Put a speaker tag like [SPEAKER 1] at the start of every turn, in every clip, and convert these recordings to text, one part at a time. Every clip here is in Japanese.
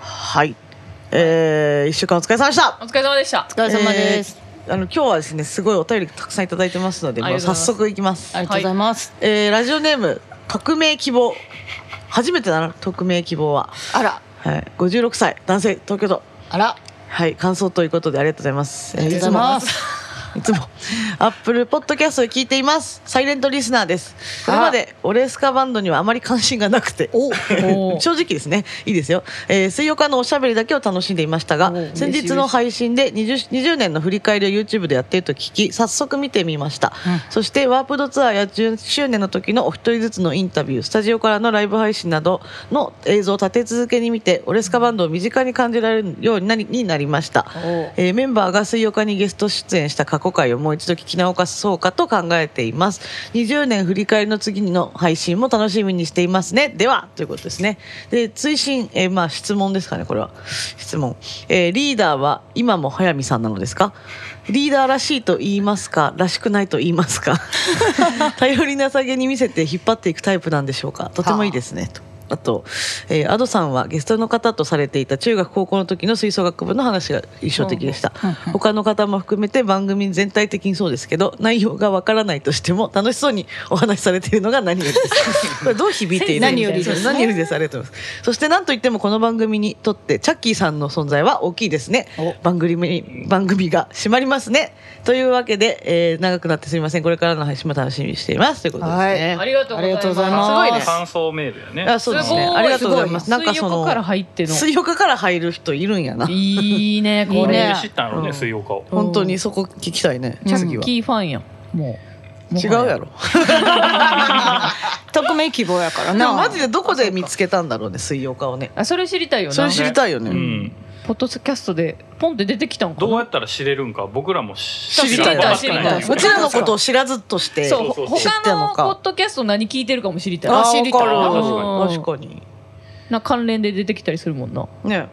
[SPEAKER 1] はい。えー、一週間お疲れ様でした。
[SPEAKER 2] お疲れ様でした
[SPEAKER 3] お疲れ様です、
[SPEAKER 1] えーあの今日はですね、すごいお便りたくさんいただいてますので、
[SPEAKER 2] あ
[SPEAKER 1] も
[SPEAKER 2] り
[SPEAKER 1] う
[SPEAKER 2] がとうござ
[SPEAKER 1] 早
[SPEAKER 2] います
[SPEAKER 1] 速いきます
[SPEAKER 3] あ。りがとうございます、
[SPEAKER 1] えー、ラジオネーム匿名希望。初めてだな匿名希望は。
[SPEAKER 3] あら
[SPEAKER 1] はい。五十六歳男性東京都。
[SPEAKER 3] あら
[SPEAKER 1] はい、感想ということでありがとうございます。あ
[SPEAKER 3] りがとうございます
[SPEAKER 1] いつも、いつ もアップルポッドキャストで聞いています。サイレントリスナーです。これまでオレスカバンドにはあまり関心がなくて。
[SPEAKER 3] お
[SPEAKER 2] お
[SPEAKER 1] 正直ですねいいですよ、えー、水曜日のおしゃべりだけを楽しんでいましたが
[SPEAKER 3] お
[SPEAKER 1] 先日の配信で 20, 20年の振り返りを YouTube でやっていると聞き早速見てみました、そしてワープドツアーや10周年の時のお一人ずつのインタビュースタジオからのライブ配信などの映像を立て続けに見てオレスカバンドを身近に感じられるようになりになりました
[SPEAKER 3] お、
[SPEAKER 1] えーメンバーが水曜日にゲスト出演した過去回をもう一度聞き直そうかと考えています20年振り返りの次の配信も楽しみにしていますねではということですねで追伸、えーまあ質問ですかねこれは質問、えーリーダーは今も早見さんなのですかリーダーらしいと言いますからしくないと言いますか 頼りなさげに見せて引っ張っていくタイプなんでしょうかとてもいいですねとあと、えー、アドさんはゲストの方とされていた中学高校の時の吹奏楽部の話が印象的でした他の方も含めて番組全体的にそうですけど内容がわからないとしても楽しそうにお話しされているのが何よりです これどう響いているのか
[SPEAKER 3] 何よりですね
[SPEAKER 1] 何よりですありがとうございますそして何といってもこの番組にとってチャッキーさんの存在は大きいですね
[SPEAKER 3] お
[SPEAKER 1] 番組番組が締まりますねというわけで、えー長くなってすみませんこれからの配信も楽しみにしていますということですね、
[SPEAKER 3] はい
[SPEAKER 2] ありがとうございます
[SPEAKER 3] すごいね
[SPEAKER 4] 感想メールだよね。
[SPEAKER 1] あそうですね。
[SPEAKER 2] すごい
[SPEAKER 1] ありがとうございます。
[SPEAKER 2] すごい
[SPEAKER 1] なんかそ
[SPEAKER 2] 水
[SPEAKER 1] の
[SPEAKER 2] 曜日から入っての
[SPEAKER 1] 水曜日から入る人いるんやな。
[SPEAKER 2] いい ね
[SPEAKER 3] い
[SPEAKER 2] こ
[SPEAKER 3] い
[SPEAKER 2] れ
[SPEAKER 3] ね
[SPEAKER 4] 知ったの
[SPEAKER 1] うん
[SPEAKER 4] ね、水曜日を。
[SPEAKER 1] 本当にそこ聞きたいね。
[SPEAKER 2] チャ
[SPEAKER 1] 次
[SPEAKER 2] ッ
[SPEAKER 1] は。
[SPEAKER 2] キーファンやんもうもは
[SPEAKER 1] 違うやろ。
[SPEAKER 3] 匿名希望やから
[SPEAKER 1] で
[SPEAKER 3] な
[SPEAKER 1] もマジでどこで見つけたんだろうね水曜日をね。
[SPEAKER 2] あそれ知りたい よ
[SPEAKER 1] そ
[SPEAKER 2] な
[SPEAKER 1] れ知りたいよね。
[SPEAKER 4] うん。
[SPEAKER 2] ポッドキャストでポンって出てきたんか
[SPEAKER 4] どうや
[SPEAKER 2] な
[SPEAKER 4] ったら知れるんか、僕らも知
[SPEAKER 1] 知りたい
[SPEAKER 2] 知りたい
[SPEAKER 4] 知ら
[SPEAKER 2] 知り
[SPEAKER 4] ん
[SPEAKER 2] た
[SPEAKER 4] ば
[SPEAKER 2] い
[SPEAKER 4] っ
[SPEAKER 1] う
[SPEAKER 4] かり
[SPEAKER 1] ちらのことを知らずとして。
[SPEAKER 2] そう
[SPEAKER 4] そうそうそう
[SPEAKER 1] 知って
[SPEAKER 2] 他
[SPEAKER 1] んの
[SPEAKER 2] の
[SPEAKER 1] か
[SPEAKER 2] ポッドキャスト何聞いてるかも知りたい
[SPEAKER 1] あ
[SPEAKER 3] あ知
[SPEAKER 1] ー
[SPEAKER 3] り
[SPEAKER 1] わ
[SPEAKER 3] た
[SPEAKER 1] か
[SPEAKER 3] い
[SPEAKER 1] る
[SPEAKER 2] うん
[SPEAKER 1] 確かに。
[SPEAKER 2] な関連で出てきたりするもんな
[SPEAKER 1] ね。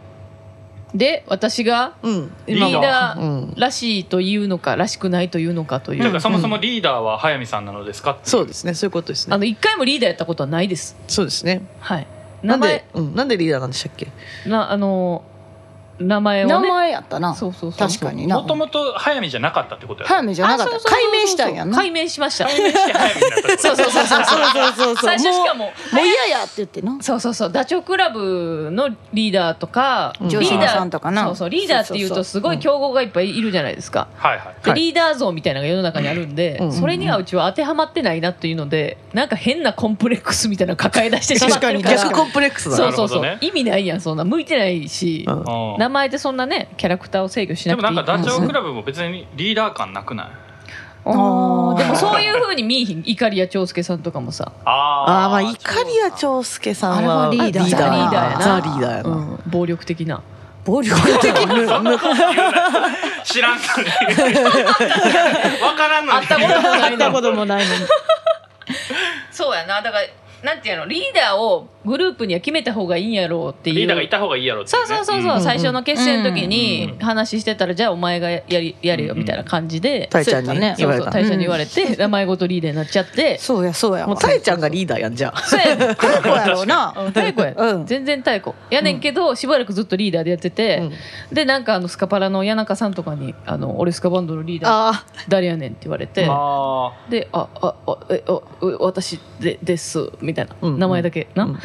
[SPEAKER 2] で私が
[SPEAKER 1] うん。
[SPEAKER 2] リ
[SPEAKER 1] 今が
[SPEAKER 2] ーダ
[SPEAKER 1] うん
[SPEAKER 2] ーらしいというのからしくないというのかとい
[SPEAKER 4] だから
[SPEAKER 2] う
[SPEAKER 4] そもそもリーダーは早見さんなのですかって
[SPEAKER 1] そうですね。そういうことです
[SPEAKER 2] あ
[SPEAKER 1] ね。
[SPEAKER 2] の一回もリーダーやったことはないです
[SPEAKER 1] そうですね。
[SPEAKER 2] はい
[SPEAKER 1] な
[SPEAKER 2] 名
[SPEAKER 1] んで
[SPEAKER 2] 前
[SPEAKER 1] うんなんでリーダーなんでしたっけ。
[SPEAKER 2] なあの名前をね
[SPEAKER 3] 名前やったな
[SPEAKER 2] そうそうそう
[SPEAKER 3] 確かにな
[SPEAKER 4] もともと早見じゃなかったってことや
[SPEAKER 3] 早めじゃなかっ
[SPEAKER 2] あそうそうそ
[SPEAKER 3] た
[SPEAKER 2] う
[SPEAKER 3] 解
[SPEAKER 2] そう
[SPEAKER 3] 明したんやんな
[SPEAKER 2] 解明しました
[SPEAKER 4] 対面して早見になったってこ と
[SPEAKER 2] そうそうそうそうそう
[SPEAKER 1] そうそう
[SPEAKER 2] 最初しかも
[SPEAKER 3] もう嫌やって言ってな
[SPEAKER 2] そうそうそうダチョウ倶楽部のリーダーとか
[SPEAKER 1] うん
[SPEAKER 2] リー
[SPEAKER 1] 上島
[SPEAKER 2] ダー
[SPEAKER 3] さんとかな
[SPEAKER 2] そうそうリーダーっていう
[SPEAKER 3] そうそ
[SPEAKER 2] と
[SPEAKER 3] う
[SPEAKER 2] すごい競合がいっぱいいるじゃないですか
[SPEAKER 4] はいはい。
[SPEAKER 2] で
[SPEAKER 1] はい
[SPEAKER 2] リーダー像みたいなのが世の中にあるんで、
[SPEAKER 1] うん
[SPEAKER 2] それにはうちは当てはまってないなっていうのでなんか変なコンプレックスみたいなの抱え出してしまってるから
[SPEAKER 1] 逆コンプレックスだ
[SPEAKER 2] そ
[SPEAKER 1] な
[SPEAKER 2] う。そうそう、
[SPEAKER 4] なるほどね
[SPEAKER 2] 意味ないやんそんな向いてないし、
[SPEAKER 1] うん
[SPEAKER 4] うん
[SPEAKER 2] 名前でそんなねキャラクターを制御し
[SPEAKER 4] で
[SPEAKER 2] な
[SPEAKER 4] も
[SPEAKER 2] く
[SPEAKER 4] な
[SPEAKER 2] てい
[SPEAKER 4] ん
[SPEAKER 2] い
[SPEAKER 4] かダチ
[SPEAKER 2] う
[SPEAKER 4] ョウ倶
[SPEAKER 2] ん
[SPEAKER 4] 楽部も別にリーダー感なくない
[SPEAKER 2] あーでもそういう
[SPEAKER 3] う
[SPEAKER 2] 風に見えひん怒りや長介さんとかもさ、
[SPEAKER 4] あ
[SPEAKER 1] あーまあイカリア長介さん
[SPEAKER 3] あ
[SPEAKER 1] は
[SPEAKER 3] れはリーダー
[SPEAKER 1] リー
[SPEAKER 2] ザリーダー
[SPEAKER 1] ダ
[SPEAKER 2] や
[SPEAKER 1] ー
[SPEAKER 2] な
[SPEAKER 1] ザリーダーや
[SPEAKER 2] う
[SPEAKER 1] な。
[SPEAKER 2] ん、暴力的な
[SPEAKER 3] 暴力的
[SPEAKER 4] 知らんかね わからんの
[SPEAKER 2] 会
[SPEAKER 4] に
[SPEAKER 2] ったこともないのに
[SPEAKER 3] ともないのに
[SPEAKER 2] そうやなだからなんていうのリーダーをグループには決めた方がいいんやろうっていう
[SPEAKER 4] リーダーがいた方がいいやろってい
[SPEAKER 2] そう
[SPEAKER 4] ね
[SPEAKER 2] そうそうそう、
[SPEAKER 1] うん
[SPEAKER 2] 最初の決戦の時に
[SPEAKER 4] うん
[SPEAKER 2] 話してたら、じゃあお前がやりやれよ
[SPEAKER 4] うん
[SPEAKER 2] みたいな感じで、
[SPEAKER 1] タイちゃんに
[SPEAKER 3] そうやったね
[SPEAKER 1] 言
[SPEAKER 2] そ
[SPEAKER 1] われ
[SPEAKER 2] うそう
[SPEAKER 1] た。
[SPEAKER 2] 大社に言われて、名前ごとリーダーになっちゃ って
[SPEAKER 3] そうやそうや
[SPEAKER 1] も
[SPEAKER 3] わ
[SPEAKER 1] うタイちゃんがリーダーやんじゃあ。
[SPEAKER 2] そうやね
[SPEAKER 3] 太鼓やろうな
[SPEAKER 2] うん太鼓や、
[SPEAKER 3] うん
[SPEAKER 2] 全然太鼓やねんけど、しばらくずっとリーダーでやってて、でなんかあのスカパラの谷中さんとかに「あの俺スカバンドのリーダー
[SPEAKER 3] あ
[SPEAKER 2] 誰やねん」って言われて
[SPEAKER 4] あ
[SPEAKER 2] 「であああえあう私でです」みたいな、
[SPEAKER 1] うん
[SPEAKER 2] 名前だけな、
[SPEAKER 1] うんうん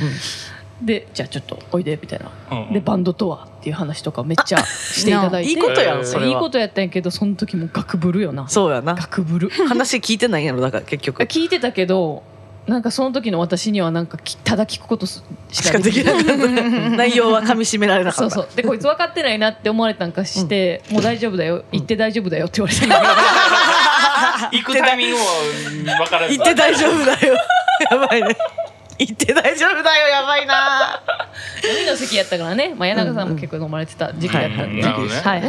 [SPEAKER 2] でじゃあちょっとおいでみたいな
[SPEAKER 4] ーうんうん
[SPEAKER 2] でバンドとはっていう話とかめっちゃしていただいて
[SPEAKER 1] いいことや
[SPEAKER 4] え
[SPEAKER 1] ん
[SPEAKER 4] ー
[SPEAKER 1] それはい
[SPEAKER 2] いことやったんやけどその時もガクブルよな
[SPEAKER 1] そうやな
[SPEAKER 2] ガクブル
[SPEAKER 1] 話聞いてないんやろだから結局
[SPEAKER 2] 聞いてたけどなんかその時の私にはなんかきただ聞くことす
[SPEAKER 1] し
[SPEAKER 2] しか
[SPEAKER 1] かで
[SPEAKER 2] でき
[SPEAKER 1] き
[SPEAKER 2] な
[SPEAKER 1] な
[SPEAKER 2] い
[SPEAKER 1] かった内容は噛み締められな
[SPEAKER 2] そ
[SPEAKER 1] かっ
[SPEAKER 2] う
[SPEAKER 1] た
[SPEAKER 2] そう でこいつ分かってないなって思われたんかして「もう大丈夫だよ行って大丈夫だよ」って言われたんだけ ど
[SPEAKER 4] 行くタイミングは分からず
[SPEAKER 1] 言って大丈夫だよ やばいね言って大丈夫だよやばいな
[SPEAKER 2] 海の席やったからね、まあ、柳中さんも結構飲まれてた時期だったんで、
[SPEAKER 4] うんう
[SPEAKER 2] はい
[SPEAKER 4] ん
[SPEAKER 2] はい、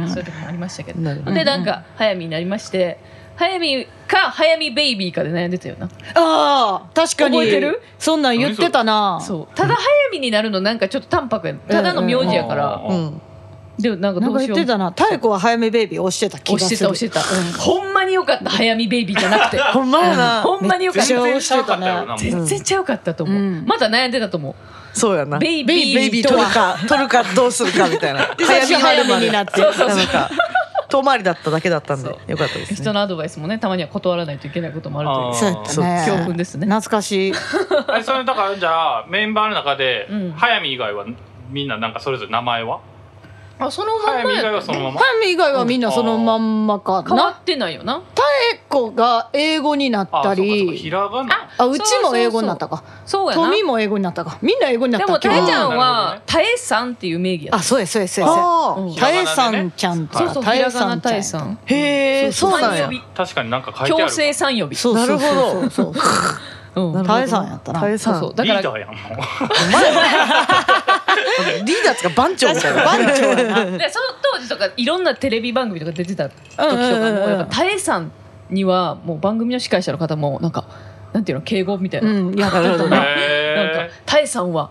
[SPEAKER 3] うん
[SPEAKER 2] そういう時もありましたけど
[SPEAKER 1] なるほ
[SPEAKER 3] ど
[SPEAKER 2] でなんか早見になりまして早見か早見ベイビーかで悩んでたよな
[SPEAKER 3] あー確かに
[SPEAKER 2] 覚えてる
[SPEAKER 3] そんなん言ってたな
[SPEAKER 2] そうただ早見になるのなんかちょっと淡白やんただの名字やから、
[SPEAKER 4] うん
[SPEAKER 1] うん
[SPEAKER 2] でもなんか
[SPEAKER 3] な
[SPEAKER 2] ど
[SPEAKER 3] ん
[SPEAKER 2] う
[SPEAKER 3] か
[SPEAKER 2] し
[SPEAKER 3] 言
[SPEAKER 2] よ
[SPEAKER 3] っ
[SPEAKER 2] う
[SPEAKER 3] てたな太鼓は早めベイビー押してた気が
[SPEAKER 2] 押
[SPEAKER 3] す
[SPEAKER 2] して
[SPEAKER 3] る
[SPEAKER 2] た押してた、ほんまによかった早見ベイビーじゃなくて
[SPEAKER 1] ほんまやな
[SPEAKER 2] ほんまによかっ
[SPEAKER 3] めっちゃ
[SPEAKER 2] た
[SPEAKER 3] 押してたね
[SPEAKER 4] 全然ちゃうかった
[SPEAKER 2] 全然ちゃうかった
[SPEAKER 4] よなもう
[SPEAKER 2] と思う、
[SPEAKER 3] うん
[SPEAKER 2] まだ悩んでたと思う
[SPEAKER 1] そうやな
[SPEAKER 2] ベイビー
[SPEAKER 1] ベイビー取るか取るかどうするかみたいな
[SPEAKER 3] で最初早めになって
[SPEAKER 2] そうそうそう
[SPEAKER 1] なんか遠回りだっただけだったんで
[SPEAKER 2] そう
[SPEAKER 1] よかったです
[SPEAKER 2] 人
[SPEAKER 1] ね
[SPEAKER 2] のアドバイスもねたまには断らないといけないこともあるという
[SPEAKER 4] あ
[SPEAKER 3] そうやったね
[SPEAKER 2] 教訓ですね
[SPEAKER 3] 懐かしい
[SPEAKER 4] あれそれだからじゃあメンバーの中で、
[SPEAKER 2] うん
[SPEAKER 4] 早見以外はみんななんかそれぞれ名前は
[SPEAKER 2] あそのまん
[SPEAKER 4] 早
[SPEAKER 2] ま
[SPEAKER 4] 見以
[SPEAKER 2] や
[SPEAKER 4] 外はそのまま
[SPEAKER 3] タイム以外はみんなそのまんまか
[SPEAKER 2] 変わ
[SPEAKER 3] な
[SPEAKER 2] ってないよな
[SPEAKER 3] タエコが英語になっ
[SPEAKER 4] あ
[SPEAKER 3] た
[SPEAKER 4] そうかそうかひ
[SPEAKER 3] り
[SPEAKER 4] らがな
[SPEAKER 3] あうちも英語になったか
[SPEAKER 2] そうやな
[SPEAKER 3] トミも英語になったかみんな英語になっ
[SPEAKER 2] で
[SPEAKER 3] た
[SPEAKER 2] も
[SPEAKER 3] 基
[SPEAKER 2] タ
[SPEAKER 3] 本
[SPEAKER 2] エちゃん
[SPEAKER 4] なるほどね
[SPEAKER 2] はタエさんっていう名義や
[SPEAKER 3] あそうやそうやそうやそう
[SPEAKER 1] あ
[SPEAKER 2] う
[SPEAKER 1] ー
[SPEAKER 2] ん
[SPEAKER 3] やタエさんちゃんと
[SPEAKER 2] そう
[SPEAKER 3] か
[SPEAKER 2] そう
[SPEAKER 3] タ
[SPEAKER 2] ひ
[SPEAKER 3] エ
[SPEAKER 2] らが
[SPEAKER 3] さ
[SPEAKER 2] なん
[SPEAKER 3] ちゃ
[SPEAKER 2] タ
[SPEAKER 3] ん
[SPEAKER 2] エさん
[SPEAKER 1] へえそうなんや
[SPEAKER 2] 誕
[SPEAKER 4] 確かになんか書いてある
[SPEAKER 2] 強制三呼び
[SPEAKER 3] そうそうそうそ うそう
[SPEAKER 2] うん
[SPEAKER 1] なるほど
[SPEAKER 3] タエさんやったな
[SPEAKER 1] タエさん
[SPEAKER 2] そうそう
[SPEAKER 4] リ
[SPEAKER 2] だ
[SPEAKER 4] ー
[SPEAKER 2] か
[SPEAKER 4] ダ
[SPEAKER 2] ら
[SPEAKER 4] ーやんもう
[SPEAKER 1] リーダーっつうか番長みたいな
[SPEAKER 3] 番長やな
[SPEAKER 2] でその当時とかいろんなテレビ番組とか出てた時とか
[SPEAKER 3] うん
[SPEAKER 2] も
[SPEAKER 3] うんうんうん
[SPEAKER 2] やっぱタエさんにはもう番組の司会者の方もなんかなんていうの敬語みたいな、
[SPEAKER 3] うんやったとな
[SPEAKER 2] なん
[SPEAKER 4] へ
[SPEAKER 2] かタエさんは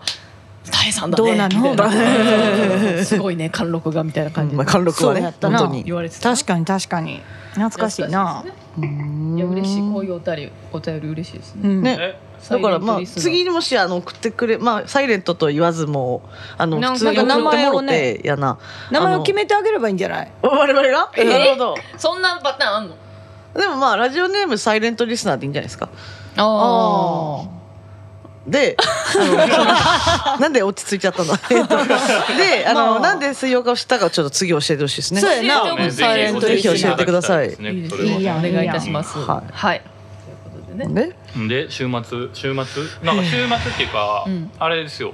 [SPEAKER 2] タエさんだね
[SPEAKER 3] どうなの
[SPEAKER 2] みたいなすごいね貫禄がみたいな感じ
[SPEAKER 1] まあ
[SPEAKER 2] で
[SPEAKER 1] 貫禄は
[SPEAKER 3] そうや
[SPEAKER 1] ね
[SPEAKER 3] った
[SPEAKER 1] 本
[SPEAKER 3] な
[SPEAKER 1] 当に
[SPEAKER 2] 言われてた
[SPEAKER 3] 確かに確かに懐かしいな
[SPEAKER 2] にいや嬉しいこういうお便りお便り嬉しいですね、
[SPEAKER 3] うん
[SPEAKER 1] ね
[SPEAKER 4] え
[SPEAKER 1] だからまあ
[SPEAKER 2] サイレントリスナー
[SPEAKER 1] 次にもしあの送ってくれまあサイレントと言わずもあの
[SPEAKER 2] なん
[SPEAKER 1] 普
[SPEAKER 2] か
[SPEAKER 1] 通に送ってもろ
[SPEAKER 3] 名
[SPEAKER 1] てやな
[SPEAKER 3] 名前を決
[SPEAKER 1] め
[SPEAKER 3] めてあげればいいんじゃない
[SPEAKER 1] 我々が
[SPEAKER 2] え
[SPEAKER 1] なるほど
[SPEAKER 2] そんなパターンあんの
[SPEAKER 1] でもまあラジオネームサイレントリスナーでいいんじゃないですか
[SPEAKER 2] ああ
[SPEAKER 1] であのなんで落ち着いちゃったの えっとであの、
[SPEAKER 3] まあ
[SPEAKER 1] なんで水曜化を知ったかをちょっと次教えてほしいですね
[SPEAKER 3] そうやな
[SPEAKER 2] そうね
[SPEAKER 4] サイレント
[SPEAKER 1] ぜひ教えてください
[SPEAKER 4] ぜひ教えていただきたいですねそ
[SPEAKER 2] い
[SPEAKER 4] れはい
[SPEAKER 2] やんお
[SPEAKER 3] いいやん
[SPEAKER 2] 願いいたします
[SPEAKER 1] は
[SPEAKER 2] はいい、ということでね
[SPEAKER 1] ね
[SPEAKER 4] で週末週末なんか週末っていうか、
[SPEAKER 2] うん
[SPEAKER 4] あれですよ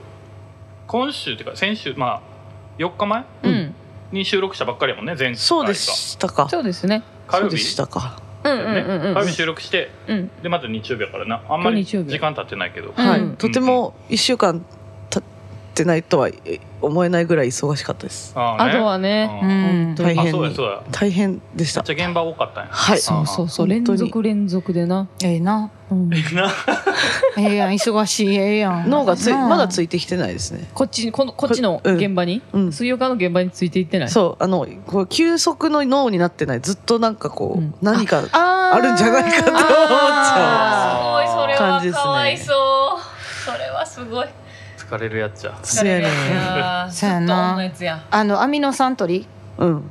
[SPEAKER 4] 今週っていうか先週まあ4日前
[SPEAKER 2] うん、
[SPEAKER 4] に収録したばっかりやもんね前回が
[SPEAKER 1] そうでしたか
[SPEAKER 2] そうですね
[SPEAKER 4] 火
[SPEAKER 1] そ
[SPEAKER 4] 曜
[SPEAKER 1] うで
[SPEAKER 4] 日
[SPEAKER 1] したか
[SPEAKER 2] うんう
[SPEAKER 4] だよね
[SPEAKER 2] んうんう
[SPEAKER 4] 火曜
[SPEAKER 2] ん
[SPEAKER 4] 日収録して
[SPEAKER 2] うん
[SPEAKER 4] でまた日曜日やからなあん
[SPEAKER 2] 今
[SPEAKER 4] まり
[SPEAKER 2] 日日曜日
[SPEAKER 4] 時間経ってないけど、
[SPEAKER 2] うん
[SPEAKER 1] はいとても1週間経ってないとはえ思えないぐらい忙しかったです
[SPEAKER 4] ああ
[SPEAKER 2] あとは
[SPEAKER 4] ね
[SPEAKER 2] ね、
[SPEAKER 3] うん
[SPEAKER 1] 大
[SPEAKER 4] あ
[SPEAKER 1] 変
[SPEAKER 4] そうや
[SPEAKER 1] に
[SPEAKER 4] そうや
[SPEAKER 1] 大変でした
[SPEAKER 4] じゃあ現場多かったんや
[SPEAKER 1] はい
[SPEAKER 2] そうそうそう
[SPEAKER 1] あー本
[SPEAKER 2] 連
[SPEAKER 1] 当に
[SPEAKER 2] 続連続でな、
[SPEAKER 3] ええな
[SPEAKER 2] うん
[SPEAKER 4] な
[SPEAKER 3] ええやん忙しいええやん
[SPEAKER 1] 脳がつい
[SPEAKER 3] なあ
[SPEAKER 1] まだついてきてないですね
[SPEAKER 2] こっちにこのこっちの
[SPEAKER 1] うん
[SPEAKER 2] 現場に、
[SPEAKER 1] うん
[SPEAKER 2] 水曜日の現場についていってない
[SPEAKER 1] そうあのこう休息の脳になってないずっとなんかこう、
[SPEAKER 2] うん
[SPEAKER 1] 何か
[SPEAKER 3] あ
[SPEAKER 1] あるんじゃないかと思っちゃ
[SPEAKER 4] う
[SPEAKER 2] あーすごいそれ
[SPEAKER 1] 感じで
[SPEAKER 2] は
[SPEAKER 1] すね
[SPEAKER 2] かわいそう、それはすごい
[SPEAKER 4] 疲れるやっちゃ
[SPEAKER 1] そうやね
[SPEAKER 2] や
[SPEAKER 3] そうやな
[SPEAKER 2] のやつや
[SPEAKER 3] あのアミノ酸取り
[SPEAKER 1] ううん、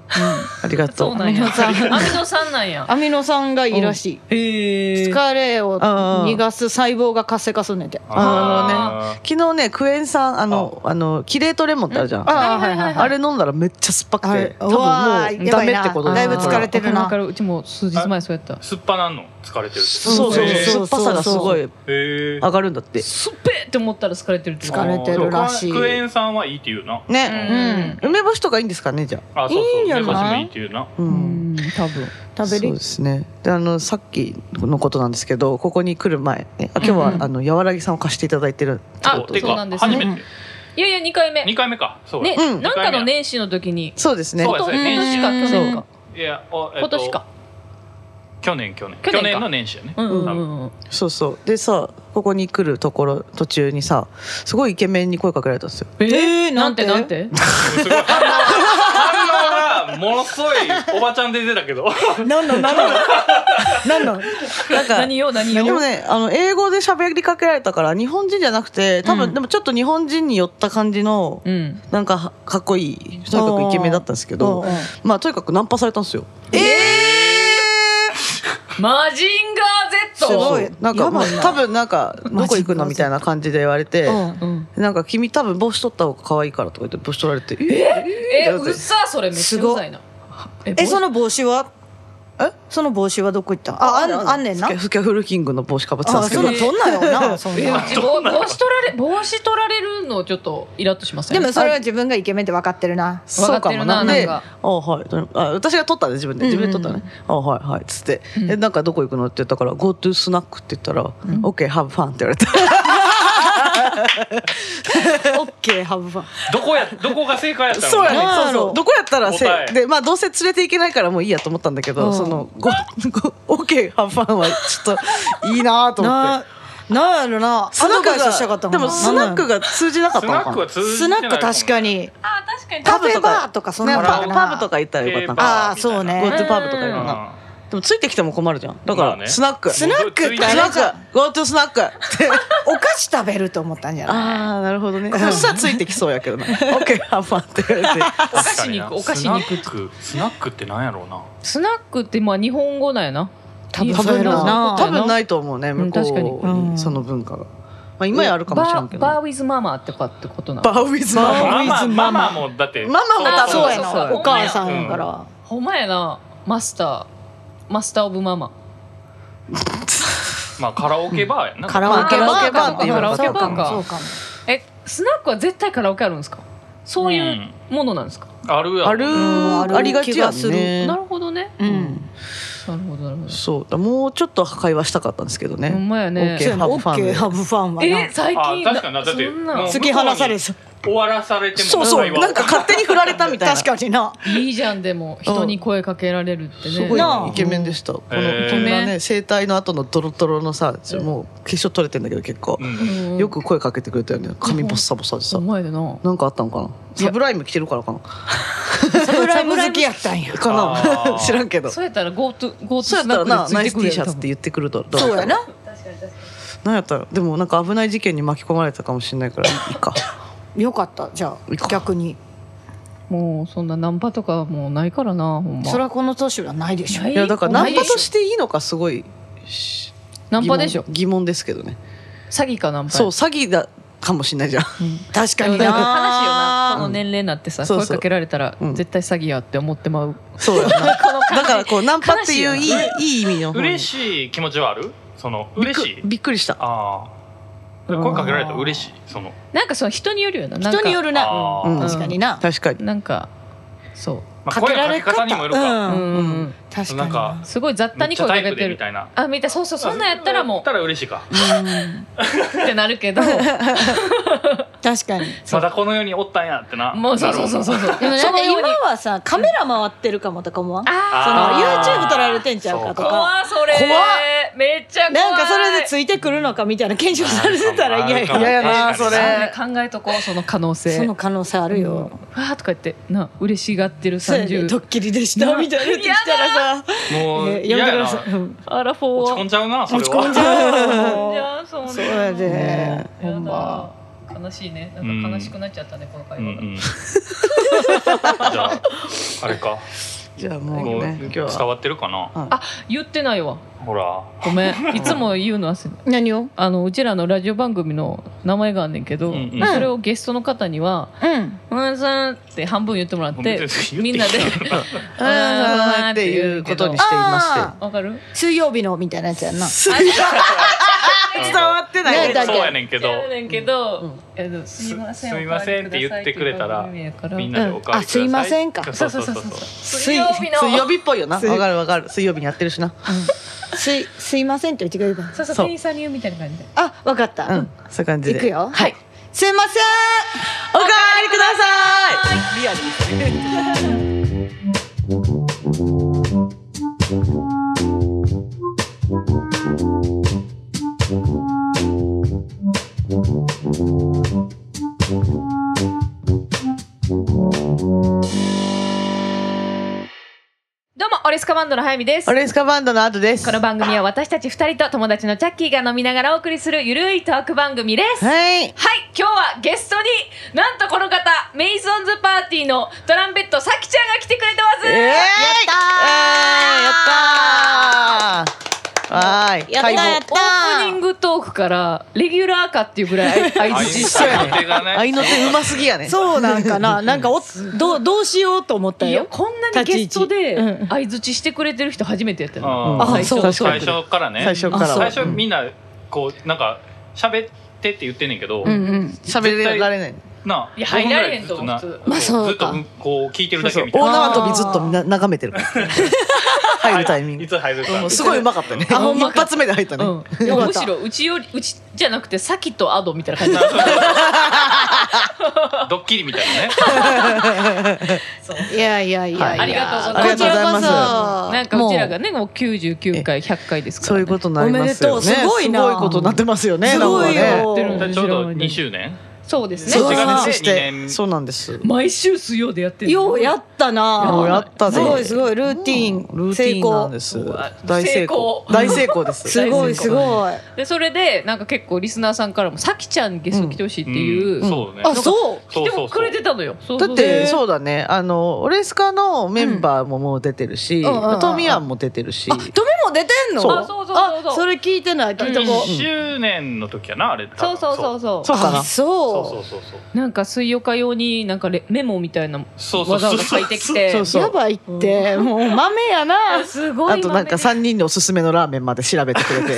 [SPEAKER 1] ありがと
[SPEAKER 2] そううなんや
[SPEAKER 3] アミノ酸
[SPEAKER 2] アミノ酸なんや
[SPEAKER 3] アミノ酸がいいらしい
[SPEAKER 2] へえ
[SPEAKER 3] 疲れを
[SPEAKER 1] あー
[SPEAKER 3] 逃がす細胞が活性化すんねんて
[SPEAKER 1] あ
[SPEAKER 4] ね
[SPEAKER 1] 昨日ねクエン酸あのあのキレートレモンってあるじゃんあ
[SPEAKER 3] あーはいはいはい
[SPEAKER 1] れ飲んだらめっちゃ酸っぱく
[SPEAKER 3] あ
[SPEAKER 1] て
[SPEAKER 3] れ
[SPEAKER 1] 多分もう
[SPEAKER 3] わー
[SPEAKER 1] ダメってこと
[SPEAKER 3] だ
[SPEAKER 1] だ
[SPEAKER 3] いぶ疲れてるな
[SPEAKER 2] わかるわかるうちも数日前そうやった
[SPEAKER 4] 酸っぱなんの疲れてるって
[SPEAKER 1] そうそうそう
[SPEAKER 4] へー
[SPEAKER 1] 酸っぱさがすごい
[SPEAKER 4] へえ
[SPEAKER 1] 上がるんだって
[SPEAKER 2] すっぺーって思ったら疲れてるってこと
[SPEAKER 3] 疲れてるらしい
[SPEAKER 4] でもクエン酸はいいって言うな
[SPEAKER 1] ね、
[SPEAKER 2] うん
[SPEAKER 1] 梅干しとかいいんですかねじゃ
[SPEAKER 4] あそうそう
[SPEAKER 3] いいんじゃない
[SPEAKER 4] 梅干しもいいって言うな
[SPEAKER 1] あ、う
[SPEAKER 2] うんん多分
[SPEAKER 3] 食べ
[SPEAKER 1] そう
[SPEAKER 3] る
[SPEAKER 1] ですねであのさっきのことなんですけどここに来る前、ね、あ今日は、
[SPEAKER 2] うんうん
[SPEAKER 1] あの柔らぎさんを貸していただいてる
[SPEAKER 2] あ
[SPEAKER 4] そうて
[SPEAKER 2] そう
[SPEAKER 4] か
[SPEAKER 2] なんですね
[SPEAKER 4] 初め
[SPEAKER 3] うん
[SPEAKER 4] て
[SPEAKER 2] いやいや二回目
[SPEAKER 4] 二回目かそう
[SPEAKER 2] ね、
[SPEAKER 1] うん
[SPEAKER 2] なんかの年始の時に
[SPEAKER 1] そうですね
[SPEAKER 4] そう
[SPEAKER 2] 今
[SPEAKER 4] ですね
[SPEAKER 2] 年か去年か
[SPEAKER 4] いやおえっ
[SPEAKER 2] 今
[SPEAKER 4] と
[SPEAKER 2] 年か
[SPEAKER 4] 去年去年
[SPEAKER 2] 去年か
[SPEAKER 4] 去年の年始やね
[SPEAKER 2] うんうんう
[SPEAKER 4] 多分
[SPEAKER 2] んうん
[SPEAKER 1] そうそうでさここに来るところ途中にさすごいイケメンに声かけられたんですよ
[SPEAKER 2] え
[SPEAKER 3] ー
[SPEAKER 2] な
[SPEAKER 3] なんん
[SPEAKER 2] て
[SPEAKER 3] て
[SPEAKER 2] なんて
[SPEAKER 4] すごい反応反応がものすごいおばちゃん出てたけど
[SPEAKER 3] なんのなんのなんの
[SPEAKER 1] なんか
[SPEAKER 2] 何よ何
[SPEAKER 1] でも
[SPEAKER 2] よ
[SPEAKER 1] ねあの英語で喋りかけられたから日本人じゃなくて多分、
[SPEAKER 2] うん
[SPEAKER 1] でもちょっと日本人に寄った感じの、
[SPEAKER 2] うん
[SPEAKER 1] なんかはかっこいいとにかくイケメンだったんですけど
[SPEAKER 3] うんうん
[SPEAKER 1] まあとにかくナンパされたんですよ
[SPEAKER 2] マジンガー Z
[SPEAKER 3] すごい
[SPEAKER 1] そうなんか
[SPEAKER 3] や
[SPEAKER 1] もう
[SPEAKER 3] ばいな
[SPEAKER 1] 多分なんかどこ行くの
[SPEAKER 3] マジマジ
[SPEAKER 1] みたいな感じで言われて、
[SPEAKER 3] うん
[SPEAKER 2] うん
[SPEAKER 1] なんか君多分帽子取った方が可愛いからとか言って帽子取られて
[SPEAKER 2] え
[SPEAKER 1] え
[SPEAKER 2] うっさそれめっちゃうざいな
[SPEAKER 3] えそ
[SPEAKER 2] の
[SPEAKER 3] の帽子は
[SPEAKER 1] え
[SPEAKER 3] その帽子はどこ行ったああんあんねんな
[SPEAKER 1] スケスケフルキングの帽子かぶってたんで
[SPEAKER 3] あ
[SPEAKER 1] すけど
[SPEAKER 3] そんなん取んなよなそん
[SPEAKER 2] えう
[SPEAKER 3] な
[SPEAKER 2] ち帽帽子取られ帽子取られるのちょっとイラッとしません
[SPEAKER 3] でもそれは自分がイケメンって分かってるな
[SPEAKER 1] そうかもな
[SPEAKER 2] 分かって
[SPEAKER 1] で
[SPEAKER 2] るななん
[SPEAKER 1] あ
[SPEAKER 2] か
[SPEAKER 1] はいあ私が取ったね自分で自分で取ったね、あはいはいっつって、でなんかどこ行くのって言ったから「GoTo スナック」って言ったら「OK have fun」って言われて
[SPEAKER 3] オッケーハブファン
[SPEAKER 4] どこやどこが正解やったの
[SPEAKER 1] そうやね
[SPEAKER 3] なんやろ
[SPEAKER 1] そうそうどこやったらせ
[SPEAKER 4] 答え
[SPEAKER 1] でまあどうせ連れていけないからもういいやと思ったんだけど、
[SPEAKER 3] うん
[SPEAKER 1] そのごご OK have fun はちょっといいなと思って。
[SPEAKER 3] ななんやろなアドバイスしたかったもん
[SPEAKER 1] でもスナック
[SPEAKER 3] が
[SPEAKER 1] が通じなかっ
[SPEAKER 4] ス
[SPEAKER 1] たの
[SPEAKER 4] ナ
[SPEAKER 1] か
[SPEAKER 4] ック
[SPEAKER 1] な
[SPEAKER 4] は通じ
[SPEAKER 3] ス
[SPEAKER 4] て
[SPEAKER 3] ナ
[SPEAKER 4] ない
[SPEAKER 3] ック確か
[SPEAKER 4] に
[SPEAKER 3] に
[SPEAKER 2] あー確かに
[SPEAKER 3] カフェバーとかそんな
[SPEAKER 1] ね
[SPEAKER 3] の
[SPEAKER 1] パ
[SPEAKER 3] か
[SPEAKER 1] ブ
[SPEAKER 3] な
[SPEAKER 1] パブとか行ったらよかった
[SPEAKER 4] パ
[SPEAKER 1] な
[SPEAKER 3] ああそう
[SPEAKER 1] ゴ
[SPEAKER 3] ね
[SPEAKER 1] ッドパブとか行くなでもついてきても困るじゃんだか
[SPEAKER 4] まあ
[SPEAKER 1] ら
[SPEAKER 4] ね
[SPEAKER 1] スナック、
[SPEAKER 3] スナックって
[SPEAKER 1] スナ
[SPEAKER 3] あれ
[SPEAKER 1] ッ
[SPEAKER 3] じゃん
[SPEAKER 1] ク GoTo スナックって
[SPEAKER 3] お菓子食べると思ったんじゃない
[SPEAKER 1] ああなるほど ねそしたらついてきそうやけ どな OK ハンファンって言われて
[SPEAKER 4] お
[SPEAKER 2] 菓子に行くお菓子に行く
[SPEAKER 4] スナックスナックってなんやろうな
[SPEAKER 2] スナックってまあ日本語なんやな
[SPEAKER 3] 多分
[SPEAKER 1] 多
[SPEAKER 3] そう
[SPEAKER 1] 分
[SPEAKER 3] やろ
[SPEAKER 1] な
[SPEAKER 3] うな
[SPEAKER 1] 多分ないと思うね
[SPEAKER 2] ん
[SPEAKER 1] 向こ
[SPEAKER 2] 確
[SPEAKER 1] う
[SPEAKER 3] かにう
[SPEAKER 1] に
[SPEAKER 3] ん
[SPEAKER 1] その文化が、まあ、今やあるかもしれんけど
[SPEAKER 2] バー
[SPEAKER 1] バ
[SPEAKER 2] バーウィズママってかってことなの
[SPEAKER 1] ーウィズマ
[SPEAKER 3] バー
[SPEAKER 1] マ
[SPEAKER 4] ママ
[SPEAKER 3] with
[SPEAKER 4] ママもだって
[SPEAKER 1] ママも多分
[SPEAKER 3] そうや
[SPEAKER 2] そうそう
[SPEAKER 3] な
[SPEAKER 2] そう
[SPEAKER 3] お母さんやから
[SPEAKER 2] ほんまやなマスターマスターオブママ
[SPEAKER 4] まあカラオケバーやな
[SPEAKER 3] カ
[SPEAKER 1] ラ
[SPEAKER 3] ラ
[SPEAKER 1] オ
[SPEAKER 3] オ
[SPEAKER 1] ケ
[SPEAKER 3] ケ
[SPEAKER 1] バ
[SPEAKER 3] バ
[SPEAKER 1] ー
[SPEAKER 3] ー
[SPEAKER 1] か
[SPEAKER 3] か
[SPEAKER 1] カラオケバ
[SPEAKER 2] ーか
[SPEAKER 3] そうかも
[SPEAKER 2] えスナックは絶対カラオケあるんですかそういうものなんですか、
[SPEAKER 4] あるやろ
[SPEAKER 1] ある
[SPEAKER 3] んある
[SPEAKER 1] ありがちや
[SPEAKER 3] 気がする
[SPEAKER 1] ね
[SPEAKER 2] なるほどね
[SPEAKER 3] うん
[SPEAKER 2] なるほどなるほど
[SPEAKER 1] そうだもうちょっと会話したかったんですけどね、
[SPEAKER 2] ほんまやね
[SPEAKER 1] OK
[SPEAKER 3] そうやな
[SPEAKER 1] ハブ
[SPEAKER 3] オ
[SPEAKER 1] ファン
[SPEAKER 3] ッ
[SPEAKER 1] で
[SPEAKER 3] ケーハブファンは
[SPEAKER 2] え
[SPEAKER 3] な
[SPEAKER 2] 最近
[SPEAKER 4] あ確かになだって
[SPEAKER 2] そんな
[SPEAKER 4] も
[SPEAKER 3] 突き放されそう
[SPEAKER 4] 終わらされても
[SPEAKER 1] そうそう
[SPEAKER 4] 会話を
[SPEAKER 1] なんか勝手に振られたみたいな
[SPEAKER 3] 確かにない
[SPEAKER 2] いじゃんでも人に声かけられるってね
[SPEAKER 1] すごい
[SPEAKER 3] なあ
[SPEAKER 1] イケメンでしたこのこん
[SPEAKER 4] へ
[SPEAKER 1] な
[SPEAKER 4] え
[SPEAKER 1] ね整体の後のドロドロのさもう化粧取れてんだけど結構
[SPEAKER 4] う、ん
[SPEAKER 2] うん
[SPEAKER 1] よく声かけてくれたよね髪ボッサボサでさ、
[SPEAKER 2] お前でな
[SPEAKER 1] なんかあったのかなサブライム着てるからかな
[SPEAKER 3] サムライブ好きやったんや
[SPEAKER 1] か
[SPEAKER 4] あ
[SPEAKER 1] な
[SPEAKER 4] ー
[SPEAKER 1] 知らんけど
[SPEAKER 2] そうやったら GoTo GoTo
[SPEAKER 1] そうや
[SPEAKER 2] ス
[SPEAKER 1] ったら
[SPEAKER 2] ナックで
[SPEAKER 1] な
[SPEAKER 2] つ
[SPEAKER 1] ナ
[SPEAKER 2] い
[SPEAKER 1] イ
[SPEAKER 2] て
[SPEAKER 1] ス
[SPEAKER 2] くる
[SPEAKER 1] T シ
[SPEAKER 2] や
[SPEAKER 1] ャ
[SPEAKER 2] ん
[SPEAKER 1] ツって言ってくるとど
[SPEAKER 3] そうやな
[SPEAKER 1] なんやったらでもなんか危ない事件に巻き込まれたかもしれないからいいか
[SPEAKER 3] よかったじゃ
[SPEAKER 1] いいか
[SPEAKER 3] あ逆に
[SPEAKER 2] もうそんなナンパとかもうないからなほんま
[SPEAKER 3] それはこの年はないでしょ
[SPEAKER 2] ない
[SPEAKER 1] いやだからナ
[SPEAKER 2] な
[SPEAKER 1] ン
[SPEAKER 2] い
[SPEAKER 1] パ
[SPEAKER 2] でしょ
[SPEAKER 1] としていいのかすごいし
[SPEAKER 2] ナンパでしょ
[SPEAKER 1] 疑問疑問ですけどね、
[SPEAKER 2] 詐欺かナンパ
[SPEAKER 1] そう詐欺だかもしれないじゃん
[SPEAKER 3] 確か
[SPEAKER 2] でもなんか悲
[SPEAKER 3] にな
[SPEAKER 2] しいよなこの
[SPEAKER 1] うん
[SPEAKER 2] 年齢になってさ
[SPEAKER 1] そうそ
[SPEAKER 2] 声
[SPEAKER 1] う
[SPEAKER 2] かけられたら
[SPEAKER 1] うん
[SPEAKER 2] 絶対詐欺やって思ってまう
[SPEAKER 1] そうやなだからこうナンパっていう
[SPEAKER 2] 悲
[SPEAKER 1] い
[SPEAKER 2] し
[SPEAKER 1] いいい意味の方に
[SPEAKER 4] 嬉しい気持ちはあるその嬉し
[SPEAKER 1] びっ
[SPEAKER 4] い
[SPEAKER 1] くびっくりした
[SPEAKER 4] ああ声かけられたら嬉しいその
[SPEAKER 2] なんかその人によるよななんか
[SPEAKER 3] 人によるな
[SPEAKER 4] あ
[SPEAKER 1] うん
[SPEAKER 4] ー
[SPEAKER 3] 確かにな
[SPEAKER 1] 確かに
[SPEAKER 2] なんかそう
[SPEAKER 4] まあ声のかけ方にもよるか
[SPEAKER 2] うん
[SPEAKER 3] う
[SPEAKER 2] う
[SPEAKER 3] ん
[SPEAKER 2] んうん
[SPEAKER 3] 確
[SPEAKER 4] な
[SPEAKER 3] か
[SPEAKER 4] ん
[SPEAKER 3] に
[SPEAKER 4] か
[SPEAKER 3] な
[SPEAKER 2] すごい雑
[SPEAKER 4] め
[SPEAKER 2] 多
[SPEAKER 4] っ
[SPEAKER 2] に
[SPEAKER 4] ちゃ
[SPEAKER 2] 声
[SPEAKER 4] タ
[SPEAKER 2] かけ
[SPEAKER 4] イプ
[SPEAKER 2] て
[SPEAKER 4] でみ
[SPEAKER 2] る
[SPEAKER 4] たいな
[SPEAKER 2] あ見たそうそうそんなんやったら
[SPEAKER 4] や
[SPEAKER 2] も
[SPEAKER 4] ったら嬉しいか
[SPEAKER 2] うってなるけど
[SPEAKER 3] 確かに
[SPEAKER 4] まだこの世におったんやってな
[SPEAKER 2] もうそうそうそうそうそう
[SPEAKER 3] でもな
[SPEAKER 2] そ
[SPEAKER 3] んか
[SPEAKER 2] のよう に
[SPEAKER 3] 今はさカメラ回ってるかもとか思わんその
[SPEAKER 4] あー
[SPEAKER 3] YouTube 撮られてんちゃうかとか
[SPEAKER 2] 怖っそれ
[SPEAKER 3] 怖っ
[SPEAKER 2] めっちゃ怖い
[SPEAKER 3] なんかそれでついてくるのかみたいな検証されてたら嫌
[SPEAKER 4] あるかも
[SPEAKER 1] 嫌
[SPEAKER 3] や
[SPEAKER 1] やな
[SPEAKER 4] 確かに
[SPEAKER 1] それ
[SPEAKER 2] そうね考えとこうその可能性
[SPEAKER 3] その可能性あるよ
[SPEAKER 2] うんわーとか言ってな嬉しがってる
[SPEAKER 3] そうやねド
[SPEAKER 2] 30
[SPEAKER 3] ッキリでしたみたいなやつ来たらさ
[SPEAKER 4] もう
[SPEAKER 3] えやめてくだ
[SPEAKER 4] 嫌
[SPEAKER 3] さい
[SPEAKER 4] な
[SPEAKER 3] うん
[SPEAKER 2] アラフォー
[SPEAKER 4] 落
[SPEAKER 2] は
[SPEAKER 4] ち込んじゃうなそれ
[SPEAKER 3] 落
[SPEAKER 4] は
[SPEAKER 3] ち込んじゃう
[SPEAKER 2] じゃあそうね
[SPEAKER 3] そうやで
[SPEAKER 1] ね
[SPEAKER 2] やだ
[SPEAKER 3] ほんま
[SPEAKER 2] 悲しいねなんか悲しくなっちゃったね、この会
[SPEAKER 4] うん
[SPEAKER 2] 話
[SPEAKER 4] う
[SPEAKER 2] が、
[SPEAKER 4] んじゃああれか
[SPEAKER 1] じゃあも
[SPEAKER 4] も
[SPEAKER 1] う
[SPEAKER 4] う
[SPEAKER 1] ね今日
[SPEAKER 4] 伝
[SPEAKER 1] は
[SPEAKER 4] わってるかな
[SPEAKER 2] 言ってないわ
[SPEAKER 4] ほら
[SPEAKER 2] ごめんいつも言うの忘れ
[SPEAKER 3] 何を
[SPEAKER 2] あのうちらのラジオ番組の名前があんねんけど、
[SPEAKER 4] うんうん
[SPEAKER 2] それをゲストの方には
[SPEAKER 3] うん
[SPEAKER 2] 「うんさん」って半分言ってもらっ
[SPEAKER 4] もう
[SPEAKER 2] て
[SPEAKER 4] 別に
[SPEAKER 2] みん
[SPEAKER 4] 言
[SPEAKER 2] な
[SPEAKER 4] って
[SPEAKER 2] で
[SPEAKER 4] いい
[SPEAKER 1] あーあーっていうことにしていまして
[SPEAKER 3] あ
[SPEAKER 2] わか る
[SPEAKER 3] 水曜日のみたいなやつやんな
[SPEAKER 1] 伝わってな
[SPEAKER 3] ないいだけ
[SPEAKER 4] そうやねんけど
[SPEAKER 2] やるねんけど、
[SPEAKER 1] うん
[SPEAKER 2] えっとすいません
[SPEAKER 4] すすいませんって言ってくれたら
[SPEAKER 2] お代わりくださいっていう番組やから
[SPEAKER 4] みんなでおかわりください
[SPEAKER 3] うんあすいませんか
[SPEAKER 4] そうそうそうそう
[SPEAKER 2] 水曜日の
[SPEAKER 1] 水曜日っぽいよな
[SPEAKER 3] 水
[SPEAKER 1] わかるわかる水曜日にやってるしな
[SPEAKER 3] すいすいませんって言ってくれればいい
[SPEAKER 2] そうそう
[SPEAKER 1] そう
[SPEAKER 2] 店員さんに言うみたいな感じで
[SPEAKER 3] あわか
[SPEAKER 1] う
[SPEAKER 3] った
[SPEAKER 1] んそういう感じ
[SPEAKER 3] い
[SPEAKER 1] で
[SPEAKER 3] くよ
[SPEAKER 1] はい
[SPEAKER 3] すいません
[SPEAKER 1] おかわりくださいリアル
[SPEAKER 2] どうもオレスカバンドの早見です
[SPEAKER 1] オレンスカバンドの後です
[SPEAKER 2] この番組は私たち二人と友達のチャッキーが飲みながらお送りするゆるいトーク番組です。はい、
[SPEAKER 1] はい
[SPEAKER 2] 今日はゲストになんとこの方メイソンズパーティーのトランペットさきちゃんが来てくれてます。
[SPEAKER 1] えーやったーやったーわーい
[SPEAKER 3] やった
[SPEAKER 1] 解
[SPEAKER 3] ーやっ
[SPEAKER 1] 剖
[SPEAKER 3] た
[SPEAKER 2] オープニングトークからレギュラーかっていうぐらい相
[SPEAKER 4] あい
[SPEAKER 2] づちして
[SPEAKER 4] う手がね
[SPEAKER 1] 愛の手うますぎやね
[SPEAKER 3] そうなんかななんかおどうどうしようと思った
[SPEAKER 2] いや
[SPEAKER 3] よ
[SPEAKER 2] こんなにゲストで
[SPEAKER 3] 立ち位置うん
[SPEAKER 2] 相づちしてくれてる人初めてやったの。
[SPEAKER 4] あ
[SPEAKER 1] あ
[SPEAKER 4] ー
[SPEAKER 1] そう確か
[SPEAKER 2] 最初
[SPEAKER 4] 最
[SPEAKER 1] に
[SPEAKER 4] 初からね
[SPEAKER 1] 最初から
[SPEAKER 3] あそう
[SPEAKER 4] 最初みんなこうなんか喋ってって言ってんねんけど、
[SPEAKER 3] うんうん
[SPEAKER 1] 喋れられない
[SPEAKER 4] ない
[SPEAKER 2] や
[SPEAKER 4] 5分ぐら
[SPEAKER 2] 入られへんと思う
[SPEAKER 4] ずっな
[SPEAKER 3] まあそう
[SPEAKER 4] ずっと
[SPEAKER 3] か
[SPEAKER 4] こう聞いてる
[SPEAKER 1] そう
[SPEAKER 4] だ
[SPEAKER 1] そ
[SPEAKER 4] け
[SPEAKER 1] う
[SPEAKER 4] みたい
[SPEAKER 1] 大
[SPEAKER 4] な
[SPEAKER 1] 縄跳びずっとみんな眺めてるから 入るタイミン
[SPEAKER 4] い
[SPEAKER 1] グ
[SPEAKER 4] つ入るか
[SPEAKER 1] うんすごいうまかったね
[SPEAKER 2] あほん
[SPEAKER 1] 一
[SPEAKER 2] まか
[SPEAKER 1] 発目で入ったね
[SPEAKER 2] うん、いやむしろうちよりうちじゃなくてさきとアドみたいな感じ
[SPEAKER 4] なそうそうドッキリみたいなね
[SPEAKER 3] いやいやいや、
[SPEAKER 1] はい
[SPEAKER 3] や
[SPEAKER 1] あ
[SPEAKER 2] りがとうございます
[SPEAKER 3] こちらこそ
[SPEAKER 2] なんかうちらがねもう99回100回ですから、ね、
[SPEAKER 1] そういうことになりますよね
[SPEAKER 3] おめでとうすごいな
[SPEAKER 1] すごいことになってますよね
[SPEAKER 3] すごい
[SPEAKER 1] なんかね
[SPEAKER 3] よ
[SPEAKER 2] やってるんだ
[SPEAKER 4] ちょうど2周年
[SPEAKER 2] そうです
[SPEAKER 1] そう
[SPEAKER 4] う
[SPEAKER 1] いう
[SPEAKER 4] 違う
[SPEAKER 2] ね。
[SPEAKER 1] 話し
[SPEAKER 4] 二
[SPEAKER 1] て
[SPEAKER 4] 年
[SPEAKER 1] そうなんです
[SPEAKER 2] 毎週水曜でやってんの
[SPEAKER 3] ようやった
[SPEAKER 1] ようや
[SPEAKER 3] な
[SPEAKER 1] ったぜ
[SPEAKER 3] すごいすごいルーティ
[SPEAKER 1] ル
[SPEAKER 3] ン
[SPEAKER 1] ーテ
[SPEAKER 3] 成
[SPEAKER 1] ィンなん
[SPEAKER 3] 功
[SPEAKER 1] です
[SPEAKER 2] うわ
[SPEAKER 1] 大成功
[SPEAKER 2] 成功
[SPEAKER 1] 大成功です
[SPEAKER 3] すごいすごい
[SPEAKER 2] でそれでなんか結構リスナーさんからも「さきちゃんゲスト来てほしい」っていう、
[SPEAKER 4] うんそうね
[SPEAKER 3] あそう
[SPEAKER 2] 来
[SPEAKER 4] そう
[SPEAKER 2] て
[SPEAKER 4] そ
[SPEAKER 2] も
[SPEAKER 4] うそ
[SPEAKER 2] くれ
[SPEAKER 4] う
[SPEAKER 2] てたのよ。そう
[SPEAKER 1] だ
[SPEAKER 2] そう
[SPEAKER 1] ってそうだねあのオレスカのメンバーももう出てるし、
[SPEAKER 3] うんうんうんうん
[SPEAKER 1] トミアンも出てるし、
[SPEAKER 3] あ富も出てんの
[SPEAKER 1] そう
[SPEAKER 2] あそうそうそうそう
[SPEAKER 3] あそれ聞いてない聞いとこ
[SPEAKER 4] 1周年の時やなあれ多
[SPEAKER 2] そう
[SPEAKER 4] 分
[SPEAKER 2] そうそうそ
[SPEAKER 1] そ
[SPEAKER 2] う
[SPEAKER 1] うか
[SPEAKER 3] あ
[SPEAKER 1] な
[SPEAKER 4] そ
[SPEAKER 3] そ
[SPEAKER 4] うそううそうそう
[SPEAKER 2] なんか水曜日用になんかレメモみたいな
[SPEAKER 4] そうそう
[SPEAKER 2] わざわざ書いてきて
[SPEAKER 1] そうそう
[SPEAKER 3] やばいって、もう豆やな
[SPEAKER 2] すごい
[SPEAKER 1] あとなんか
[SPEAKER 2] さ
[SPEAKER 1] 3人のおすすめのラーメンまで調べてくれ て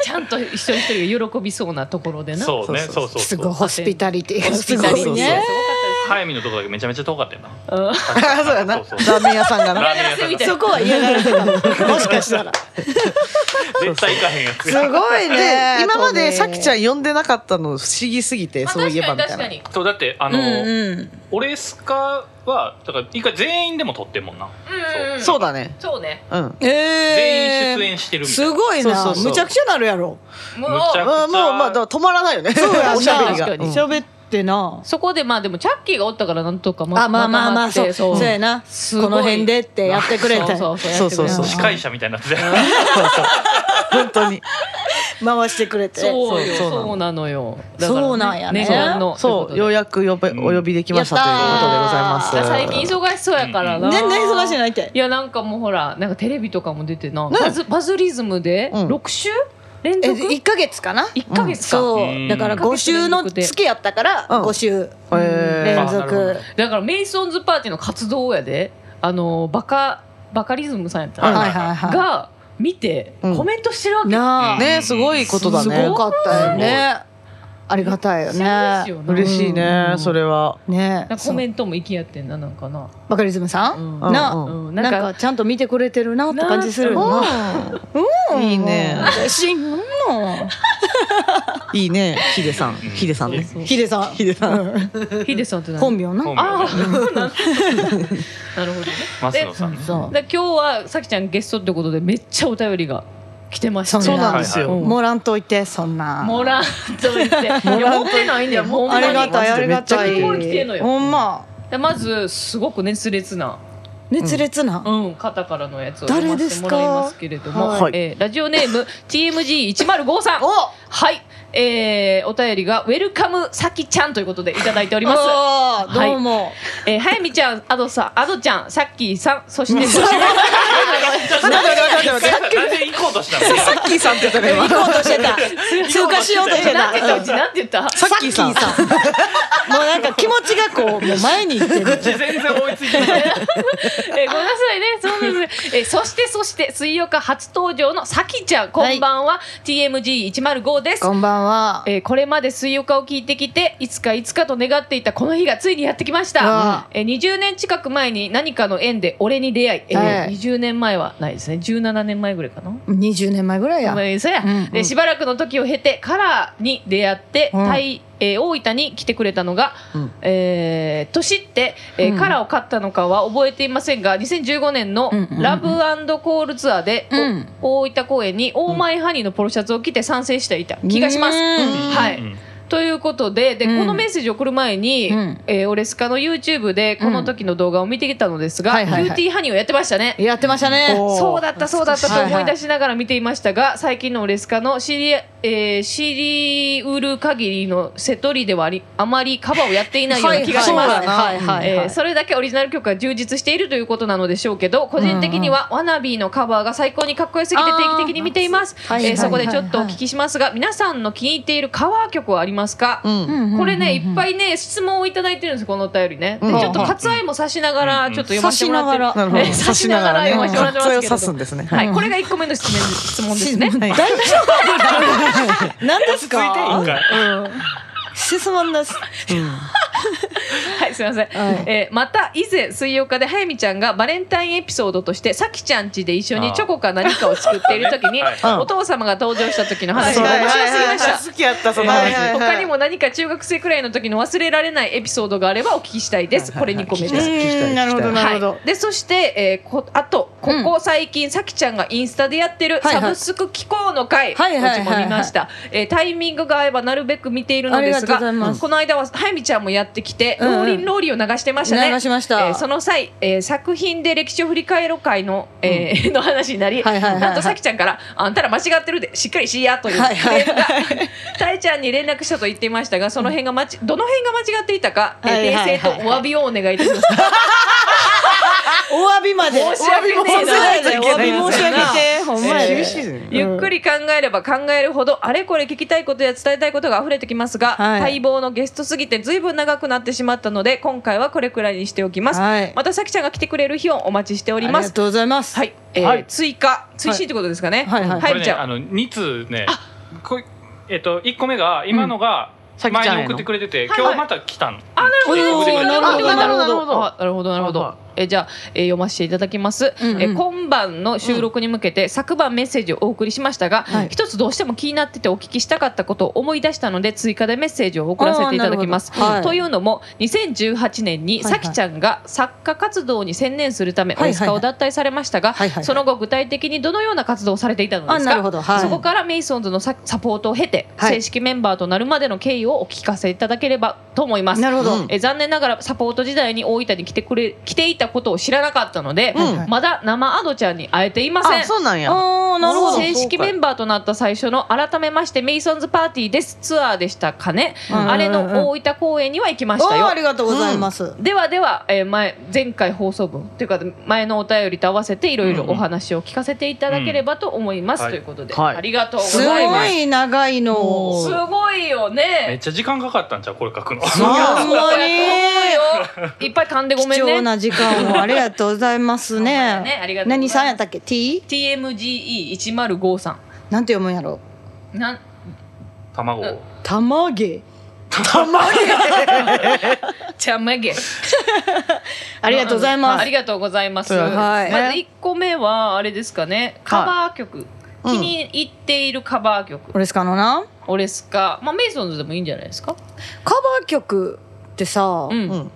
[SPEAKER 2] ちゃんと一人一人が喜びそうなところでな
[SPEAKER 4] そうね
[SPEAKER 1] そ
[SPEAKER 4] そ
[SPEAKER 1] そう
[SPEAKER 4] ううそう
[SPEAKER 3] す
[SPEAKER 4] そ
[SPEAKER 3] ごいうホスピタリティ
[SPEAKER 2] ホスピタリティ
[SPEAKER 3] すごい
[SPEAKER 1] そう
[SPEAKER 3] ね
[SPEAKER 4] 早見のとこだけめちゃめちゃ遠かったよな
[SPEAKER 2] そうそう
[SPEAKER 1] そうやなラ
[SPEAKER 4] そうそう
[SPEAKER 1] ーメン屋さんが
[SPEAKER 4] ラ
[SPEAKER 1] な
[SPEAKER 4] ーメン屋さんが
[SPEAKER 3] そこは嫌がらせかももしかしたら
[SPEAKER 4] 絶対行かへんやつ
[SPEAKER 3] すごいね
[SPEAKER 1] で今までさきちゃ
[SPEAKER 3] ん
[SPEAKER 1] ん呼んでなかったの不思議すぎて
[SPEAKER 2] まあ
[SPEAKER 1] そういえばみた
[SPEAKER 2] 確
[SPEAKER 1] い
[SPEAKER 2] か
[SPEAKER 1] な
[SPEAKER 2] に
[SPEAKER 4] そうだってあ
[SPEAKER 3] う
[SPEAKER 4] の、
[SPEAKER 3] んうん
[SPEAKER 4] 俺スカはだから一回全員でも撮ってんもんな、
[SPEAKER 2] 確かにうんうんうん
[SPEAKER 1] そうだね
[SPEAKER 2] そうね
[SPEAKER 1] うんうん
[SPEAKER 3] え
[SPEAKER 4] 全
[SPEAKER 3] ー、
[SPEAKER 4] 員出演してるみたい
[SPEAKER 3] す
[SPEAKER 4] な
[SPEAKER 3] ごいな
[SPEAKER 1] そうそうそう
[SPEAKER 3] むちゃくちゃなるやろ
[SPEAKER 2] もう
[SPEAKER 4] むちゃ
[SPEAKER 1] もうまあだから止まらないよね
[SPEAKER 3] そうやんな
[SPEAKER 1] おしゃべりが
[SPEAKER 2] 確かに
[SPEAKER 1] うん
[SPEAKER 3] 喋ってな、
[SPEAKER 2] そこでまあでもチャッキーがおったからなんとかま
[SPEAKER 3] あまあまあまあそうそうやな
[SPEAKER 2] すごい
[SPEAKER 3] この辺でってやってくれて
[SPEAKER 2] そうそうそうやってくれた
[SPEAKER 1] そうそうそう
[SPEAKER 4] 司会者みたいになってたよ
[SPEAKER 1] 本当に
[SPEAKER 3] 回してくれて
[SPEAKER 2] そうよ
[SPEAKER 1] そうそうなの
[SPEAKER 2] そうなのよ
[SPEAKER 3] そうなんやね
[SPEAKER 2] 念願の
[SPEAKER 1] そうよう
[SPEAKER 2] や
[SPEAKER 1] やく呼べ
[SPEAKER 4] うん
[SPEAKER 1] お呼びできましたと
[SPEAKER 3] や
[SPEAKER 1] い
[SPEAKER 3] っ
[SPEAKER 1] うこ
[SPEAKER 3] たー
[SPEAKER 1] とでございます
[SPEAKER 2] 最近忙しそうやからな
[SPEAKER 3] 全然忙しいないって
[SPEAKER 2] いやなんかもうほらなんかテレビとかも出てな、バズバズリズムで
[SPEAKER 1] うん
[SPEAKER 2] 6週連
[SPEAKER 3] え
[SPEAKER 2] 続、
[SPEAKER 3] 1か月かな
[SPEAKER 2] 1か月か、
[SPEAKER 3] そううんだから
[SPEAKER 2] うん
[SPEAKER 3] 5週の月やったから
[SPEAKER 1] うん
[SPEAKER 3] 5週
[SPEAKER 1] え
[SPEAKER 3] 連
[SPEAKER 1] ー
[SPEAKER 4] あなるほ
[SPEAKER 3] 続
[SPEAKER 4] ど
[SPEAKER 2] だからメイソンズパーティーの活動やであのバカバカリズムさんやった
[SPEAKER 1] はい
[SPEAKER 2] ら、
[SPEAKER 3] はいはいはい
[SPEAKER 2] が見て、
[SPEAKER 1] うん
[SPEAKER 2] コメントしてるわけ
[SPEAKER 3] なあ、
[SPEAKER 4] ね
[SPEAKER 1] ねすごいことだ
[SPEAKER 3] す
[SPEAKER 1] ね
[SPEAKER 3] ごかったよねありがたいよ
[SPEAKER 2] そう
[SPEAKER 3] ね
[SPEAKER 2] ですよね
[SPEAKER 1] 嬉しいね
[SPEAKER 2] うん
[SPEAKER 1] それは
[SPEAKER 3] ね
[SPEAKER 2] なんかコメントも行きやってんななんかな、
[SPEAKER 3] バカリズムさ
[SPEAKER 2] ん
[SPEAKER 3] ん、
[SPEAKER 1] うん
[SPEAKER 3] な
[SPEAKER 1] うん
[SPEAKER 2] うん
[SPEAKER 3] な
[SPEAKER 2] なんん
[SPEAKER 3] か
[SPEAKER 2] か
[SPEAKER 3] ちゃんと見てくれてるなって感じするよな、
[SPEAKER 1] うんいいね
[SPEAKER 3] 嬉しいの
[SPEAKER 1] いいねヒデさんヒデさんね
[SPEAKER 2] そう
[SPEAKER 3] ヒデさん
[SPEAKER 1] ヒデ さん
[SPEAKER 2] ヒデさんって何
[SPEAKER 3] 本名な
[SPEAKER 4] 本名
[SPEAKER 2] ああなるほどね
[SPEAKER 4] 増野さんね
[SPEAKER 3] そ
[SPEAKER 2] だから今日はさきちゃんゲストってことでめっちゃお便りが来てました
[SPEAKER 3] そうなん
[SPEAKER 4] ですよ
[SPEAKER 3] うもらんといてそんな
[SPEAKER 2] もらんと いて。いや持ってないんだよ。もう
[SPEAKER 3] ありがたいあ
[SPEAKER 1] マジ
[SPEAKER 3] り
[SPEAKER 1] でめ
[SPEAKER 3] が
[SPEAKER 1] っちゃ
[SPEAKER 3] た
[SPEAKER 1] 来
[SPEAKER 3] い
[SPEAKER 1] てる
[SPEAKER 2] 来てんのよ
[SPEAKER 3] ほんま
[SPEAKER 2] でまずすごく熱烈な、
[SPEAKER 3] 熱烈な、
[SPEAKER 2] うん、方からのやつを
[SPEAKER 3] 誰
[SPEAKER 2] 読ま
[SPEAKER 3] で
[SPEAKER 2] せて
[SPEAKER 3] す
[SPEAKER 2] も
[SPEAKER 3] から
[SPEAKER 2] いますけれども、
[SPEAKER 1] はい
[SPEAKER 2] えーラジオネーム TMG1053
[SPEAKER 3] お
[SPEAKER 2] はい、えーお便りが「ウェルカムさきちゃん」ということでいただいております。
[SPEAKER 3] おーどうも、
[SPEAKER 2] えー、はやみちゃん、あどさん、あどちゃん、さっきーさん、そして、
[SPEAKER 1] 待って待って待って待って
[SPEAKER 4] なんで行こうとしたの
[SPEAKER 1] さっきーさんって言ったね今
[SPEAKER 3] 行こうとしてた 通過しようとして
[SPEAKER 2] なん
[SPEAKER 3] た
[SPEAKER 2] て言ったうち、なんて言った
[SPEAKER 1] さっきーさん
[SPEAKER 3] さっきーさんもうなんか気持ちがこうもう前に行ってる
[SPEAKER 4] 全然追いついてな
[SPEAKER 2] えーご
[SPEAKER 4] い
[SPEAKER 2] めんなさいね。そうですね。えーそして、そして、水曜日初登場のさきちゃん、こんばんは。TMG105 です。
[SPEAKER 3] こんばんは
[SPEAKER 2] えーこれまで水曜日を聞いてきて、いつかいつかと願っていたこの日がついにやってきました。えー20年近く前に何かの縁で俺に出会い、えー
[SPEAKER 3] はい
[SPEAKER 2] 20年前はないですね。17年前ぐらいかな。
[SPEAKER 3] 20年前ぐらいや
[SPEAKER 2] ごめんなさいや、
[SPEAKER 3] うんうん
[SPEAKER 2] でしばらくの時を経てカラーに出会って、
[SPEAKER 3] うん
[SPEAKER 2] タイえー大分に来てくれたのが、
[SPEAKER 1] うん
[SPEAKER 2] えー年って、えー
[SPEAKER 3] うん
[SPEAKER 2] カラーを買ったのかは覚えていませんが2015年の
[SPEAKER 3] うんうんうん
[SPEAKER 2] ラブコールツアーで、
[SPEAKER 3] うん
[SPEAKER 2] お大分公演にオーマイハニーのポロシャツを着て参戦していた気がします。
[SPEAKER 3] うん
[SPEAKER 2] は
[SPEAKER 4] う
[SPEAKER 2] い、
[SPEAKER 4] ん
[SPEAKER 2] ということでで、
[SPEAKER 3] うん
[SPEAKER 2] このメッセージを送る前に、
[SPEAKER 3] うん
[SPEAKER 2] えーオレスカの YouTube でこの時の動画を見てきたのですが、
[SPEAKER 3] はいはいはい
[SPEAKER 2] キューティーハニーをやってま したね。
[SPEAKER 3] やってましたね
[SPEAKER 1] おー
[SPEAKER 2] そうだったそうだったと
[SPEAKER 3] はいは
[SPEAKER 2] 思
[SPEAKER 3] い
[SPEAKER 2] い出しながら見ていましたが、最近のオレスカの知り,、えー知りうる限りのセトリではありあまりカバーをやっていないような気がします。
[SPEAKER 3] はいはいはい
[SPEAKER 2] え
[SPEAKER 3] は
[SPEAKER 2] ー
[SPEAKER 3] い
[SPEAKER 2] それだけオリジナル曲が充実しているということなのでしょうけど個人的には「ワナビーのカバーが最高にかっこよすぎて
[SPEAKER 3] あー
[SPEAKER 2] 定期的に見ています、
[SPEAKER 3] はい
[SPEAKER 2] えーそこでちょっとお聞きしますが皆さんの気に入っているカバー曲はありますか、
[SPEAKER 1] うん
[SPEAKER 2] これね、いっぱ
[SPEAKER 3] い
[SPEAKER 2] いね質問をいただいてるんですこのお便りね、
[SPEAKER 1] うん
[SPEAKER 2] でちょっと割愛もさしながら
[SPEAKER 4] うん
[SPEAKER 2] ちょっと読ませてもらってる、
[SPEAKER 3] うんうんうん
[SPEAKER 1] なるほど
[SPEAKER 2] えー
[SPEAKER 1] 刺しながらね
[SPEAKER 2] 刺しながら読ませてもらってますけれ
[SPEAKER 1] そ
[SPEAKER 2] ど
[SPEAKER 1] を刺すんですね
[SPEAKER 2] はい、
[SPEAKER 1] い
[SPEAKER 2] これが1個目の質問質問ですね。
[SPEAKER 1] はい
[SPEAKER 3] 大丈夫 何です
[SPEAKER 4] 落ち着いていい
[SPEAKER 3] か
[SPEAKER 4] んかい
[SPEAKER 3] 質問です
[SPEAKER 1] うん
[SPEAKER 2] ははいすいません、
[SPEAKER 3] はい
[SPEAKER 2] えーまた以前水曜日で早見ちゃんがバレンタインエピソードとしてさきちゃん家で一緒にチョコか何かを作っている時 に
[SPEAKER 4] はい
[SPEAKER 1] はい
[SPEAKER 2] お父様が登場した時の話
[SPEAKER 1] そ
[SPEAKER 2] が
[SPEAKER 1] う
[SPEAKER 2] 面白すぎました、
[SPEAKER 1] 好きやったその
[SPEAKER 2] はい
[SPEAKER 1] 話、
[SPEAKER 3] はい
[SPEAKER 2] 他にも何か中学生くらいの時の忘れられないエピソードがあればお聞きしたいです。これ2個目です。
[SPEAKER 3] うんなるほどなるほど、
[SPEAKER 2] はい、でそして、えーこあとここ最近、さきちゃんがインスタでやってる
[SPEAKER 3] はいは
[SPEAKER 2] サ
[SPEAKER 3] い
[SPEAKER 2] ブスク機構の会、
[SPEAKER 3] はいはいは
[SPEAKER 2] こ
[SPEAKER 3] いはい
[SPEAKER 2] っちも見ました、えータイミングが合えばなるべく見ているのですが
[SPEAKER 3] ありがとうございます
[SPEAKER 2] この間は早見ちゃんもやってきて、
[SPEAKER 3] うんうん
[SPEAKER 2] ローリンローリーを流してましたね
[SPEAKER 3] 流しました
[SPEAKER 2] えーその際、えー作品で歴史を振り返ろう会の,、えー の話になり、
[SPEAKER 3] はいはいはいはい
[SPEAKER 2] なんとさきちゃんから「あんたら間違ってるでしっかりしいや」という
[SPEAKER 3] はいはい
[SPEAKER 2] メールが たいちゃんに連絡したと言っていましたがその辺がまちどの辺が間違っていたか、えー
[SPEAKER 3] はいはいはい
[SPEAKER 2] 訂正とお詫びをお願いいたします。
[SPEAKER 3] お詫びまで
[SPEAKER 2] 申し訳ねえな
[SPEAKER 3] お詫び申し上げてほんまやで
[SPEAKER 1] 厳しいですね
[SPEAKER 2] ゆっくり考えれば考えるほどあれこれ聞きたいことや伝えたいことが溢れてきますが、
[SPEAKER 3] はい
[SPEAKER 2] 待望のゲストすぎてずいぶん長くなってしまったので今回はこれくらいにしておきます、
[SPEAKER 3] はい
[SPEAKER 2] またさきちゃんが来てくれる日をお待ちしてお
[SPEAKER 3] あ
[SPEAKER 2] り
[SPEAKER 3] り
[SPEAKER 2] ま
[SPEAKER 3] が
[SPEAKER 2] す
[SPEAKER 3] とうございます
[SPEAKER 2] はい、えー
[SPEAKER 4] はい
[SPEAKER 2] 追加追伸ってことですかね
[SPEAKER 3] はいはい
[SPEAKER 4] これ
[SPEAKER 2] じ
[SPEAKER 4] ね
[SPEAKER 2] ゃ
[SPEAKER 4] あ
[SPEAKER 2] あ
[SPEAKER 4] の二通ねこいえっと一個目が今のが
[SPEAKER 1] さ
[SPEAKER 4] 前
[SPEAKER 1] きちゃんへの
[SPEAKER 4] に送ってくれてて
[SPEAKER 2] はい
[SPEAKER 4] 今日また来たの
[SPEAKER 3] おー
[SPEAKER 4] 追加
[SPEAKER 3] なるほど
[SPEAKER 1] あ
[SPEAKER 3] なるほど
[SPEAKER 1] なるほど
[SPEAKER 2] あなるほどなるほど、
[SPEAKER 1] はいは
[SPEAKER 2] えーじゃあ、えー読ませていただきます、
[SPEAKER 3] うんうん
[SPEAKER 2] えー今晩の収録に向けて、昨晩メッセージをお送りしましたが、
[SPEAKER 3] はい
[SPEAKER 2] 一つどうしても気になっててお聞きしたかったことを思い出したので追加でメッセージを送らせていただきます、
[SPEAKER 3] あーなるほどはい
[SPEAKER 2] というのも2018年に
[SPEAKER 3] はいは
[SPEAKER 2] さ
[SPEAKER 3] い
[SPEAKER 2] きちゃんが作家活動に専念するため
[SPEAKER 3] はいはい
[SPEAKER 2] オスカを脱退されましたが、
[SPEAKER 3] はいはいはい
[SPEAKER 2] その後具体的にどのような活動をされていたので
[SPEAKER 3] あ
[SPEAKER 2] す
[SPEAKER 3] なる
[SPEAKER 2] か
[SPEAKER 3] ほどはい
[SPEAKER 2] そこからメイソンズのササポートを経て、
[SPEAKER 3] はい
[SPEAKER 2] 正式メンバーとなるまでの経緯をお聞かせいただければと思います
[SPEAKER 3] なるほど、
[SPEAKER 1] うん
[SPEAKER 2] えー残念ながらサポート時代に大分に来てくれ来ていたことを知らなかったので、
[SPEAKER 1] うん
[SPEAKER 2] まだ生アドちゃんに会えていません
[SPEAKER 1] あそうなんや
[SPEAKER 3] あーなるほど
[SPEAKER 2] 正式メンバーとなった最初の改めましてメイソンズパーティーですツアーでしたかね、
[SPEAKER 3] うん
[SPEAKER 2] あれの大分公演には行きました
[SPEAKER 3] お
[SPEAKER 2] よ
[SPEAKER 3] ーありがとうございます、
[SPEAKER 2] ではでは、えー前前回放送分というか前のお便りと合わせていろいろお話を聞かせていただければと思います、
[SPEAKER 4] うん
[SPEAKER 2] ということで、
[SPEAKER 1] はい
[SPEAKER 2] ありがとうご
[SPEAKER 3] す
[SPEAKER 2] ざいま
[SPEAKER 3] ご
[SPEAKER 2] す
[SPEAKER 3] い長いのを
[SPEAKER 2] すごいよ
[SPEAKER 4] めっ
[SPEAKER 2] ね
[SPEAKER 4] ちゃ時間かかったんちゃうこれ書くの
[SPEAKER 3] ほんまに
[SPEAKER 2] そうよいっぱい噛んでごめ
[SPEAKER 3] 貴
[SPEAKER 2] ん
[SPEAKER 3] 重
[SPEAKER 2] ね
[SPEAKER 3] な時間をありがとうございます
[SPEAKER 2] ほんまや
[SPEAKER 3] ね
[SPEAKER 2] ねありがとうございま
[SPEAKER 3] 何
[SPEAKER 2] す
[SPEAKER 3] さんやったっけ T?
[SPEAKER 2] TMGE1053
[SPEAKER 3] なんて読むんやろ
[SPEAKER 2] なん
[SPEAKER 4] 卵を
[SPEAKER 3] たまげ
[SPEAKER 2] ちゃめげ
[SPEAKER 3] ありがとうございます
[SPEAKER 2] ありがとうございます、
[SPEAKER 3] はい
[SPEAKER 2] まず1個目はあれですかねカバー曲、
[SPEAKER 1] うん
[SPEAKER 2] 気に入っているカバー曲、
[SPEAKER 3] 俺ですかのな
[SPEAKER 2] オレスカまあメイソンズでもいいんじゃないですか
[SPEAKER 3] カバー曲ってさ、
[SPEAKER 2] うん、
[SPEAKER 1] うん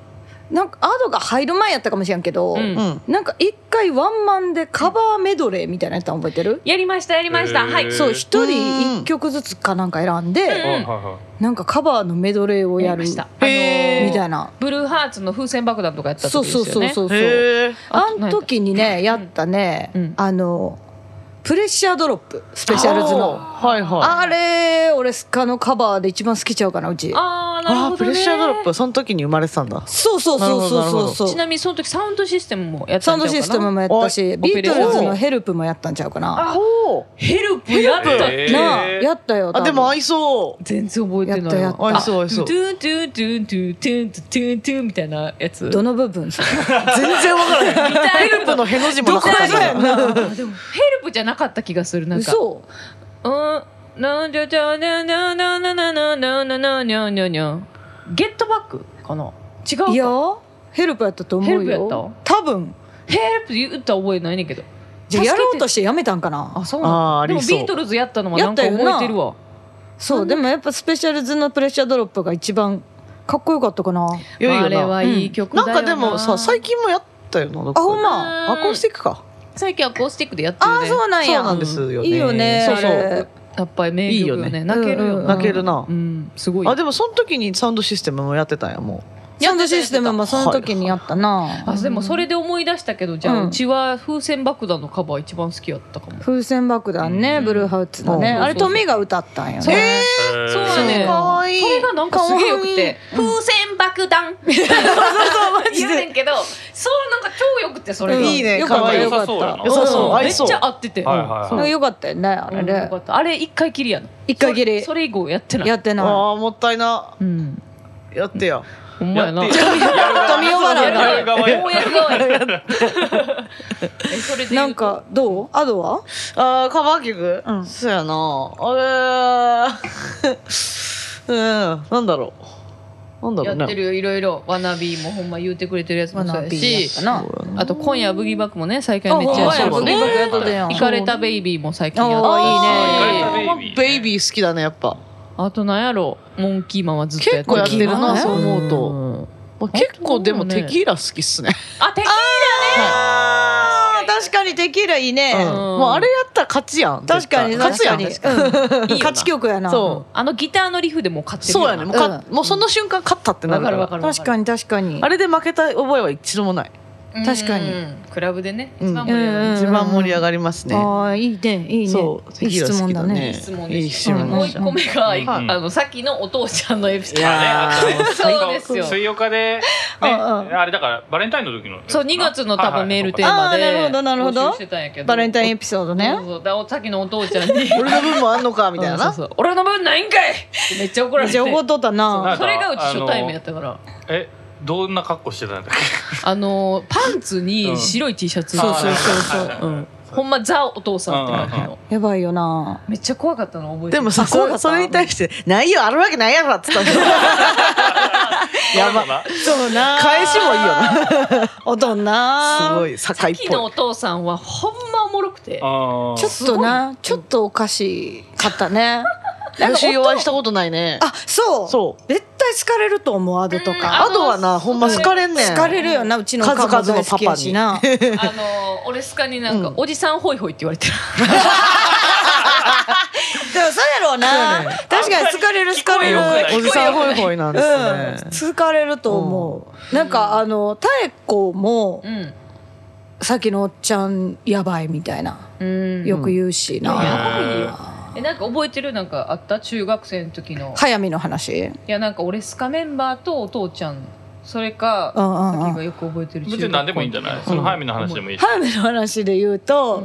[SPEAKER 3] なんかアドが入る前やったかもしれんけど、
[SPEAKER 2] うん
[SPEAKER 1] うん
[SPEAKER 3] なんか一回ワンマンでカバーメドレーみたいなやったの覚えてる、
[SPEAKER 2] やりましたやりました、
[SPEAKER 4] へー
[SPEAKER 2] はい
[SPEAKER 3] そう一
[SPEAKER 1] うん
[SPEAKER 3] 人一曲ずつかなんか選ん
[SPEAKER 2] う
[SPEAKER 3] で、
[SPEAKER 4] はいはいはい
[SPEAKER 3] なんかカバーのメドレーをや
[SPEAKER 2] やり
[SPEAKER 3] る
[SPEAKER 2] ま
[SPEAKER 3] み
[SPEAKER 2] した
[SPEAKER 3] た
[SPEAKER 2] あのー
[SPEAKER 3] いな、
[SPEAKER 2] ブルーハーツの風船爆弾とかやった時
[SPEAKER 3] そう
[SPEAKER 2] ですよ
[SPEAKER 3] そう
[SPEAKER 2] ね
[SPEAKER 3] そうそうそう、
[SPEAKER 1] へえ
[SPEAKER 2] あ
[SPEAKER 3] あ
[SPEAKER 2] と
[SPEAKER 3] ん時にねやったね、
[SPEAKER 2] うん
[SPEAKER 3] あのプレッシャードロップスペシャルズの
[SPEAKER 1] はいはい
[SPEAKER 3] あれ俺スカのカバーで一番好きちゃうかなうち
[SPEAKER 2] あーなるほど、
[SPEAKER 1] あ
[SPEAKER 2] ね、
[SPEAKER 1] ープレッシャードロップその時に生まれてたんだ
[SPEAKER 3] そうそうそうそうそうそう
[SPEAKER 2] ちなみにその時サウンドシステムもやってた
[SPEAKER 3] サウ
[SPEAKER 2] ん
[SPEAKER 3] ン
[SPEAKER 2] ちゃうかな
[SPEAKER 3] ドシステムもやったし
[SPEAKER 2] おい
[SPEAKER 3] ビートルズの「ヘルプ」もやったんちゃうかな
[SPEAKER 2] あ
[SPEAKER 1] ほう
[SPEAKER 2] ヘルプやったって
[SPEAKER 4] えー
[SPEAKER 3] なあやったよ
[SPEAKER 1] あでも合いそう
[SPEAKER 2] 全然覚えてないわ
[SPEAKER 3] やった
[SPEAKER 1] 合いそう合い
[SPEAKER 2] ト
[SPEAKER 1] そ
[SPEAKER 2] ゥ
[SPEAKER 1] う
[SPEAKER 2] ーントゥーントゥーントゥーントゥーントゥーントゥーントゥーンみたいなやつ。
[SPEAKER 3] どの 部分
[SPEAKER 1] 全然わからない
[SPEAKER 2] たい
[SPEAKER 1] ヘルプのへの字もなかったし
[SPEAKER 3] どこやね
[SPEAKER 2] あでもヘルプじゃなかった気がするなんか。
[SPEAKER 3] 嘘
[SPEAKER 2] うん。なんじゃじゃなななななななななにゃにゃにゃ。ゲットバックかな。違うか。
[SPEAKER 3] いやヘルプやったと思うよ
[SPEAKER 2] ヘルプやっ
[SPEAKER 3] 多分
[SPEAKER 2] ヘルプ言った覚えないねんけど。
[SPEAKER 3] じゃあやろうと
[SPEAKER 2] し。
[SPEAKER 3] してやめたんかな
[SPEAKER 2] あそう
[SPEAKER 1] あー
[SPEAKER 2] な
[SPEAKER 1] あ
[SPEAKER 2] の。で
[SPEAKER 1] り
[SPEAKER 2] も
[SPEAKER 1] そう
[SPEAKER 2] ビートルズやったのはなんか
[SPEAKER 3] やったよな
[SPEAKER 2] 覚えてるわ。
[SPEAKER 3] そうでもやっぱスペシャルズのプレッシャードロップが一番かっこよかったかな
[SPEAKER 1] 良いよな
[SPEAKER 2] あれはいい曲だよな。
[SPEAKER 1] んかでもさ最近もやったよなどっかで
[SPEAKER 3] あほんま
[SPEAKER 1] アコースティックか
[SPEAKER 2] 最近アコースティックでやってるね。
[SPEAKER 3] あそうなんや
[SPEAKER 1] そうなんですよね
[SPEAKER 3] いいよね
[SPEAKER 1] そうそ
[SPEAKER 3] あれ
[SPEAKER 1] う
[SPEAKER 2] やっぱり名曲よ
[SPEAKER 1] い
[SPEAKER 2] ね。
[SPEAKER 1] いよね
[SPEAKER 2] 泣けるよ
[SPEAKER 3] うんうん
[SPEAKER 2] な。
[SPEAKER 1] 泣けるな
[SPEAKER 2] うん。すごい。
[SPEAKER 1] あでもその時にサウンドシステムもやってたんやも
[SPEAKER 3] サウンドシステムもその時にやったな
[SPEAKER 2] あでもそれで思い出したけどじゃあ、う
[SPEAKER 3] うん
[SPEAKER 2] ちは風船爆弾のカバー一番好きやったかも。
[SPEAKER 3] 風船爆弾ね、
[SPEAKER 2] うん
[SPEAKER 3] ブルーハウツのね、
[SPEAKER 2] うん
[SPEAKER 3] あれトミーが歌ったんよ
[SPEAKER 2] そう
[SPEAKER 3] ね、
[SPEAKER 4] えー
[SPEAKER 2] そうやねん。
[SPEAKER 1] そうかわいい
[SPEAKER 2] それがなんかすげえよくて、風船爆弾。そうそうそう言うねんけど、そうなんか超よくてそれが。
[SPEAKER 1] うんいいね
[SPEAKER 3] よかっ
[SPEAKER 1] 可
[SPEAKER 3] た
[SPEAKER 1] 愛い
[SPEAKER 3] よかっ
[SPEAKER 4] 良さ
[SPEAKER 3] た
[SPEAKER 4] そう
[SPEAKER 1] 良さそう
[SPEAKER 2] うん
[SPEAKER 1] 合
[SPEAKER 2] め
[SPEAKER 1] い
[SPEAKER 2] っ
[SPEAKER 1] そう
[SPEAKER 2] ちゃ合ってて。
[SPEAKER 4] はいはい
[SPEAKER 3] うんよかったよねあ
[SPEAKER 2] う
[SPEAKER 3] れ
[SPEAKER 2] んよ
[SPEAKER 3] ね
[SPEAKER 2] かったあれ一回きりやの。
[SPEAKER 3] 一回きり
[SPEAKER 2] それ以後やってない。
[SPEAKER 3] やってな
[SPEAKER 1] ああーもったいな
[SPEAKER 2] うん。
[SPEAKER 1] やってや
[SPEAKER 2] ほんまやな。
[SPEAKER 4] や
[SPEAKER 2] や
[SPEAKER 4] って
[SPEAKER 3] い富尾
[SPEAKER 2] る
[SPEAKER 3] 花
[SPEAKER 2] や
[SPEAKER 3] が
[SPEAKER 2] る
[SPEAKER 4] 側や
[SPEAKER 2] もうやる側や。えそれで
[SPEAKER 3] な
[SPEAKER 2] 言うんと
[SPEAKER 3] かどうアドは
[SPEAKER 1] あーカバー曲、
[SPEAKER 3] うん
[SPEAKER 1] そうや なあれーうんなんだろうなんだろ
[SPEAKER 2] や
[SPEAKER 1] う
[SPEAKER 2] ってる
[SPEAKER 1] ね
[SPEAKER 2] よいろいろわなびもほんま言うてくれてるやつもそうやし
[SPEAKER 3] かな
[SPEAKER 2] あと今夜ブギーバックもね最近はめっちゃやって
[SPEAKER 3] あ
[SPEAKER 2] る
[SPEAKER 3] ほんまやブギーバックやっとったやん
[SPEAKER 2] イカれたベイビーも最近やっ
[SPEAKER 3] おー
[SPEAKER 2] た
[SPEAKER 3] いい
[SPEAKER 2] し
[SPEAKER 3] ね
[SPEAKER 1] あーベイビー好きだねやっぱ
[SPEAKER 2] あとなんやろモンキーマンはずっとやってる
[SPEAKER 1] 結構やってるなそう思うと
[SPEAKER 2] ん
[SPEAKER 1] まあ結構でも
[SPEAKER 2] 本当だよ
[SPEAKER 1] テ
[SPEAKER 2] ね
[SPEAKER 1] キーラ好きっすね
[SPEAKER 2] あ敵
[SPEAKER 3] あー確かにテキーラいいね、
[SPEAKER 1] うんもうあれやったら勝ちやん
[SPEAKER 3] 確かに
[SPEAKER 1] 絶
[SPEAKER 3] 確
[SPEAKER 1] 対
[SPEAKER 3] かに
[SPEAKER 1] 勝ちやん
[SPEAKER 3] うん
[SPEAKER 1] いいよな
[SPEAKER 3] 勝ち曲やな
[SPEAKER 1] そ
[SPEAKER 2] あのギターのリフでもう勝ってる
[SPEAKER 1] そうやねもうかもうその瞬間勝ったってな
[SPEAKER 2] わ
[SPEAKER 1] るか
[SPEAKER 2] かる
[SPEAKER 1] ら
[SPEAKER 2] わかる
[SPEAKER 3] 確か
[SPEAKER 2] に
[SPEAKER 3] に確かに
[SPEAKER 1] あれで負けた覚えは一度もない
[SPEAKER 3] 確かに
[SPEAKER 2] クラブでね
[SPEAKER 1] うん
[SPEAKER 2] 一番盛り上が
[SPEAKER 3] うん
[SPEAKER 2] る
[SPEAKER 1] 一番盛り上がりますね
[SPEAKER 3] ああいいねいいね
[SPEAKER 1] そう
[SPEAKER 3] いい質問だ
[SPEAKER 1] テ
[SPEAKER 3] ね
[SPEAKER 1] キーラ好き
[SPEAKER 2] 質問
[SPEAKER 1] いい
[SPEAKER 2] で
[SPEAKER 1] 質
[SPEAKER 2] す
[SPEAKER 1] 問
[SPEAKER 2] もう
[SPEAKER 1] でし
[SPEAKER 2] 一
[SPEAKER 1] た
[SPEAKER 2] 個目が、
[SPEAKER 1] い
[SPEAKER 2] あのさっきのお父ちゃんのエピソード
[SPEAKER 4] まあねあと
[SPEAKER 2] そうですよ
[SPEAKER 4] 水曜日で、ね、
[SPEAKER 3] うんうん
[SPEAKER 4] あれだからバレンタインの時の
[SPEAKER 2] そう2月の多
[SPEAKER 4] はいは
[SPEAKER 2] 分
[SPEAKER 4] い
[SPEAKER 2] メールテーマで
[SPEAKER 3] あーなるほどなるほど
[SPEAKER 2] 募集してたんやけど
[SPEAKER 3] バレンタインエ
[SPEAKER 2] ン
[SPEAKER 3] ピソードね
[SPEAKER 2] さっきのお父ちゃん に
[SPEAKER 1] 俺の分もあんのかみたいな
[SPEAKER 2] そう
[SPEAKER 1] な
[SPEAKER 2] そうそう俺の分ないんかいってめっちゃ怒られ
[SPEAKER 3] めってちゃ怒っとった
[SPEAKER 4] なん
[SPEAKER 3] な
[SPEAKER 4] か
[SPEAKER 2] それがうち初対面やったから
[SPEAKER 4] えどんな格好してたんだっけ
[SPEAKER 2] あのパンツに白い T シャツ、
[SPEAKER 3] そうそうそうそう
[SPEAKER 4] あ
[SPEAKER 2] うん、ほんまザお父さんって感じ
[SPEAKER 4] うんうん
[SPEAKER 2] の
[SPEAKER 3] やばいよな
[SPEAKER 2] めっちゃ怖かったの覚えて
[SPEAKER 1] で
[SPEAKER 2] る
[SPEAKER 1] もさ
[SPEAKER 3] そうだ
[SPEAKER 1] そそ
[SPEAKER 3] った
[SPEAKER 1] れに対して「ないよあるわけないやろ」っつったんだよ やば
[SPEAKER 4] ば
[SPEAKER 3] そうな
[SPEAKER 1] 返しもいいよな
[SPEAKER 3] おとんな
[SPEAKER 1] すごい
[SPEAKER 2] さっ
[SPEAKER 1] 堺っ
[SPEAKER 2] きの
[SPEAKER 1] ぽい
[SPEAKER 2] お父さんはほんまおもろくて
[SPEAKER 4] あ
[SPEAKER 3] ちょっとなちょっとおかしかったねなんか
[SPEAKER 1] 私お会いしたことないね
[SPEAKER 3] あそう
[SPEAKER 1] そう
[SPEAKER 3] 絶対好かれると思うアドと
[SPEAKER 1] あ
[SPEAKER 3] か
[SPEAKER 1] とはなほんま好かれんねん
[SPEAKER 3] 好かれるよなうちの
[SPEAKER 1] 数々
[SPEAKER 3] カバ大好きやしな
[SPEAKER 2] あ の俺スカになんか、おじさんホイホイって言われてる
[SPEAKER 3] でもそうやろうな確かに好かれる好かれ
[SPEAKER 4] あんまり聞こえよくない
[SPEAKER 3] る
[SPEAKER 1] おじさんホイホイなんです
[SPEAKER 3] う
[SPEAKER 1] ね
[SPEAKER 3] ん、好かれると思う、なんかあの妙子も
[SPEAKER 2] うん
[SPEAKER 3] さっきのおっちゃんやばいみたいな
[SPEAKER 2] うん
[SPEAKER 3] よく言うし
[SPEAKER 2] や
[SPEAKER 3] な、
[SPEAKER 2] ばいよえなんか覚えてるなんかあった中学生の時の
[SPEAKER 3] 早見の話
[SPEAKER 2] いやなんか俺スカメンバーとお父ちゃんそれ
[SPEAKER 3] う
[SPEAKER 2] か
[SPEAKER 3] んうんう
[SPEAKER 2] 先
[SPEAKER 3] ん
[SPEAKER 2] がよく覚えてる
[SPEAKER 4] 別に何でもいいんじゃないその早見の話でもいいし
[SPEAKER 3] 早見の話で言うと、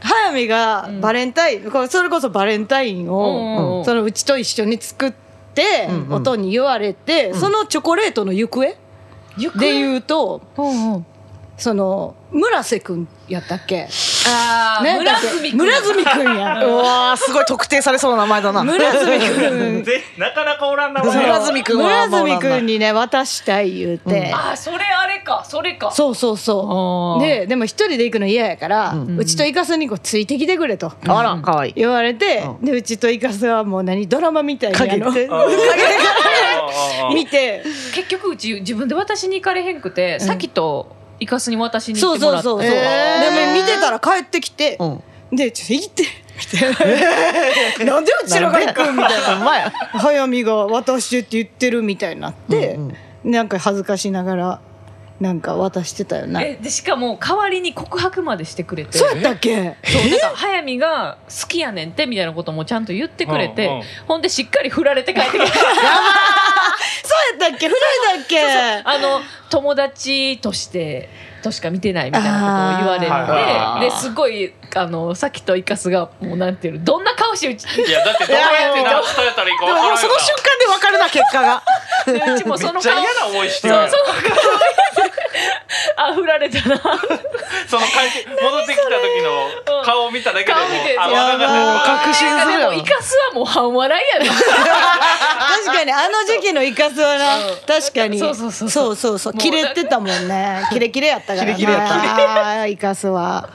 [SPEAKER 3] 早見がバレンタイン、これそれこそバレンタイン
[SPEAKER 2] うんうんう
[SPEAKER 3] を
[SPEAKER 2] ん
[SPEAKER 3] そのうちと一緒に作って、
[SPEAKER 1] うんうん
[SPEAKER 3] 音に言われて、そのチョコレートの行方で
[SPEAKER 2] 行方
[SPEAKER 3] 言うと
[SPEAKER 2] うんうん
[SPEAKER 3] その村瀬くんやったっけ、
[SPEAKER 2] ああ、
[SPEAKER 3] ね
[SPEAKER 2] 村住君
[SPEAKER 3] 村住くん や
[SPEAKER 1] うわーすごい特定されそうな名前だな
[SPEAKER 3] 村住くん
[SPEAKER 4] ぜなかなかおらんな
[SPEAKER 1] 村住君はあんまおらんな
[SPEAKER 3] 村住君にね渡したい言うて、
[SPEAKER 2] ああそれあれかそれか
[SPEAKER 3] そうそう
[SPEAKER 2] あ
[SPEAKER 3] そう
[SPEAKER 2] ー
[SPEAKER 3] ででも一人で行くの嫌やから、う
[SPEAKER 1] うん
[SPEAKER 3] ちとイカスにこうついてきてくれと
[SPEAKER 1] あらかわいい
[SPEAKER 3] 言われて、
[SPEAKER 1] う
[SPEAKER 3] うでうちとイカスはもう何ドラマみたいに
[SPEAKER 1] 影
[SPEAKER 3] あの
[SPEAKER 1] で
[SPEAKER 3] 見て
[SPEAKER 2] 結局うち自分で渡しに行かれへんくて、さっきとイカスに渡しに行
[SPEAKER 3] そ
[SPEAKER 2] っ
[SPEAKER 3] う
[SPEAKER 2] てもらっ
[SPEAKER 3] そう
[SPEAKER 2] た
[SPEAKER 3] そうそう、
[SPEAKER 1] えー
[SPEAKER 3] でも見てたら帰ってきて、
[SPEAKER 1] うん
[SPEAKER 3] で「ちょっと行って」みたいな「なんでうちらが行く?」みたいな
[SPEAKER 1] ほんまや
[SPEAKER 3] 「早見が渡してって言ってる」みたいになって、
[SPEAKER 1] うん
[SPEAKER 3] なんか恥ずかしながらなんか渡してたよな
[SPEAKER 2] えでしかも代わりに告白までしてくれて
[SPEAKER 3] そうやったっけ
[SPEAKER 2] そうなんか早見が好きやねんってみたいなこともちゃんと言ってくれて、
[SPEAKER 4] うんうん
[SPEAKER 2] ほんでしっかり振られて帰って きた
[SPEAKER 3] そうやったっけ古いだっけ
[SPEAKER 2] あの友達としてとしか見てないみたいなことを言
[SPEAKER 4] あ
[SPEAKER 2] わ
[SPEAKER 4] ー
[SPEAKER 2] れてですごいあのさっきとイカスがもうなんていうのどんな顔してうち
[SPEAKER 4] いやだってどうやって直されたらいいか
[SPEAKER 1] で
[SPEAKER 4] 分
[SPEAKER 1] も
[SPEAKER 4] か
[SPEAKER 1] も
[SPEAKER 4] らん
[SPEAKER 1] うその瞬間で分かるな結果が
[SPEAKER 2] うちもそ
[SPEAKER 4] め
[SPEAKER 2] の
[SPEAKER 4] っちゃ
[SPEAKER 2] 顔
[SPEAKER 4] 嫌な思いして
[SPEAKER 2] そう
[SPEAKER 4] る
[SPEAKER 2] そうあ振られたな
[SPEAKER 4] その帰って戻ってきた時の顔を見ただけでも
[SPEAKER 2] 顔見て
[SPEAKER 4] あわかんな
[SPEAKER 1] やば
[SPEAKER 4] か
[SPEAKER 1] ー
[SPEAKER 4] った
[SPEAKER 1] 確信する
[SPEAKER 2] で
[SPEAKER 1] や
[SPEAKER 2] も
[SPEAKER 1] ろ
[SPEAKER 2] イカスはもう半笑いやね
[SPEAKER 3] 確かにあの時期のイカスはな
[SPEAKER 2] うん
[SPEAKER 3] 確かに
[SPEAKER 2] そうそうそう
[SPEAKER 3] そ
[SPEAKER 2] そうう
[SPEAKER 3] そうそう
[SPEAKER 2] もう
[SPEAKER 3] キレてたもんねキレキレやったからな
[SPEAKER 1] キレキレやった
[SPEAKER 3] あーイカスは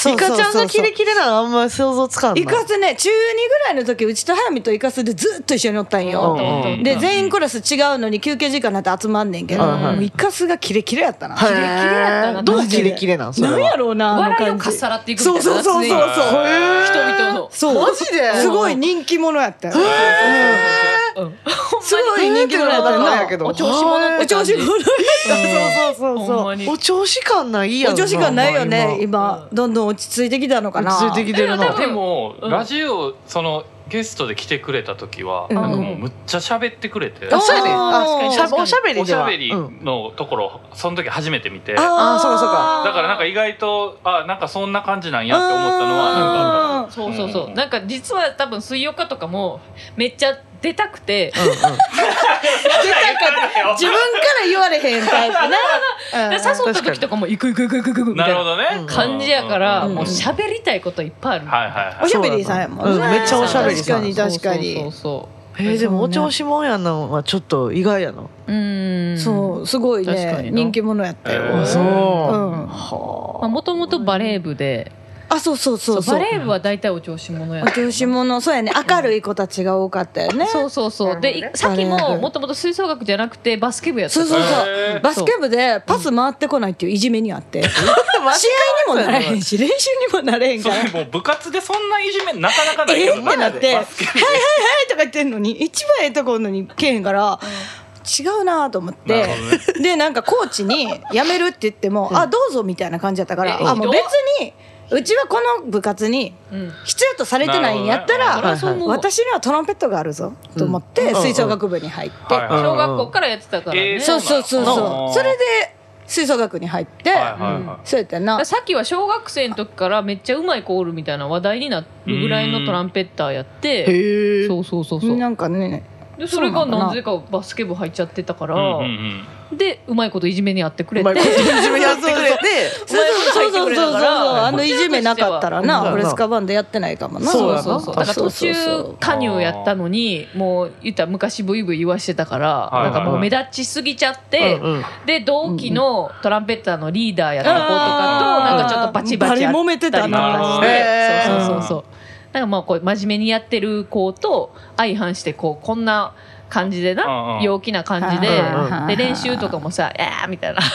[SPEAKER 1] イカちゃんがキレキレなのあんま想像つかんな
[SPEAKER 3] イカスね中2ぐらいの時うちと早見とイカスでずっと一緒におったん
[SPEAKER 1] う
[SPEAKER 3] よ
[SPEAKER 1] んうん
[SPEAKER 2] うん
[SPEAKER 3] で全員クラス違うのに休憩時間になって集まんねんけど
[SPEAKER 1] うんうん
[SPEAKER 3] もうイカスがキレキレやったな
[SPEAKER 1] へー
[SPEAKER 2] キレキレやったな
[SPEAKER 1] どう
[SPEAKER 2] マジ
[SPEAKER 1] キ
[SPEAKER 2] で
[SPEAKER 1] レキレなんそれは
[SPEAKER 3] なんやろうなあの
[SPEAKER 2] 笑いを
[SPEAKER 3] 感
[SPEAKER 2] かっ
[SPEAKER 3] じ
[SPEAKER 2] さらっていくみたい
[SPEAKER 3] そう
[SPEAKER 2] な
[SPEAKER 3] そうそうそう
[SPEAKER 2] 常
[SPEAKER 3] そ
[SPEAKER 2] に
[SPEAKER 3] う
[SPEAKER 2] 人々の
[SPEAKER 3] そう
[SPEAKER 1] マジです
[SPEAKER 3] ごい人気者やったよ
[SPEAKER 2] うん
[SPEAKER 3] すごい人気者やったよ
[SPEAKER 1] ほんまに人気者やったん
[SPEAKER 3] な
[SPEAKER 1] やけど
[SPEAKER 2] お調子者
[SPEAKER 3] お調子者やったそう
[SPEAKER 2] ほ
[SPEAKER 3] そうそう
[SPEAKER 2] ん
[SPEAKER 3] そう
[SPEAKER 2] まに
[SPEAKER 1] お調子感ないや
[SPEAKER 3] お
[SPEAKER 1] ん
[SPEAKER 3] 女子がないよね
[SPEAKER 1] 今
[SPEAKER 3] 今どんどん落ち着いてきたのかな
[SPEAKER 1] 落ち着いてきてる
[SPEAKER 2] で
[SPEAKER 1] な
[SPEAKER 4] でも、
[SPEAKER 2] うん
[SPEAKER 4] ラジオそのゲストで来てくれた時は、
[SPEAKER 3] うん
[SPEAKER 4] なんかもうむっちゃ喋ってくれて、
[SPEAKER 1] あそうやねあ
[SPEAKER 3] 確かに
[SPEAKER 1] しゃ
[SPEAKER 2] 確かに
[SPEAKER 1] おしゃべり
[SPEAKER 4] おし
[SPEAKER 1] では
[SPEAKER 4] ゃべり
[SPEAKER 1] うん
[SPEAKER 4] のところその時初めて見てだか
[SPEAKER 1] あ
[SPEAKER 3] あ
[SPEAKER 1] ーそうかそうから
[SPEAKER 4] なんか意外とあなんかそんな感じなんやって思ったのはなんかあっ
[SPEAKER 3] あー
[SPEAKER 2] そうそう
[SPEAKER 4] う
[SPEAKER 2] そ
[SPEAKER 4] ん
[SPEAKER 2] うなんか実は多分水曜日とかもめっちゃ出たくて
[SPEAKER 1] うんうん
[SPEAKER 3] 出たから自分から言われへんタ イプなうん
[SPEAKER 2] で誘った時とかも行く行く行く行く行く
[SPEAKER 4] た
[SPEAKER 2] みた
[SPEAKER 4] ないるほ
[SPEAKER 2] な
[SPEAKER 4] どね
[SPEAKER 1] うん
[SPEAKER 2] 感じやから
[SPEAKER 1] うん
[SPEAKER 2] もう喋りたいこといっぱいある
[SPEAKER 4] はいはいは
[SPEAKER 3] お
[SPEAKER 4] い
[SPEAKER 3] しゃべりさんやもん
[SPEAKER 1] そうだなうんめっちゃおしゃべり
[SPEAKER 3] 確か
[SPEAKER 1] さん
[SPEAKER 3] に確か
[SPEAKER 2] そう
[SPEAKER 3] に
[SPEAKER 2] そうそう
[SPEAKER 1] えー、でもお調子もんやのはちょっと意外やな。
[SPEAKER 2] うん
[SPEAKER 3] そうすごい
[SPEAKER 2] 確か
[SPEAKER 3] ね
[SPEAKER 2] にな
[SPEAKER 3] 人気者やったよ、
[SPEAKER 4] えー
[SPEAKER 1] そうう。
[SPEAKER 3] う
[SPEAKER 2] ま
[SPEAKER 3] ん
[SPEAKER 2] あもともとバレー部で
[SPEAKER 3] あそうそうそうそう
[SPEAKER 2] バレー部は大体お調子者や
[SPEAKER 3] お調子者そうやね明るい子たちが多かったよね
[SPEAKER 2] そ
[SPEAKER 3] そう
[SPEAKER 2] うそうそうでさっき
[SPEAKER 3] バレー
[SPEAKER 2] も
[SPEAKER 3] 部
[SPEAKER 2] もともと吹奏楽じゃなくてバスケ部やった
[SPEAKER 3] そうそう
[SPEAKER 4] へー
[SPEAKER 3] バスケ部でパス回ってこないっていういじめにあって試合にもなれへんし練習にもなれへん
[SPEAKER 4] そ
[SPEAKER 3] から
[SPEAKER 4] れもう部活でそんないじめなかなかない
[SPEAKER 3] え
[SPEAKER 4] よ
[SPEAKER 3] ーってなって「はいはい
[SPEAKER 4] バ
[SPEAKER 3] はい
[SPEAKER 4] スケ」
[SPEAKER 3] とか言ってんのに一番ええとこおんのにけえへんから、違うなと思っ
[SPEAKER 4] な
[SPEAKER 3] て、
[SPEAKER 4] るほどね
[SPEAKER 3] でなんかコーチに「やめる」って言っても「あどうぞ」みたいな感じやったから「
[SPEAKER 2] え
[SPEAKER 3] あもう
[SPEAKER 2] ひどっ
[SPEAKER 3] 別にうちはこの部活に
[SPEAKER 2] うん
[SPEAKER 3] 必要とされてないんやった
[SPEAKER 2] そ
[SPEAKER 1] なるほどね
[SPEAKER 3] ら
[SPEAKER 2] らそう思うわ
[SPEAKER 3] 私にはトランペットがあるぞ」と思っ
[SPEAKER 1] うんう
[SPEAKER 3] て
[SPEAKER 1] んうん
[SPEAKER 3] 吹奏楽部に入って、
[SPEAKER 4] はいはい
[SPEAKER 2] 小学校からやってたから
[SPEAKER 4] え
[SPEAKER 2] ね
[SPEAKER 4] ー
[SPEAKER 3] そうそうそう
[SPEAKER 4] そうな
[SPEAKER 3] そ
[SPEAKER 4] の
[SPEAKER 3] うそれで吹奏楽に入って、
[SPEAKER 4] はいはいはい
[SPEAKER 3] そうやったな。
[SPEAKER 2] さっきは小学生の時からめっちゃうまい子おるみたいな話題になるぐらいのトランペッターやって
[SPEAKER 1] へえ。
[SPEAKER 2] そうそうそうそう
[SPEAKER 3] なんかね
[SPEAKER 2] でそれがなぜかバスケ部入っちゃってたから
[SPEAKER 4] うんうん
[SPEAKER 2] でうまいこといじめにあってくれ
[SPEAKER 1] うま
[SPEAKER 2] て
[SPEAKER 1] いこといじめやってくれて。
[SPEAKER 3] そうそうそうそうそうそうあのいじめなかったら
[SPEAKER 1] うん
[SPEAKER 3] なフレスカバンドやってないかもな
[SPEAKER 1] そうやな
[SPEAKER 2] そうそうだから途中加入やったのにもう言ったら昔ブイブイ言わしてたから
[SPEAKER 4] はい
[SPEAKER 2] な
[SPEAKER 4] はいは
[SPEAKER 2] ん
[SPEAKER 4] い
[SPEAKER 2] かもう目立ちすぎちゃって
[SPEAKER 1] うんうん
[SPEAKER 2] で同期のトランペッターのリーダーやった子とかと
[SPEAKER 4] あー
[SPEAKER 2] なんかちょっとバチバチや
[SPEAKER 3] あ
[SPEAKER 2] っ
[SPEAKER 3] れ揉めて
[SPEAKER 2] った
[SPEAKER 3] た
[SPEAKER 2] りとか
[SPEAKER 3] な
[SPEAKER 2] し
[SPEAKER 1] え
[SPEAKER 2] て、
[SPEAKER 1] ー
[SPEAKER 2] そうそうそうそう。なんかまあこう真面目にやってる子と相反してこうこんな感じで
[SPEAKER 4] うん
[SPEAKER 2] な
[SPEAKER 4] うん
[SPEAKER 2] 陽気な感じで
[SPEAKER 1] うんうん
[SPEAKER 2] で練習とかもさ「えー」みたいな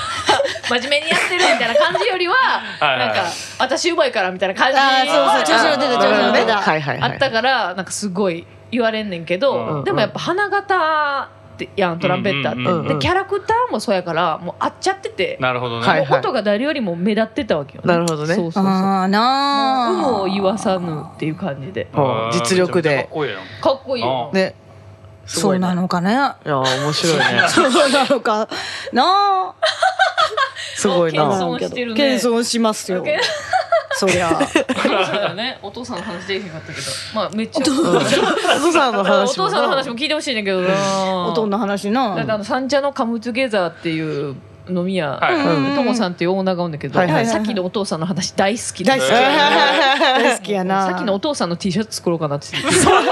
[SPEAKER 2] 真面目にやってるみたいな感じよりは
[SPEAKER 4] はいはい
[SPEAKER 2] なんか「私うまいから」みたいな感じ
[SPEAKER 3] あーそうそう調子乗ってた調子乗ってた
[SPEAKER 1] はいはい
[SPEAKER 2] あ
[SPEAKER 1] はい。
[SPEAKER 2] ったからなんかすごい言われんねんけ
[SPEAKER 4] うん
[SPEAKER 1] うん
[SPEAKER 2] どでもやっぱ花形ってやんトランペッタ
[SPEAKER 4] うんうん
[SPEAKER 1] う
[SPEAKER 2] ー
[SPEAKER 1] ん
[SPEAKER 2] っ
[SPEAKER 1] うん
[SPEAKER 2] てでキャラクターもそうやからもう合っちゃってて
[SPEAKER 4] なるほどね、
[SPEAKER 1] はい
[SPEAKER 2] もう音が誰よりも目立ってたわけよね
[SPEAKER 1] なるほどね
[SPEAKER 2] そうそうそう
[SPEAKER 3] ああなあ
[SPEAKER 2] 有無を言わさぬっていう感じで
[SPEAKER 1] ほう実力で
[SPEAKER 4] めちゃめちゃかっこいいやん
[SPEAKER 2] かっこいいよ
[SPEAKER 4] ね
[SPEAKER 1] ね。す
[SPEAKER 3] そ
[SPEAKER 1] ご
[SPEAKER 3] う
[SPEAKER 1] いね
[SPEAKER 3] なのかね
[SPEAKER 1] いや面白いね。
[SPEAKER 3] そうなのかなあ
[SPEAKER 1] すごい
[SPEAKER 2] 謙
[SPEAKER 1] な。
[SPEAKER 2] 遜してるね
[SPEAKER 3] 謙遜しますよ
[SPEAKER 2] 謙
[SPEAKER 3] そりゃ
[SPEAKER 2] そうだよねお父さんの話できへんかったけどまあめっちゃお
[SPEAKER 1] お父さんの話も。
[SPEAKER 2] 父さんの 話も聞いてほしいねんだけどな
[SPEAKER 3] おとんの話
[SPEAKER 2] だって
[SPEAKER 3] な
[SPEAKER 2] あの三茶のカムトゥゲザーっていう飲み屋
[SPEAKER 4] はい
[SPEAKER 3] うんうんうん
[SPEAKER 2] ともさんっていうオーナーがおるんだけど、
[SPEAKER 1] はいはいはい
[SPEAKER 2] さっきのお父さんの話大好きで
[SPEAKER 3] 大好きやな大好きやな
[SPEAKER 2] さっきのお父さんの T シャツ作ろうかなってそんなに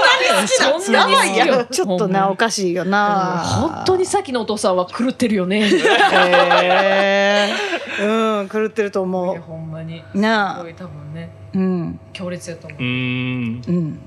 [SPEAKER 2] 好
[SPEAKER 3] やばいやんちょっとなお
[SPEAKER 2] 本
[SPEAKER 3] かしいよな
[SPEAKER 2] 当にさっきのお父さんは狂ってるよね
[SPEAKER 3] へえうん狂ってると思
[SPEAKER 2] ほんまに
[SPEAKER 3] う
[SPEAKER 2] す
[SPEAKER 3] な
[SPEAKER 2] ごい多分ね
[SPEAKER 3] あうん
[SPEAKER 2] 強烈やと思
[SPEAKER 4] うーん
[SPEAKER 3] うん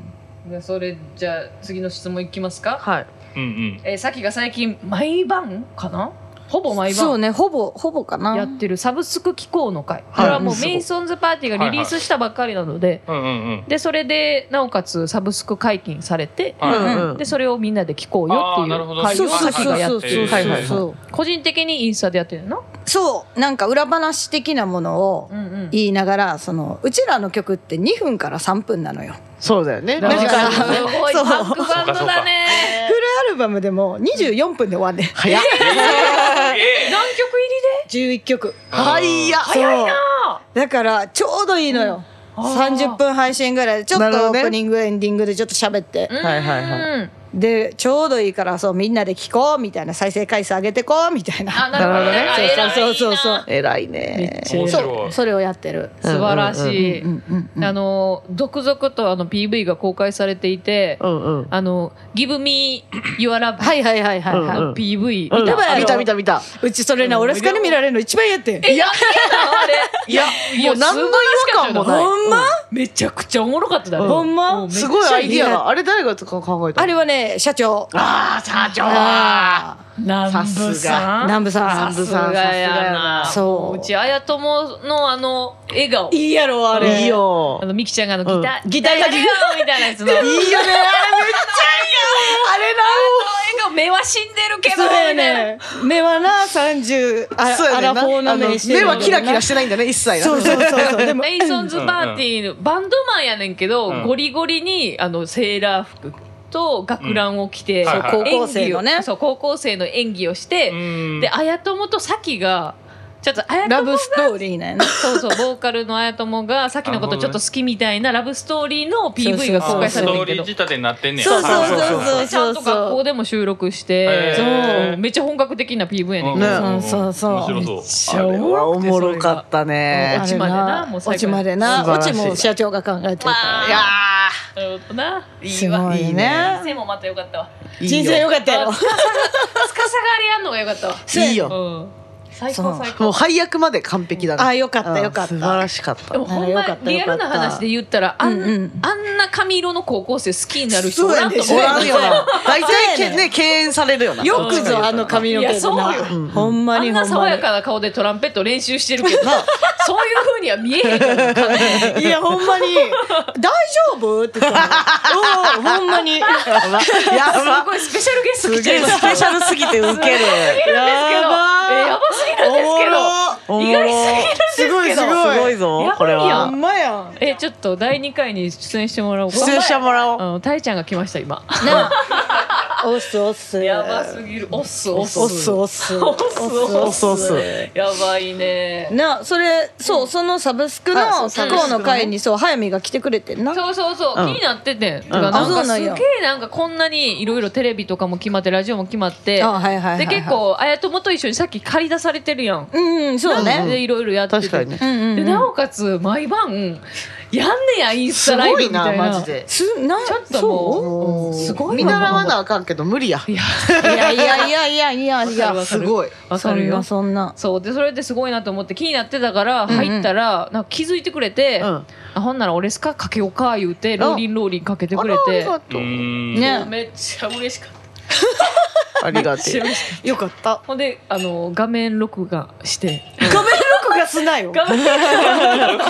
[SPEAKER 2] うでそれじゃあ次の質問いきますか、
[SPEAKER 1] はい。
[SPEAKER 4] うんうん
[SPEAKER 2] えー、さっきが最近毎晩かなほぼ毎
[SPEAKER 3] そう
[SPEAKER 2] 晩
[SPEAKER 3] ねほぼほぼかな
[SPEAKER 2] やってるサブスク機構の会、
[SPEAKER 1] はい
[SPEAKER 2] これはもうメイソンズパーティーがリリースしたばっかりなので、
[SPEAKER 4] うんうん うん
[SPEAKER 2] でそれでなおかつサブスク解禁されて、
[SPEAKER 4] はい
[SPEAKER 3] うん
[SPEAKER 1] うん
[SPEAKER 2] でそれをみんなで聞こうよって
[SPEAKER 4] あー
[SPEAKER 2] い
[SPEAKER 4] なるほど
[SPEAKER 2] う会
[SPEAKER 3] そう
[SPEAKER 2] を
[SPEAKER 3] そ
[SPEAKER 2] さ
[SPEAKER 3] う
[SPEAKER 2] っき
[SPEAKER 3] そ
[SPEAKER 2] が
[SPEAKER 3] う
[SPEAKER 2] や
[SPEAKER 3] そ
[SPEAKER 2] っ
[SPEAKER 3] う
[SPEAKER 2] て
[SPEAKER 4] え
[SPEAKER 3] そ
[SPEAKER 4] ー
[SPEAKER 3] う
[SPEAKER 1] はいはい
[SPEAKER 3] そう
[SPEAKER 2] 個人的にインスタでやってるの、
[SPEAKER 3] そうなんか裏話的なものを
[SPEAKER 2] うんうん
[SPEAKER 3] 言いながらそのうちらの曲って2分から3分なのよ
[SPEAKER 1] そうだよね。
[SPEAKER 2] だからす
[SPEAKER 1] 短い。
[SPEAKER 2] ごい
[SPEAKER 3] そう
[SPEAKER 2] バックバンドだね
[SPEAKER 3] フルアルバムでも24分で終わんねん
[SPEAKER 1] 早っ。
[SPEAKER 4] え
[SPEAKER 2] 何曲入りで
[SPEAKER 3] 11曲
[SPEAKER 1] はいや。
[SPEAKER 3] 早いなだからちょうどいいのよ
[SPEAKER 2] あー
[SPEAKER 3] 30分配信ぐらいでちょっ
[SPEAKER 1] なるほ
[SPEAKER 3] と
[SPEAKER 1] ど
[SPEAKER 3] オ
[SPEAKER 1] ね
[SPEAKER 3] ープニングエンディングでちょっと喋って
[SPEAKER 2] うん
[SPEAKER 1] はいはいは
[SPEAKER 3] でちょうどいいからそうみんなで聴こうみたいな再生回数上げてこうみたい
[SPEAKER 2] あ
[SPEAKER 3] な
[SPEAKER 2] なるほどね
[SPEAKER 1] なるほどね
[SPEAKER 2] あ偉いな
[SPEAKER 3] そうそうそうそう
[SPEAKER 1] 偉い
[SPEAKER 2] め
[SPEAKER 1] ね
[SPEAKER 2] っ。ちゃ偉
[SPEAKER 4] 面
[SPEAKER 2] い
[SPEAKER 4] 白い
[SPEAKER 3] それをやってる
[SPEAKER 2] 素晴らしい、
[SPEAKER 3] うんうんうん
[SPEAKER 2] あの続々とあの PV が公開されていて、
[SPEAKER 1] うんうん。
[SPEAKER 2] あの「Give Me Your Love
[SPEAKER 3] はいはいはいはいはい
[SPEAKER 1] うんうん
[SPEAKER 2] の PV、
[SPEAKER 1] うん
[SPEAKER 2] 見た
[SPEAKER 3] ばいやろ
[SPEAKER 1] 見た見た見た。
[SPEAKER 3] うちそれな、
[SPEAKER 2] うん
[SPEAKER 3] 俺スカに見られるの一番嫌やってん。
[SPEAKER 2] えやってんのあれいや
[SPEAKER 1] もう何の違和感もない。
[SPEAKER 2] 素晴らしかったよ
[SPEAKER 1] んま。
[SPEAKER 2] めちゃくちゃおもろかっただろ
[SPEAKER 3] ほんま
[SPEAKER 2] うめっちゃ
[SPEAKER 1] すごいアイディアが。あれ誰が考えたの
[SPEAKER 3] あれはね、社長。
[SPEAKER 1] ああ社長
[SPEAKER 3] あ
[SPEAKER 2] 南部
[SPEAKER 1] さすが
[SPEAKER 2] さん
[SPEAKER 3] 南部さん
[SPEAKER 2] さすがや
[SPEAKER 1] さ
[SPEAKER 2] な
[SPEAKER 3] すがやなそう
[SPEAKER 2] うち綾友のあの笑顔
[SPEAKER 3] ーいいやろ、あれ。
[SPEAKER 1] いい。よ
[SPEAKER 2] あ。のみきちゃんがあのギター、
[SPEAKER 3] ギター
[SPEAKER 2] ギターやるよみたいなやつのあの
[SPEAKER 3] い
[SPEAKER 2] 笑
[SPEAKER 3] いよね。あれ
[SPEAKER 2] 顔目は死んでるけど
[SPEAKER 3] めっちゃいいやん。あれな。そ
[SPEAKER 2] みたいな
[SPEAKER 3] うやね。目はな、30、あ
[SPEAKER 1] そうや
[SPEAKER 3] ア
[SPEAKER 1] ねん
[SPEAKER 3] ラ
[SPEAKER 1] な
[SPEAKER 3] フォーの目してる
[SPEAKER 1] あ
[SPEAKER 3] よ
[SPEAKER 1] の
[SPEAKER 3] な。
[SPEAKER 1] 目はキラキラしてないんだね一切な
[SPEAKER 3] そうそう そうそう。でも、
[SPEAKER 2] メイソンズパーティーのバンドマンやねんけど、
[SPEAKER 4] うん
[SPEAKER 2] ゴリゴリにあのセーラー服と学ランを着て、
[SPEAKER 4] うんはいはい
[SPEAKER 3] そう高校生のね
[SPEAKER 2] 演技をそう高校生の演技をして、
[SPEAKER 4] うん
[SPEAKER 2] で綾友とさきがちょっと綾
[SPEAKER 3] ラ
[SPEAKER 2] 友
[SPEAKER 3] ブストーリーなんやな。
[SPEAKER 2] そうそうボーカルの綾友がさきのことちょっと好きみたいなラブストーリーの PV が
[SPEAKER 4] あー
[SPEAKER 2] 公開
[SPEAKER 4] ス
[SPEAKER 2] され
[SPEAKER 4] ト
[SPEAKER 2] て
[SPEAKER 4] ー
[SPEAKER 2] るけ
[SPEAKER 4] リー
[SPEAKER 2] ど
[SPEAKER 4] 仕。立てになってんねや
[SPEAKER 3] そうそう
[SPEAKER 4] はいはい
[SPEAKER 3] そう
[SPEAKER 2] ちゃんと学校でも収録して、
[SPEAKER 4] へー
[SPEAKER 2] そうめっちゃ本格的な PV やねんけど、
[SPEAKER 1] ね
[SPEAKER 3] そうそうそう
[SPEAKER 4] 面白そ
[SPEAKER 1] あれはおもろかったね
[SPEAKER 2] 落ちまでなもう最後
[SPEAKER 3] 落ちまでな。
[SPEAKER 1] 素晴
[SPEAKER 3] 落
[SPEAKER 1] らし
[SPEAKER 3] ち
[SPEAKER 1] い
[SPEAKER 3] も社長が考えてるから。
[SPEAKER 2] まあ
[SPEAKER 1] いや
[SPEAKER 2] なるほどな。い
[SPEAKER 3] す
[SPEAKER 2] いわ。
[SPEAKER 3] ごいね
[SPEAKER 2] 人生もまたよかったわ。
[SPEAKER 3] 人生良
[SPEAKER 1] かっ
[SPEAKER 3] かったやろ
[SPEAKER 2] あ司があれやんのがよかったわ。
[SPEAKER 1] たいいよ
[SPEAKER 2] うん。最
[SPEAKER 1] そ
[SPEAKER 2] 高
[SPEAKER 1] う
[SPEAKER 2] 最
[SPEAKER 1] もう
[SPEAKER 2] 高。
[SPEAKER 1] 配役まで完璧だね
[SPEAKER 3] あよかったよかった
[SPEAKER 1] うん素晴らしかった
[SPEAKER 2] でもほんま
[SPEAKER 3] あよかった
[SPEAKER 2] リアルな話で言ったらあん,、
[SPEAKER 3] うんうん
[SPEAKER 2] あんな髪色の高校生好きになる人おらんと
[SPEAKER 3] そ
[SPEAKER 2] 思う
[SPEAKER 3] うや
[SPEAKER 1] あ
[SPEAKER 3] ね
[SPEAKER 1] るよな大体
[SPEAKER 3] そうや
[SPEAKER 1] け
[SPEAKER 3] ねん
[SPEAKER 1] ね敬遠されるよな
[SPEAKER 3] よくぞあの髪の毛
[SPEAKER 2] いやそうよ
[SPEAKER 3] なほんま
[SPEAKER 2] あ
[SPEAKER 3] に
[SPEAKER 2] ん
[SPEAKER 3] ほ
[SPEAKER 2] なん
[SPEAKER 3] ま
[SPEAKER 2] 爽や
[SPEAKER 3] に
[SPEAKER 2] かな顔でトランペット練習してるけど そういう風には見えへんから
[SPEAKER 3] いやほんまに「大丈夫?」って言ったのおーほんまに
[SPEAKER 1] やばや
[SPEAKER 2] す
[SPEAKER 1] ば
[SPEAKER 2] ごいスペシャルゲスト
[SPEAKER 1] す
[SPEAKER 2] 来ち
[SPEAKER 1] げ
[SPEAKER 2] ゃ
[SPEAKER 1] え
[SPEAKER 2] いま
[SPEAKER 1] ス
[SPEAKER 2] す
[SPEAKER 1] ペシャルすぎてウケる
[SPEAKER 2] やば
[SPEAKER 3] やば
[SPEAKER 2] や
[SPEAKER 3] ー
[SPEAKER 2] ばすぎるんですけ
[SPEAKER 1] お
[SPEAKER 2] ど
[SPEAKER 1] もろ
[SPEAKER 2] 意外すぎるんですけど
[SPEAKER 3] おもろ
[SPEAKER 1] す
[SPEAKER 3] す
[SPEAKER 1] ご
[SPEAKER 3] ご
[SPEAKER 1] い
[SPEAKER 3] い
[SPEAKER 1] ぞ
[SPEAKER 2] やばいやん
[SPEAKER 1] これ
[SPEAKER 3] ほ
[SPEAKER 1] は
[SPEAKER 3] んまやん
[SPEAKER 2] えちょっと第二回に出演してもらおうか
[SPEAKER 1] 出演してもらおう
[SPEAKER 2] うんたいちゃんが来ました今
[SPEAKER 3] なあ おっすおっす
[SPEAKER 2] やばすぎるおっすお
[SPEAKER 3] お
[SPEAKER 2] っ
[SPEAKER 3] っ
[SPEAKER 2] す
[SPEAKER 3] すおっすおっす
[SPEAKER 2] おっす
[SPEAKER 1] おっすおっす
[SPEAKER 2] やばいね
[SPEAKER 3] なそれそう、そのサブスク
[SPEAKER 1] あそう
[SPEAKER 3] の
[SPEAKER 1] サ
[SPEAKER 3] 不
[SPEAKER 1] ブスク
[SPEAKER 3] 幸
[SPEAKER 1] のね
[SPEAKER 3] の会にそう早見が来てくれてんな
[SPEAKER 2] そうそうそう、
[SPEAKER 1] うん
[SPEAKER 2] 気になっててん、てか
[SPEAKER 1] あ
[SPEAKER 2] なん
[SPEAKER 3] そ
[SPEAKER 2] か
[SPEAKER 3] う
[SPEAKER 2] す
[SPEAKER 3] なん
[SPEAKER 2] げえ
[SPEAKER 3] や
[SPEAKER 2] なんかこんなにいろいろテレビとかも決まってラジオも決まって、
[SPEAKER 3] あはいはいはいはい
[SPEAKER 2] で結構綾友と一緒にさっき借り出されてるやん
[SPEAKER 3] うんそう
[SPEAKER 1] うん
[SPEAKER 3] ね
[SPEAKER 2] でいろいろやってて
[SPEAKER 1] 確かにね
[SPEAKER 3] うんうん
[SPEAKER 2] で
[SPEAKER 3] うん
[SPEAKER 2] なおかつ毎晩やんねやインス
[SPEAKER 1] す
[SPEAKER 2] タライ
[SPEAKER 1] ご
[SPEAKER 2] ブみ
[SPEAKER 1] い
[SPEAKER 2] た
[SPEAKER 1] ない
[SPEAKER 2] な
[SPEAKER 1] マジで
[SPEAKER 3] すな
[SPEAKER 2] ちょっと
[SPEAKER 3] そ
[SPEAKER 2] もううんすごいわ
[SPEAKER 1] 見習わなあかんけど無理や
[SPEAKER 2] いや
[SPEAKER 3] ういやいやいやいやいや
[SPEAKER 2] わ
[SPEAKER 3] い
[SPEAKER 2] かる
[SPEAKER 3] や
[SPEAKER 2] わ
[SPEAKER 1] すごい
[SPEAKER 2] わ
[SPEAKER 3] そ
[SPEAKER 2] かる
[SPEAKER 3] ん
[SPEAKER 2] よ
[SPEAKER 3] なそんな
[SPEAKER 2] そうでそれですごいなと思って気になってたから
[SPEAKER 3] んうん
[SPEAKER 2] 入ったら、なんか気づいてくれて、
[SPEAKER 1] うん
[SPEAKER 2] あほんなら俺すかかけようか言うてローリンローリンかけてくれ
[SPEAKER 1] あらあり
[SPEAKER 2] て
[SPEAKER 1] が
[SPEAKER 4] う
[SPEAKER 1] とう
[SPEAKER 4] ーん
[SPEAKER 3] ね
[SPEAKER 2] めっちゃ嬉しかった
[SPEAKER 1] ありがとう
[SPEAKER 3] よかった
[SPEAKER 2] ほんであの画面録画して
[SPEAKER 3] 画面録画すなよ
[SPEAKER 2] 画面
[SPEAKER 4] どういうこ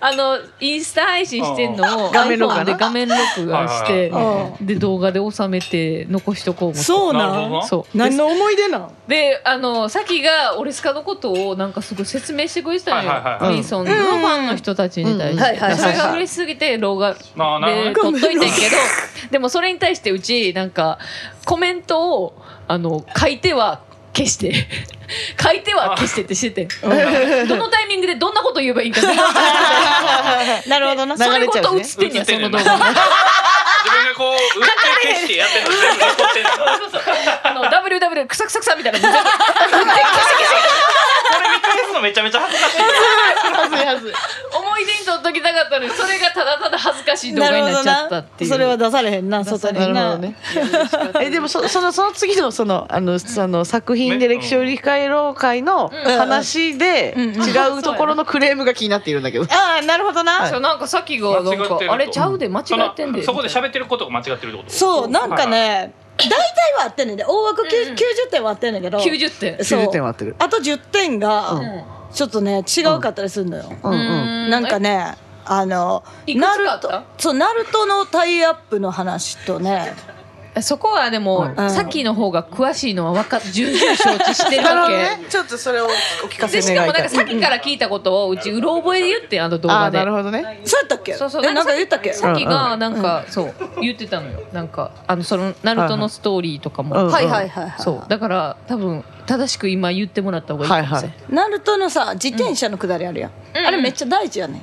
[SPEAKER 4] と
[SPEAKER 2] あのインスタ配信してんのを
[SPEAKER 1] 画面録画
[SPEAKER 2] iPhone で画面録画して
[SPEAKER 4] はい
[SPEAKER 3] はいはい
[SPEAKER 2] で動画で収めて残しとこう思って
[SPEAKER 3] そう
[SPEAKER 4] なる
[SPEAKER 3] な
[SPEAKER 4] ほど
[SPEAKER 3] ん
[SPEAKER 4] な
[SPEAKER 2] そう
[SPEAKER 3] 何の思い出なん
[SPEAKER 2] であのさきがオレスカのことをなんかすごい説明してくれてたのよ、
[SPEAKER 4] はいはいはい
[SPEAKER 2] ミーソンのファンの人たちに対して、
[SPEAKER 3] うんうんはいはいはい
[SPEAKER 2] それが嬉しすぎて動画で
[SPEAKER 4] まあなるほ
[SPEAKER 2] 撮っといてんけどでもそれに対してうちなんかコメントをあの書いては消して 書いては消してってしててどのタイミングでどんなこと言えば いいんか全然分からなくて
[SPEAKER 3] なるほどな
[SPEAKER 2] それごと映ってんねや、
[SPEAKER 4] 映っ
[SPEAKER 2] そ
[SPEAKER 4] てん
[SPEAKER 2] の
[SPEAKER 4] ねん
[SPEAKER 2] 動
[SPEAKER 4] な
[SPEAKER 2] 画。
[SPEAKER 4] 自分がこう打って消してやってるの全部残ってんのこ
[SPEAKER 2] そうそうあの WW クサクサクサみたいな。も
[SPEAKER 4] れ見返すのめちゃめちゃ恥ずかしい
[SPEAKER 2] う思い出にとっときたかったのに、それがただただ恥ずかしい動画になっちゃったっていう。
[SPEAKER 3] それは出されへんな外に
[SPEAKER 1] なるほ
[SPEAKER 3] な
[SPEAKER 1] どね。えでもそそのその次のそのあのその作品で歴史を振り返ろう会の
[SPEAKER 2] うん
[SPEAKER 1] 話で
[SPEAKER 3] うんうん
[SPEAKER 1] 違うところのクレームが気になっているんだけど。
[SPEAKER 3] ああなるほどな
[SPEAKER 2] そうなんかさっきがなん
[SPEAKER 4] 間違
[SPEAKER 2] か
[SPEAKER 4] ってる
[SPEAKER 2] あれちゃうで間違ってんで
[SPEAKER 4] そのそこで
[SPEAKER 2] み
[SPEAKER 4] 喋ってることが間違ってるってこと
[SPEAKER 3] そうなんか
[SPEAKER 4] はい
[SPEAKER 3] ね大体は合ってんねんで大枠
[SPEAKER 2] うんうん
[SPEAKER 3] 90点は合ってんねんけど
[SPEAKER 2] たいな90点
[SPEAKER 3] そう
[SPEAKER 1] 90点は合ってる
[SPEAKER 3] あと10点
[SPEAKER 1] う
[SPEAKER 3] が
[SPEAKER 1] ん
[SPEAKER 3] ちょっとね違うかったりするのよ
[SPEAKER 1] うんうん。
[SPEAKER 3] なんかねあの
[SPEAKER 2] いくつかあった
[SPEAKER 3] ナルトそうナルトのタイアップの話とね
[SPEAKER 2] えそこはでも、
[SPEAKER 3] うん
[SPEAKER 2] さっきの方が詳しいのはわか重々承知して る
[SPEAKER 1] なる
[SPEAKER 2] わ
[SPEAKER 1] ほど
[SPEAKER 2] け
[SPEAKER 1] ね。ちょっとそれをお聞かせ
[SPEAKER 2] でしか
[SPEAKER 1] 願い
[SPEAKER 2] もなん
[SPEAKER 1] た
[SPEAKER 2] か
[SPEAKER 1] い。
[SPEAKER 2] さっきから聞いたことをうちうろ覚えで言ってんあの動
[SPEAKER 1] あ
[SPEAKER 2] 画
[SPEAKER 1] あ
[SPEAKER 2] で
[SPEAKER 1] なるほどね。
[SPEAKER 3] そうやったっけ
[SPEAKER 2] そうそう
[SPEAKER 3] えなんか言ったっけ
[SPEAKER 2] さっき
[SPEAKER 1] うん
[SPEAKER 2] がなんかそう言ってたのよなんかあのそのナルトのストーリーとかも、
[SPEAKER 1] うん
[SPEAKER 3] はいはいはいはい
[SPEAKER 2] そうだから多分正しく今言ってもらった方がいい
[SPEAKER 1] はい
[SPEAKER 2] かも
[SPEAKER 1] は
[SPEAKER 2] しれ
[SPEAKER 1] い
[SPEAKER 2] ない。
[SPEAKER 3] ナルトのさ自転車のくだりあるやん、
[SPEAKER 2] うん
[SPEAKER 3] あれめっちゃ大事やねん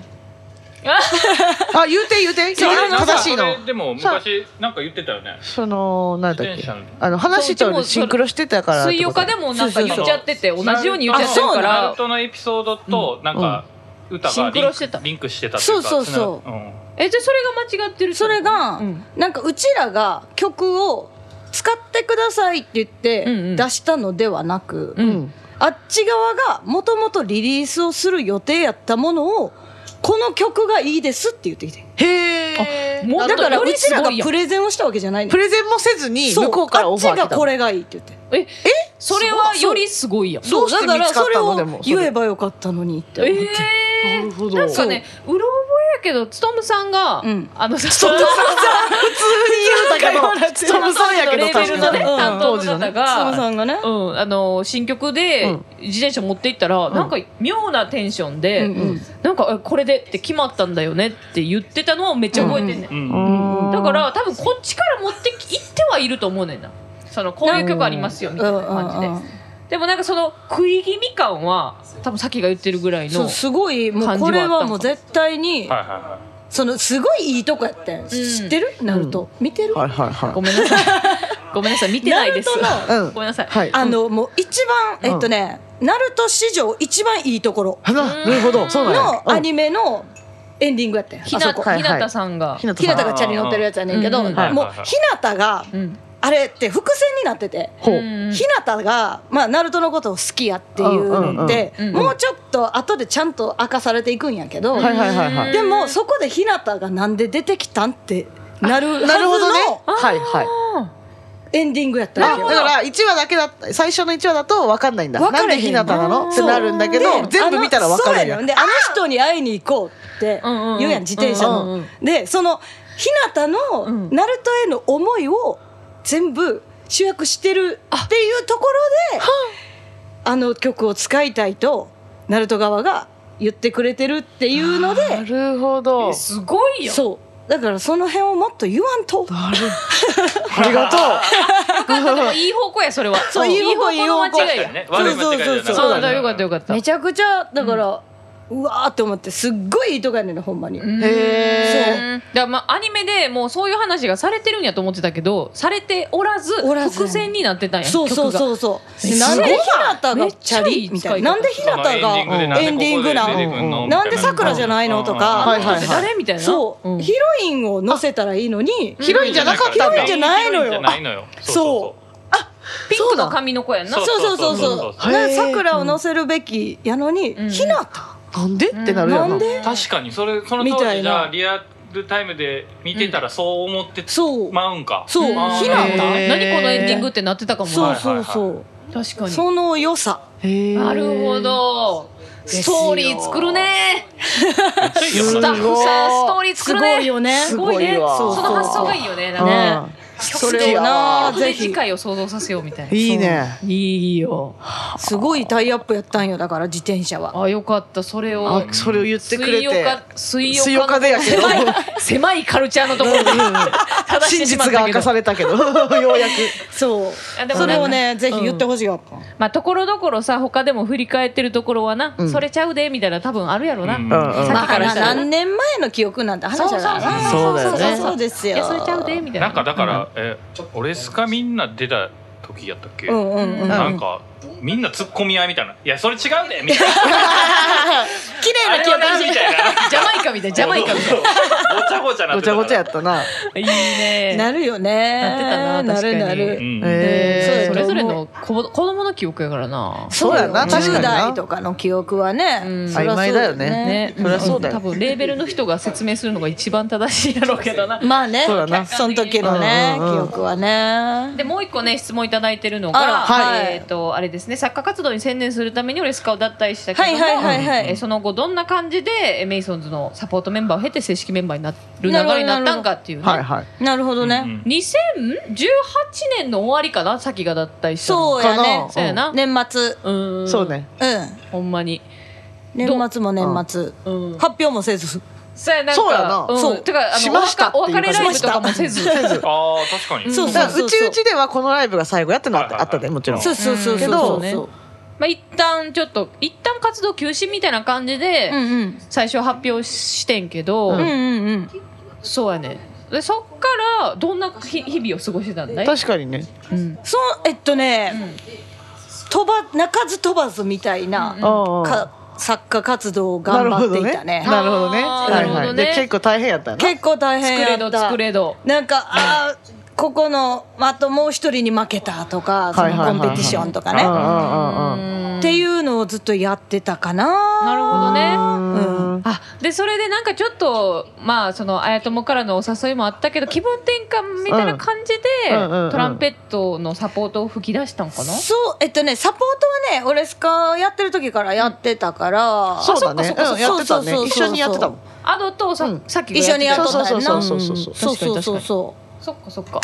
[SPEAKER 1] あ言うて言うて。
[SPEAKER 3] そう
[SPEAKER 1] 今正しいの
[SPEAKER 4] そ。れでも昔なんか言ってたよね
[SPEAKER 1] そのなんだっけ
[SPEAKER 4] 自転車の。
[SPEAKER 1] あの話
[SPEAKER 2] そううち
[SPEAKER 1] と
[SPEAKER 2] も
[SPEAKER 1] シンクロしてたからってこと。
[SPEAKER 2] 水曜日でもなんか言っちゃってて同じように言っちゃってるか
[SPEAKER 4] ナ
[SPEAKER 2] ら
[SPEAKER 4] ルトのエピソードとなんか歌
[SPEAKER 2] シ
[SPEAKER 4] が
[SPEAKER 2] ンク
[SPEAKER 4] リン
[SPEAKER 2] ロ
[SPEAKER 4] ク
[SPEAKER 2] してた
[SPEAKER 4] リンクしてたっていうか
[SPEAKER 3] そうそうそう
[SPEAKER 4] つながうん
[SPEAKER 2] えじゃあそれが間違ってるってこと
[SPEAKER 3] それが、
[SPEAKER 2] うん
[SPEAKER 3] なんかうちらが曲を使ってくださいって言って
[SPEAKER 2] うんうん
[SPEAKER 3] 出したのではなく、
[SPEAKER 1] う
[SPEAKER 2] う
[SPEAKER 1] んん。
[SPEAKER 3] あっち側がもともとリリースをする予定やったものをこの曲がいいですって言ってきて
[SPEAKER 1] へえ。
[SPEAKER 2] もっ
[SPEAKER 3] だ
[SPEAKER 2] と
[SPEAKER 3] から
[SPEAKER 2] よ
[SPEAKER 3] う
[SPEAKER 2] り
[SPEAKER 3] ち
[SPEAKER 2] す
[SPEAKER 3] ら
[SPEAKER 2] ご
[SPEAKER 3] が
[SPEAKER 2] いやん
[SPEAKER 3] プレゼンをしたわけじゃないの
[SPEAKER 1] プレゼンもせずに向こうからオファー来
[SPEAKER 3] そう
[SPEAKER 1] た
[SPEAKER 3] あっちがこれがいいって言っ
[SPEAKER 2] ええ
[SPEAKER 3] て
[SPEAKER 2] それはよりすごいやん
[SPEAKER 1] どうして
[SPEAKER 3] だから
[SPEAKER 1] 見つか
[SPEAKER 3] そ
[SPEAKER 1] っ
[SPEAKER 3] れ
[SPEAKER 1] たの
[SPEAKER 3] を
[SPEAKER 1] でもそれ
[SPEAKER 3] 言えばよかったのにって
[SPEAKER 2] え
[SPEAKER 3] 思って。
[SPEAKER 2] え
[SPEAKER 1] なるほど
[SPEAKER 2] なんかねうろ覚えやけどつとむさんが、
[SPEAKER 3] うん
[SPEAKER 2] あのつと
[SPEAKER 1] 普
[SPEAKER 2] むさん
[SPEAKER 1] 通に言うたけど、ストムさんやけど
[SPEAKER 2] レベル
[SPEAKER 1] 確
[SPEAKER 2] の
[SPEAKER 1] か
[SPEAKER 2] ね
[SPEAKER 1] に。
[SPEAKER 3] うん
[SPEAKER 2] 担当の方
[SPEAKER 3] そも
[SPEAKER 2] が
[SPEAKER 3] さんがね、
[SPEAKER 2] うん、あの新曲で
[SPEAKER 1] うん
[SPEAKER 2] 自転車持っていったら、なんか妙なテンションで、
[SPEAKER 3] うんうん
[SPEAKER 2] なんかえこれでって決まったんだよねって言ってたのをめっちゃ覚えてんね、、
[SPEAKER 4] うんん
[SPEAKER 1] うん
[SPEAKER 2] だから多分こっちから持ってき行ってはいると思うねんなそのこういう曲ありますよみたいな感じ
[SPEAKER 3] うんうん
[SPEAKER 2] ででもなんかその食い気味感は多分さきが言ってるぐらい
[SPEAKER 3] そ
[SPEAKER 2] の
[SPEAKER 3] うすごいも
[SPEAKER 2] 感
[SPEAKER 3] う
[SPEAKER 2] じはあ
[SPEAKER 3] こ
[SPEAKER 2] った
[SPEAKER 3] れはもう絶対に
[SPEAKER 4] はいはいは
[SPEAKER 3] そのすごいいいとこやってん知ってるナルト見てる
[SPEAKER 1] はいはいは
[SPEAKER 2] ごめんなさい ごめんなさい見てないです
[SPEAKER 3] ナル
[SPEAKER 1] い。うん
[SPEAKER 2] ご。めんなさい、
[SPEAKER 1] はい。
[SPEAKER 3] あのもう一番
[SPEAKER 1] うん
[SPEAKER 3] えっとねナルト史上一番いいところ
[SPEAKER 1] あななるほど。そうなんや
[SPEAKER 3] のアニメのエンディングやってん
[SPEAKER 2] ひ
[SPEAKER 3] あ
[SPEAKER 2] な
[SPEAKER 3] そこ
[SPEAKER 1] はい
[SPEAKER 2] ひなたさんが
[SPEAKER 1] ひなた
[SPEAKER 3] 日
[SPEAKER 1] さ
[SPEAKER 3] 向
[SPEAKER 1] ん
[SPEAKER 3] がチャリ乗ってるやつやねんけど
[SPEAKER 2] うんう
[SPEAKER 3] もうん日
[SPEAKER 1] はいはい
[SPEAKER 3] 向が
[SPEAKER 2] うん
[SPEAKER 3] あれって伏線になってて。
[SPEAKER 1] ほう
[SPEAKER 2] うん
[SPEAKER 3] 日向が、まあ、ナルトのことを好きやっていうのって、
[SPEAKER 2] うんうんうんうん
[SPEAKER 3] もうちょっと後でちゃんと明かされていくんやけど、
[SPEAKER 1] はいはいはいはい
[SPEAKER 3] でもそこで日向がなんで出てきたんってなるはず
[SPEAKER 1] なるほどね
[SPEAKER 3] の
[SPEAKER 1] はいはい
[SPEAKER 3] エンディングやった
[SPEAKER 1] あ
[SPEAKER 3] わ
[SPEAKER 1] だ
[SPEAKER 3] け
[SPEAKER 1] か
[SPEAKER 3] よ
[SPEAKER 1] ら1話だけだった最初の1話だと分かんないんだ
[SPEAKER 3] 分
[SPEAKER 1] な
[SPEAKER 3] か
[SPEAKER 1] ん
[SPEAKER 3] れ
[SPEAKER 1] で
[SPEAKER 3] へん
[SPEAKER 1] ひなたなのってなるんだけど
[SPEAKER 3] で
[SPEAKER 1] 全部見たら分かる
[SPEAKER 3] あのそうや
[SPEAKER 1] や
[SPEAKER 3] ね
[SPEAKER 1] ん
[SPEAKER 3] んであの人に会いに行こうって
[SPEAKER 2] うんうんうん
[SPEAKER 3] 言うやん自転車
[SPEAKER 2] うんうん
[SPEAKER 3] の。でその日向
[SPEAKER 2] うん
[SPEAKER 3] のナルトへの思いを全部主役してるっていうところであの曲を使いたいとナルト側が言ってくれてるっていうの
[SPEAKER 1] な
[SPEAKER 3] で
[SPEAKER 1] るほど
[SPEAKER 2] すごいよ
[SPEAKER 3] そうだからその辺をもっと言わんと。
[SPEAKER 1] ありがとう
[SPEAKER 2] でもいい方向やそれは
[SPEAKER 3] そういい方向
[SPEAKER 2] いい方向の間違い
[SPEAKER 4] 確かに
[SPEAKER 2] や
[SPEAKER 4] ね悪い間違いじゃない
[SPEAKER 1] そうそう
[SPEAKER 2] あ
[SPEAKER 1] そう
[SPEAKER 2] あだからよかったよかった
[SPEAKER 3] めちゃくちゃだから、うわーって思ってすっごいいいとこやねんねほんまに、
[SPEAKER 2] うん
[SPEAKER 1] へ
[SPEAKER 2] うんだからまあアニメでもうそういう話がされてるんやと思ってたけどされておらず
[SPEAKER 3] おらず
[SPEAKER 2] 伏線になってたんや
[SPEAKER 3] そうそう
[SPEAKER 2] う
[SPEAKER 3] そうそう
[SPEAKER 2] めっちゃ
[SPEAKER 3] なんで
[SPEAKER 2] いい
[SPEAKER 3] ひなた
[SPEAKER 2] め
[SPEAKER 3] が
[SPEAKER 2] っ
[SPEAKER 3] チ
[SPEAKER 2] ちゃ
[SPEAKER 3] ャ
[SPEAKER 2] いい
[SPEAKER 3] リ
[SPEAKER 2] 使い方
[SPEAKER 3] みたいななんでひなたが
[SPEAKER 4] その
[SPEAKER 3] エンディングな
[SPEAKER 4] エ
[SPEAKER 1] で
[SPEAKER 4] ン
[SPEAKER 1] こ
[SPEAKER 4] ディ
[SPEAKER 1] こ
[SPEAKER 4] ングの
[SPEAKER 3] なんでさくらじゃないのとか、
[SPEAKER 1] はいはい
[SPEAKER 2] で誰みたいな
[SPEAKER 3] そう、
[SPEAKER 2] ん
[SPEAKER 3] ヒロインを乗せたらいいのに、
[SPEAKER 1] ヒロインじゃなかったん
[SPEAKER 3] ヒロ
[SPEAKER 1] だ
[SPEAKER 3] インじゃないのよ
[SPEAKER 4] ヒロインじゃないのよ
[SPEAKER 3] そ
[SPEAKER 2] ピンクの髪の子やんな
[SPEAKER 4] そう
[SPEAKER 3] そうそうそう
[SPEAKER 4] そ
[SPEAKER 3] そ
[SPEAKER 4] うそうう
[SPEAKER 1] そうへー
[SPEAKER 3] さくらを乗せるべきやのに、
[SPEAKER 2] うん
[SPEAKER 3] ひなた
[SPEAKER 1] なんでってなるや
[SPEAKER 3] なんんで
[SPEAKER 4] 確かにそれその
[SPEAKER 3] み
[SPEAKER 4] 当
[SPEAKER 3] たいな
[SPEAKER 4] 時じゃあリアルタイムで見てたらそう思って
[SPEAKER 3] そう、
[SPEAKER 4] まうんか
[SPEAKER 3] そう
[SPEAKER 2] あー
[SPEAKER 3] ひなた
[SPEAKER 2] 何このエンディングってなってたかもな
[SPEAKER 3] そうそうそう、
[SPEAKER 2] 確かに
[SPEAKER 3] その良さ
[SPEAKER 1] へー
[SPEAKER 2] なるほどストーリー作るね
[SPEAKER 4] す
[SPEAKER 2] スタッフさんストーリー
[SPEAKER 3] す
[SPEAKER 2] 作る
[SPEAKER 3] ご
[SPEAKER 2] ね
[SPEAKER 3] いよね
[SPEAKER 2] すごいね
[SPEAKER 1] すごいわ
[SPEAKER 2] その発想がいいよねなんかね
[SPEAKER 1] うん
[SPEAKER 3] ね
[SPEAKER 1] そ
[SPEAKER 3] そ
[SPEAKER 1] れ
[SPEAKER 3] れ
[SPEAKER 1] を
[SPEAKER 3] を
[SPEAKER 1] な
[SPEAKER 3] な
[SPEAKER 2] で
[SPEAKER 3] ぜ
[SPEAKER 2] 次
[SPEAKER 3] ひ
[SPEAKER 2] 回を想像させようみたいない
[SPEAKER 1] いね
[SPEAKER 2] いいよ
[SPEAKER 3] すごいタイアップやったんよだから自転車は
[SPEAKER 2] あよかったそれを
[SPEAKER 1] あそれを言ってくれ
[SPEAKER 2] 水曜
[SPEAKER 1] て
[SPEAKER 2] か水曜
[SPEAKER 1] 水曜
[SPEAKER 2] か
[SPEAKER 1] か
[SPEAKER 2] の
[SPEAKER 1] でやけど
[SPEAKER 2] 狭い 狭いカルチャーのところで
[SPEAKER 1] 真
[SPEAKER 2] 正してしまっ
[SPEAKER 1] 実が
[SPEAKER 2] たけ
[SPEAKER 1] 明
[SPEAKER 2] ど
[SPEAKER 1] かされ たけどようや
[SPEAKER 3] そう
[SPEAKER 2] あでも
[SPEAKER 3] それ
[SPEAKER 2] な
[SPEAKER 3] を
[SPEAKER 2] んか
[SPEAKER 3] ねぜひ言ってほしいよ、
[SPEAKER 2] まあところどころさ他でも振り返ってるところはな、
[SPEAKER 1] うん
[SPEAKER 2] それちゃうでみたいな多分あるやろな、
[SPEAKER 4] うん
[SPEAKER 1] くうんうん
[SPEAKER 2] さっき
[SPEAKER 3] ま
[SPEAKER 2] か
[SPEAKER 3] あ
[SPEAKER 2] ら
[SPEAKER 3] な
[SPEAKER 2] したら
[SPEAKER 3] 何年前の記憶なんて話じゃない
[SPEAKER 1] そうそうそうそうそうだよね
[SPEAKER 3] そうです
[SPEAKER 2] い
[SPEAKER 3] よ
[SPEAKER 2] やそれちゃうでみたいな
[SPEAKER 4] なんかだから、え俺すかみんな出た時やったっけ、
[SPEAKER 3] うんうんうん
[SPEAKER 4] なんかみんな突っ込み合いみたいな「いやそれ違うで」みたいな
[SPEAKER 3] 綺麗な
[SPEAKER 4] 「あれ
[SPEAKER 3] 記
[SPEAKER 4] は
[SPEAKER 3] 憶
[SPEAKER 4] 何?」みたいな
[SPEAKER 2] ジャマイカみたいなジャマイカみたい
[SPEAKER 4] そうそうごちゃごちゃな
[SPEAKER 1] ご
[SPEAKER 4] って
[SPEAKER 1] ちゃ
[SPEAKER 4] た
[SPEAKER 1] ごちゃや
[SPEAKER 4] っ
[SPEAKER 1] ったな
[SPEAKER 2] ないいね
[SPEAKER 3] なるよね
[SPEAKER 2] なってたな確かに
[SPEAKER 3] なるな
[SPEAKER 4] う
[SPEAKER 3] る
[SPEAKER 4] ん
[SPEAKER 1] へー
[SPEAKER 2] それぞれの子ぼ子供の記憶やからな
[SPEAKER 1] そうやな
[SPEAKER 3] よ
[SPEAKER 1] 確かにな
[SPEAKER 3] 10代とかの記憶はね、
[SPEAKER 2] うん
[SPEAKER 3] そりゃそう
[SPEAKER 1] 曖昧だよ
[SPEAKER 2] ね
[SPEAKER 1] そりゃそうだよ
[SPEAKER 2] ん多分レーベルの人が説明するのが一番正しいやろうけどな
[SPEAKER 3] まあね
[SPEAKER 1] そうだな
[SPEAKER 3] その時のね、
[SPEAKER 1] うんうんうん
[SPEAKER 3] 記憶はね
[SPEAKER 2] でもう一個ね質問いただいてるの
[SPEAKER 3] あ
[SPEAKER 2] が、
[SPEAKER 3] らはい
[SPEAKER 2] えっ、とあれですね作家活動に専念するためにオレスカを脱退したけども、
[SPEAKER 3] はいはいはいはい
[SPEAKER 2] えーその後どんな感じでえーメイソンズのサポートメンバーを経て正式メンバーになる流れになったんかっていうね、
[SPEAKER 1] はいはい
[SPEAKER 3] なるほどね、
[SPEAKER 4] うん
[SPEAKER 2] 2018年の終わりかな先が脱退したの
[SPEAKER 3] そうやね
[SPEAKER 1] か
[SPEAKER 2] そうやな、
[SPEAKER 3] 年末
[SPEAKER 2] うん
[SPEAKER 1] そうね
[SPEAKER 3] うん
[SPEAKER 2] ほんまに
[SPEAKER 3] 年末も年末、
[SPEAKER 2] うん
[SPEAKER 3] 発表もせず
[SPEAKER 2] そうやなんか
[SPEAKER 1] そうやな
[SPEAKER 2] うん、
[SPEAKER 3] そう
[SPEAKER 2] てかあ
[SPEAKER 1] し
[SPEAKER 2] のお
[SPEAKER 1] まし
[SPEAKER 2] 別
[SPEAKER 1] たって
[SPEAKER 2] お
[SPEAKER 1] いう
[SPEAKER 2] 別れライブとかもせず
[SPEAKER 4] あー確かに、
[SPEAKER 2] うん
[SPEAKER 3] そう
[SPEAKER 1] だ
[SPEAKER 3] そう
[SPEAKER 1] か
[SPEAKER 3] そ
[SPEAKER 1] ら
[SPEAKER 3] う
[SPEAKER 1] うちうちではこのライブが最後やってのはあっ
[SPEAKER 4] は
[SPEAKER 1] た
[SPEAKER 4] いはい
[SPEAKER 1] あったでもちろん
[SPEAKER 3] そうそうそう
[SPEAKER 2] け
[SPEAKER 3] そう
[SPEAKER 2] ど
[SPEAKER 3] そうそう
[SPEAKER 2] まあ一旦ちょっと一旦活動休止みたいな感じで、
[SPEAKER 3] うんうん
[SPEAKER 2] 最初発表してんけど、
[SPEAKER 1] うん
[SPEAKER 3] うんうん
[SPEAKER 2] そうやねでそっからどんな日日々を過ごしてたんだい、
[SPEAKER 1] 確かにね
[SPEAKER 2] うん
[SPEAKER 3] そうえっとね、飛ば鳴かず飛ばずみたいな、
[SPEAKER 1] うんうん
[SPEAKER 3] か作家活動を頑張っていたね
[SPEAKER 1] なるほどね
[SPEAKER 2] あ
[SPEAKER 1] は
[SPEAKER 2] ー
[SPEAKER 1] い
[SPEAKER 2] なるほ
[SPEAKER 1] は
[SPEAKER 2] ど
[SPEAKER 1] い
[SPEAKER 2] ね
[SPEAKER 1] で結構大変やったよな
[SPEAKER 3] 結構大変
[SPEAKER 2] 作
[SPEAKER 3] や
[SPEAKER 2] れ
[SPEAKER 3] った
[SPEAKER 2] ど作れど
[SPEAKER 3] なんかあーここのあともう一人に負けたとかそ
[SPEAKER 1] はいは
[SPEAKER 3] の
[SPEAKER 1] いはいはい
[SPEAKER 3] コンペティションとかね、
[SPEAKER 1] うんうんうんうん
[SPEAKER 3] っていうのをずっとやってたかな
[SPEAKER 2] なるほどね
[SPEAKER 3] うん
[SPEAKER 2] あでそれでなんかちょっとまあその綾友からのお誘いもあったけど気分転換みたいな感じ
[SPEAKER 1] うん
[SPEAKER 2] で、
[SPEAKER 1] うんうんうん
[SPEAKER 2] トランペットのサポートを吹き出したんかな、
[SPEAKER 3] そうえっとねサポートはねオレスカやってる時からやってたから、
[SPEAKER 1] そうだね
[SPEAKER 3] あそっかそっか
[SPEAKER 1] うんやってたね
[SPEAKER 3] そうそうそうそう
[SPEAKER 1] 一緒にやってたもん
[SPEAKER 2] アドとさ、
[SPEAKER 1] うん
[SPEAKER 2] さっきが
[SPEAKER 3] 一緒にやっとったんやな
[SPEAKER 1] そうそうそう
[SPEAKER 2] そうそう
[SPEAKER 3] うんそうそうそうそ
[SPEAKER 2] そっかそっか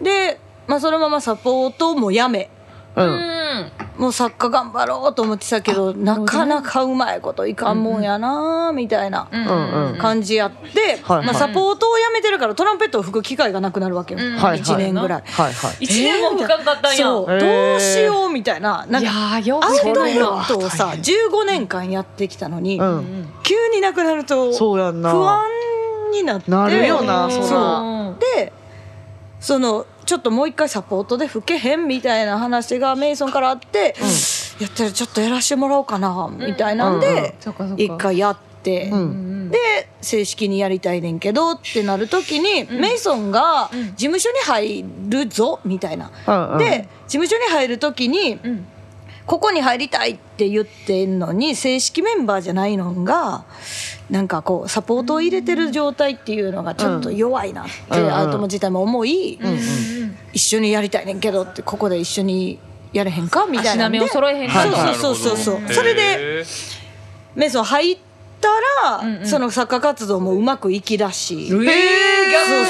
[SPEAKER 3] うで、まあ、そのままサポートもやめ
[SPEAKER 1] う
[SPEAKER 2] うんん
[SPEAKER 3] もう作家頑張ろうと思ってたけどなかなかうまいこといかんもんやなみたいな
[SPEAKER 2] うん
[SPEAKER 1] うんうん
[SPEAKER 3] 感じやって、
[SPEAKER 1] はいはい
[SPEAKER 3] まあ、サポートをやめてるからトランペットを吹く機会がなくなるわけよ、
[SPEAKER 2] うん
[SPEAKER 1] はい
[SPEAKER 3] 1年ぐらい。
[SPEAKER 1] はいはい
[SPEAKER 2] 1年もかかったんや、
[SPEAKER 3] そうどうしようみたいななん
[SPEAKER 2] い
[SPEAKER 3] か
[SPEAKER 2] やーよ
[SPEAKER 3] アウ
[SPEAKER 2] く
[SPEAKER 3] ト
[SPEAKER 2] そ
[SPEAKER 3] プ
[SPEAKER 2] れは
[SPEAKER 3] ットをさ15年間やってきたのに、
[SPEAKER 1] うん
[SPEAKER 3] 急になくなると
[SPEAKER 1] そうやんな
[SPEAKER 3] 不安になって
[SPEAKER 1] なるよなそら
[SPEAKER 2] う
[SPEAKER 3] でそのちょっともう一回サポートで吹けへんみたいな話がメイソンからあって、やったらちょっとやらしてもらおうかなみたいなん
[SPEAKER 1] うんうん
[SPEAKER 3] で
[SPEAKER 2] そっかそっか
[SPEAKER 3] 一回やっって、
[SPEAKER 1] う
[SPEAKER 2] うんん
[SPEAKER 3] で正式にやりたいねんけどってなる時に、メイソンが事務所に入るぞみたいな。
[SPEAKER 1] うんうん
[SPEAKER 3] で事務所に入る時に
[SPEAKER 2] うんうん
[SPEAKER 3] ここに入りたいって言ってんのに正式メンバーじゃないのがなんかこうサポートを入れてる状態っていうのがちょっと弱いなって
[SPEAKER 1] うん
[SPEAKER 3] アウトも自体も思い、
[SPEAKER 2] うんうん
[SPEAKER 3] 一緒にやりたいねんけどってここで一緒にやれへんかみたい
[SPEAKER 2] 足
[SPEAKER 3] な
[SPEAKER 2] 並
[SPEAKER 3] んで
[SPEAKER 2] みを揃えへん
[SPEAKER 3] は
[SPEAKER 2] か
[SPEAKER 3] い
[SPEAKER 2] ら
[SPEAKER 3] そうそうそうそう
[SPEAKER 4] なるほど
[SPEAKER 3] それで
[SPEAKER 4] へー
[SPEAKER 3] メイソン入ったら、
[SPEAKER 2] うんうん
[SPEAKER 3] その作家活動もうまくいきだし、
[SPEAKER 1] えー、
[SPEAKER 3] そう
[SPEAKER 1] 逆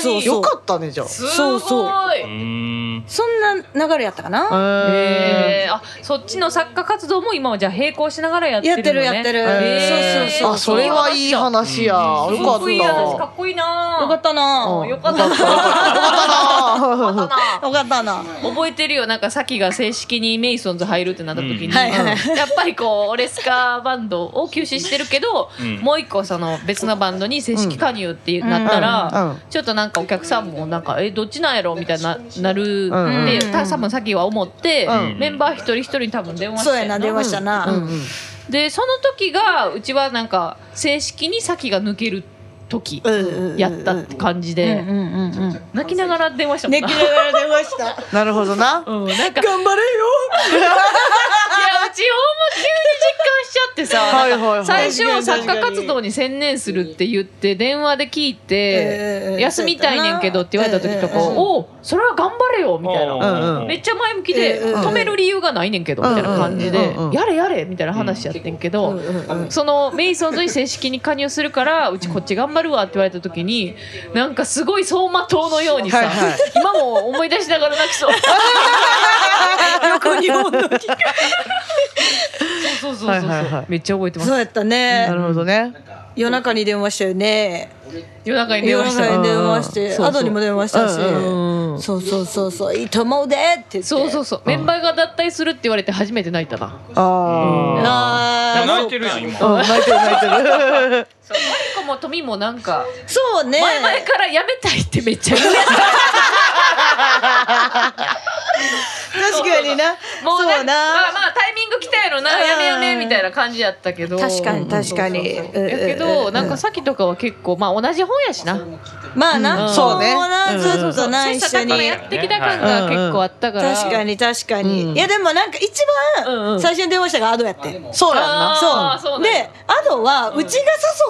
[SPEAKER 3] そ
[SPEAKER 1] に
[SPEAKER 3] うそう
[SPEAKER 1] よかったねじゃあ
[SPEAKER 2] す
[SPEAKER 3] そうそう
[SPEAKER 2] ごいう
[SPEAKER 4] ーん
[SPEAKER 3] そんな流れやったかな、
[SPEAKER 2] へ
[SPEAKER 1] え
[SPEAKER 2] ーあそっちの作家活動も今はじゃあ並行しながらやって
[SPEAKER 3] や
[SPEAKER 2] る
[SPEAKER 3] っ
[SPEAKER 2] の
[SPEAKER 3] てる
[SPEAKER 2] ね
[SPEAKER 3] やってる、
[SPEAKER 1] え
[SPEAKER 2] ー
[SPEAKER 3] そうそうそう
[SPEAKER 1] あそれはいい話や、
[SPEAKER 4] うん
[SPEAKER 1] よかった
[SPEAKER 2] すごいいい話かっこいいな
[SPEAKER 3] よかったな
[SPEAKER 1] うん
[SPEAKER 2] よかったなよかったな
[SPEAKER 3] よかったな
[SPEAKER 2] 覚えてるよなんかさきが正式にメイソンズ入るってなった時に、
[SPEAKER 4] うん
[SPEAKER 3] はいはい
[SPEAKER 2] やっぱりこうオレスカバンドを休止してるけど、
[SPEAKER 4] うん
[SPEAKER 2] もう一個その別のバンドに正式加入ってなったら、
[SPEAKER 1] うんうん
[SPEAKER 2] ちょっとなんかお客さんもなんかえどっちなんやろみたいにななるっ
[SPEAKER 1] う
[SPEAKER 2] て、
[SPEAKER 1] ん
[SPEAKER 3] うん
[SPEAKER 2] た多分さきは思って、
[SPEAKER 1] うん
[SPEAKER 2] メンバー一人一人に多分電話して
[SPEAKER 3] そうやな電話したな、
[SPEAKER 1] うんうん
[SPEAKER 2] でその時がうちはなんか正式にさきが抜ける時
[SPEAKER 3] うんうん
[SPEAKER 2] やったって感じで、
[SPEAKER 3] うんうんうんうんで
[SPEAKER 2] 泣きながら電話したもん
[SPEAKER 3] きな
[SPEAKER 2] な。
[SPEAKER 3] がら電話した
[SPEAKER 1] なるほどな
[SPEAKER 2] うん、なんか
[SPEAKER 3] 頑張れよ
[SPEAKER 2] いやうちほんま急に実感しちゃってさ
[SPEAKER 1] はいはいはい
[SPEAKER 2] なんか最初
[SPEAKER 3] 確
[SPEAKER 2] 作
[SPEAKER 3] かに
[SPEAKER 2] 家活動に専念するって言って電話で聞いて
[SPEAKER 3] ええ
[SPEAKER 2] 休みたいねんけどって言われた時とか
[SPEAKER 3] ええ
[SPEAKER 2] おおそれは頑張れよみたいな。
[SPEAKER 1] うんうん
[SPEAKER 2] めっちゃ前向きで
[SPEAKER 3] ええ
[SPEAKER 2] 止める理由がないねんけどみたいな感じ
[SPEAKER 1] う
[SPEAKER 2] で
[SPEAKER 1] んうんうん
[SPEAKER 2] やれやれみたいな話やってんけ
[SPEAKER 3] う
[SPEAKER 2] ど
[SPEAKER 3] んうんうん
[SPEAKER 2] そのメイソンズに正式に加入するからうちこっち頑張るわって言われた時になんかすごい走馬灯のように
[SPEAKER 1] は
[SPEAKER 2] さ
[SPEAKER 1] いはい
[SPEAKER 2] 今も思い出しながら泣きそう。
[SPEAKER 3] 横におんのに
[SPEAKER 2] そうそうそうそう、
[SPEAKER 1] はいはいはい
[SPEAKER 2] めっちゃ覚えてます
[SPEAKER 3] そうやった
[SPEAKER 1] な
[SPEAKER 3] ね
[SPEAKER 1] るほどね
[SPEAKER 3] 夜中に電話したよね
[SPEAKER 2] 夜中に電
[SPEAKER 3] 夜
[SPEAKER 2] 話した
[SPEAKER 3] 中に電話し
[SPEAKER 1] うん
[SPEAKER 3] て
[SPEAKER 1] そうそう
[SPEAKER 3] 後にも電話したし
[SPEAKER 1] うんうんうん
[SPEAKER 3] そうそうそうそういいと思うでって言って
[SPEAKER 2] そうそうそ
[SPEAKER 3] そ
[SPEAKER 2] う、メンバーが脱退するって言われて初めて泣いたな。
[SPEAKER 1] ああ
[SPEAKER 3] あ
[SPEAKER 4] でも
[SPEAKER 3] ー
[SPEAKER 4] 泣いてるやん今
[SPEAKER 1] うん泣いてる泣いてる
[SPEAKER 2] そう、マリコもトミもなんか、
[SPEAKER 3] そうね
[SPEAKER 2] 前々からやめたいってめっ ちゃ言うや
[SPEAKER 1] 確かにな
[SPEAKER 2] つ。もう
[SPEAKER 3] そうな
[SPEAKER 2] ね、まあまあタイミング来たやろな、
[SPEAKER 3] うん
[SPEAKER 2] やめやめみたいな感じやったけど。
[SPEAKER 3] 確かに確かに
[SPEAKER 2] そうそうそうやけど、なんかさきとかは結構、まあ同じ本やしな。
[SPEAKER 3] まあ
[SPEAKER 1] う
[SPEAKER 3] な、
[SPEAKER 1] ん
[SPEAKER 3] そうね。
[SPEAKER 1] そうね
[SPEAKER 3] ずっとな、一
[SPEAKER 2] 切磋
[SPEAKER 3] 緒
[SPEAKER 2] 琢
[SPEAKER 3] に
[SPEAKER 2] 磨。やってきた感が結構あったから。
[SPEAKER 3] 確か。に確かに、
[SPEAKER 1] うん
[SPEAKER 3] いやでもなんか一
[SPEAKER 2] うんう
[SPEAKER 3] 番
[SPEAKER 2] ん
[SPEAKER 3] 最初に電話したのがアドやって、
[SPEAKER 1] そうやんな
[SPEAKER 2] あー
[SPEAKER 3] そ
[SPEAKER 2] そう
[SPEAKER 3] う
[SPEAKER 2] なんや
[SPEAKER 3] でアドはうちが誘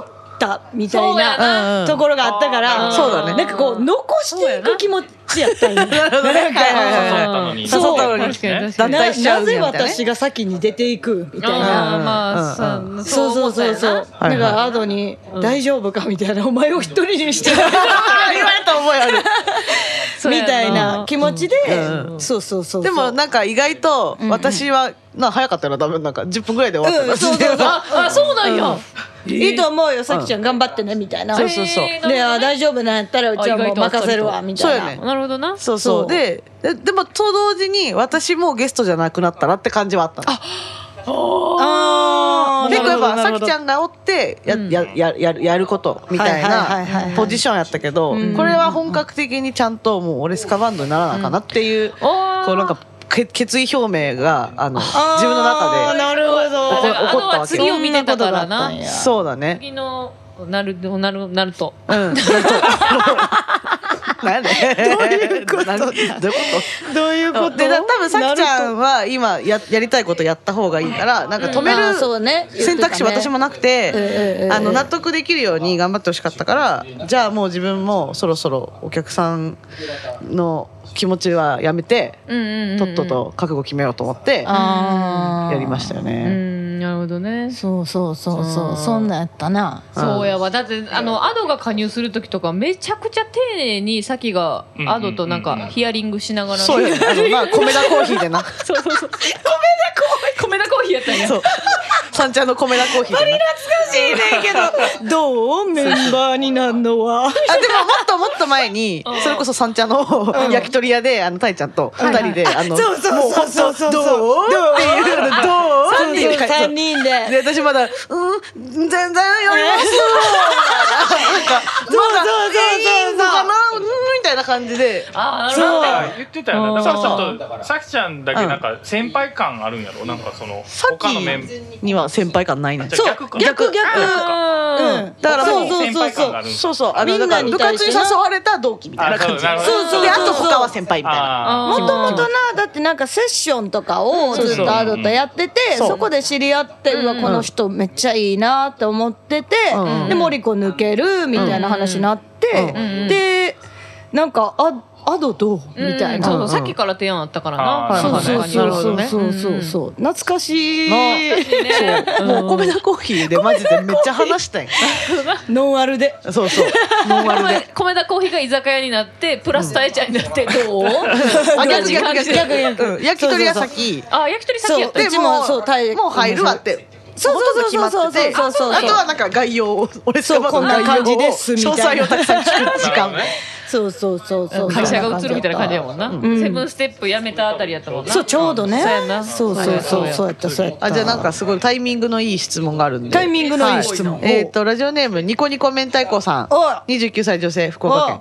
[SPEAKER 3] ったみたい
[SPEAKER 2] そうや
[SPEAKER 3] な
[SPEAKER 2] な。
[SPEAKER 1] うん
[SPEAKER 3] ところがあったから、
[SPEAKER 2] うん
[SPEAKER 1] そうだね
[SPEAKER 3] なんかこう残していく気持ちやったんやな
[SPEAKER 1] はいはい
[SPEAKER 4] 誘っ
[SPEAKER 1] はい
[SPEAKER 4] た
[SPEAKER 1] はい
[SPEAKER 4] のに
[SPEAKER 1] そう誘ったのに
[SPEAKER 2] 確かに確か
[SPEAKER 1] 脱
[SPEAKER 2] に。
[SPEAKER 1] 退しちゃ
[SPEAKER 3] な
[SPEAKER 1] うみた
[SPEAKER 3] ぜ
[SPEAKER 1] いなね
[SPEAKER 3] 私が先に出ていくみたいな。
[SPEAKER 2] あーまあ、さ
[SPEAKER 1] う
[SPEAKER 2] そう
[SPEAKER 3] そ
[SPEAKER 2] 思
[SPEAKER 3] う
[SPEAKER 2] った
[SPEAKER 3] そ
[SPEAKER 2] よ
[SPEAKER 3] う
[SPEAKER 2] な。
[SPEAKER 3] そう。だからアドに大丈夫かみたいな、お前を一人にしてる
[SPEAKER 1] 言われた覚えある
[SPEAKER 2] そう
[SPEAKER 3] み
[SPEAKER 2] や
[SPEAKER 3] たいな気持ちで
[SPEAKER 1] うんう、
[SPEAKER 3] そうそうそうそう。
[SPEAKER 1] でもなんか意外と私はな早かったよな多分なんか10分ぐらいで終わった
[SPEAKER 3] うんそうそうそう
[SPEAKER 2] あ、あ、そうなんや。
[SPEAKER 3] いいと思うよ、さきちゃん頑張ってねみたいな。
[SPEAKER 1] そうそうそう
[SPEAKER 2] えー
[SPEAKER 3] で、あ大丈夫なんやったらうちはもう任せるわみたいな。
[SPEAKER 1] そうやね
[SPEAKER 2] なるほど な。
[SPEAKER 1] そうそう
[SPEAKER 3] そう
[SPEAKER 1] でででもと同時に私もゲストじゃなくなったなって感じはあったあ
[SPEAKER 3] あー
[SPEAKER 1] 結構やっぱ
[SPEAKER 2] なる
[SPEAKER 1] さ
[SPEAKER 2] ほど
[SPEAKER 1] きちゃんがおってや,、
[SPEAKER 2] うん
[SPEAKER 1] やややるやることみたい
[SPEAKER 3] はいはいはいはいは
[SPEAKER 1] ないポジションやったけど、
[SPEAKER 3] うん
[SPEAKER 1] これは本格的にちゃんともう俺スカバンドにならなあかなっていう、こ
[SPEAKER 2] あー
[SPEAKER 1] うなんかけ決意表明があの
[SPEAKER 3] あー
[SPEAKER 1] 自分の中で
[SPEAKER 3] なるほ
[SPEAKER 1] 怒っ
[SPEAKER 3] ど。
[SPEAKER 1] 怒ったわけ
[SPEAKER 2] あのは次を見てたからな
[SPEAKER 3] そんことだったんや
[SPEAKER 1] そうだね
[SPEAKER 2] 次のなるなるなると。
[SPEAKER 1] うん なんでどういう ことどういうことどういうことでだ多分さきちゃんは今ややりたいことやった方がいいからなんか止め
[SPEAKER 3] まあ
[SPEAKER 1] る
[SPEAKER 3] そうね
[SPEAKER 1] 選択肢私もなく
[SPEAKER 3] え
[SPEAKER 1] て
[SPEAKER 3] え
[SPEAKER 1] あの納得できるように頑張ってほしかったからじゃあもう自分もそろそろお客さんの気持ちはやめて
[SPEAKER 2] うんうんうん。
[SPEAKER 1] とっと。と覚悟決めようと思ってや
[SPEAKER 3] あー
[SPEAKER 1] りましたよ
[SPEAKER 2] う
[SPEAKER 1] ね。
[SPEAKER 2] ん、なるほどね。
[SPEAKER 3] そうそうそうそう、そんなんやったな。
[SPEAKER 2] そうやわだってあのアドが加入する時とかめちゃくちゃ丁寧にさきがアドとなん
[SPEAKER 4] うんうんうん
[SPEAKER 2] か
[SPEAKER 4] うん
[SPEAKER 2] ヒアリングしながらね
[SPEAKER 1] そうやねあのまあ米田コーヒーでな
[SPEAKER 2] そうそうそう米田コーヒー米田コーヒーやったんや
[SPEAKER 1] そうさんちゃんの米田コーヒーでな。
[SPEAKER 3] 難しいね けど、どうメンバーになんのは。
[SPEAKER 1] あでももっともっと前に
[SPEAKER 2] うん
[SPEAKER 1] それこそ三茶の焼き鳥屋であのたいちゃんと二人であの
[SPEAKER 3] そうそうそうそうそう
[SPEAKER 1] もう本当どうっていうのでどう
[SPEAKER 3] 三
[SPEAKER 1] っていう
[SPEAKER 3] 人
[SPEAKER 1] 感じ
[SPEAKER 3] 三人
[SPEAKER 1] で
[SPEAKER 3] で。
[SPEAKER 1] 私まだ「うん全然やります」なんかまだ
[SPEAKER 3] そうそうそうそう
[SPEAKER 1] 全員のかなうんみたたいな感じで
[SPEAKER 2] ああなるほど
[SPEAKER 1] そ
[SPEAKER 2] ね
[SPEAKER 4] あ言ってたよねだからちょっとさきちゃんだけ
[SPEAKER 1] うん
[SPEAKER 4] なんか先輩感あるんやろなんかその
[SPEAKER 1] さっき
[SPEAKER 4] 他のメンバー
[SPEAKER 1] には先輩感ないね
[SPEAKER 4] じゃ
[SPEAKER 3] そう
[SPEAKER 4] あ
[SPEAKER 3] 逆逆
[SPEAKER 4] 逆か
[SPEAKER 3] 逆
[SPEAKER 2] あー
[SPEAKER 3] うん
[SPEAKER 1] だから
[SPEAKER 4] 他
[SPEAKER 1] そう
[SPEAKER 4] に
[SPEAKER 1] そう
[SPEAKER 4] 先
[SPEAKER 1] そうそ
[SPEAKER 4] 輩感があ
[SPEAKER 1] う
[SPEAKER 4] るんだ
[SPEAKER 1] そうそうあの
[SPEAKER 3] みんな
[SPEAKER 1] だ
[SPEAKER 3] に
[SPEAKER 1] から部活に
[SPEAKER 3] 対して
[SPEAKER 1] 誘
[SPEAKER 3] な
[SPEAKER 1] われた同期みたいな感じで
[SPEAKER 4] あそうなるほど
[SPEAKER 3] そうそう
[SPEAKER 1] あと他は先輩みたいな
[SPEAKER 4] あ
[SPEAKER 2] あー
[SPEAKER 3] もともとなだってなんかセッションとかをずっとあるとやってて
[SPEAKER 1] そう
[SPEAKER 3] そこで知り合ってうわこの人めっちゃいいなって思ってて
[SPEAKER 1] うん
[SPEAKER 3] で森子抜けるみたいな話になって
[SPEAKER 2] うん
[SPEAKER 3] でなんかあアドどうみたい
[SPEAKER 2] うんそう
[SPEAKER 3] な。
[SPEAKER 2] そうさっきから提案あったから
[SPEAKER 4] あ
[SPEAKER 2] な
[SPEAKER 4] ー
[SPEAKER 3] そうそう
[SPEAKER 1] な
[SPEAKER 3] そ
[SPEAKER 1] る
[SPEAKER 3] う
[SPEAKER 1] ほ
[SPEAKER 3] そ
[SPEAKER 1] ど
[SPEAKER 3] う
[SPEAKER 1] ね
[SPEAKER 3] そうそうそう懐かしい
[SPEAKER 1] そうもうお米田コーヒーでマジでめっちゃ話したい
[SPEAKER 3] ノンアルで
[SPEAKER 1] そうそうノンアルで
[SPEAKER 2] 米田コーヒーが居酒屋になってプラス大ちゃんになってどう
[SPEAKER 1] あ
[SPEAKER 2] 同
[SPEAKER 1] 逆
[SPEAKER 2] じ
[SPEAKER 1] 逆
[SPEAKER 2] 感
[SPEAKER 1] 逆
[SPEAKER 2] じで
[SPEAKER 1] 逆逆うん焼き鳥屋先
[SPEAKER 2] あ焼き鳥先やった
[SPEAKER 3] そう
[SPEAKER 1] で
[SPEAKER 3] うちもそうタイ
[SPEAKER 1] もう入るわって
[SPEAKER 3] そうそうそうそうそうそうそう
[SPEAKER 1] あとはなんか概要を俺様の
[SPEAKER 3] そうこんな感じですみ
[SPEAKER 1] 概要を詳
[SPEAKER 3] たい
[SPEAKER 1] 細
[SPEAKER 3] な
[SPEAKER 1] をたくさん聞く時
[SPEAKER 4] 時
[SPEAKER 1] 間
[SPEAKER 4] 間ね
[SPEAKER 3] そうそうそうそう
[SPEAKER 2] 会社が映るみたいな感じやもんな、
[SPEAKER 3] ん
[SPEAKER 2] セブンステップやめたあたりやったもんな
[SPEAKER 3] そうちょうどね
[SPEAKER 2] そうやな
[SPEAKER 3] そうそうそうそうやったそうやった
[SPEAKER 1] あじゃあなんかすごいタイミングのいい質問があるんで
[SPEAKER 3] タイミングのいい質問
[SPEAKER 1] はえっ、とラジオネームニコニコ明太子さん
[SPEAKER 3] お
[SPEAKER 1] 29歳女性福岡県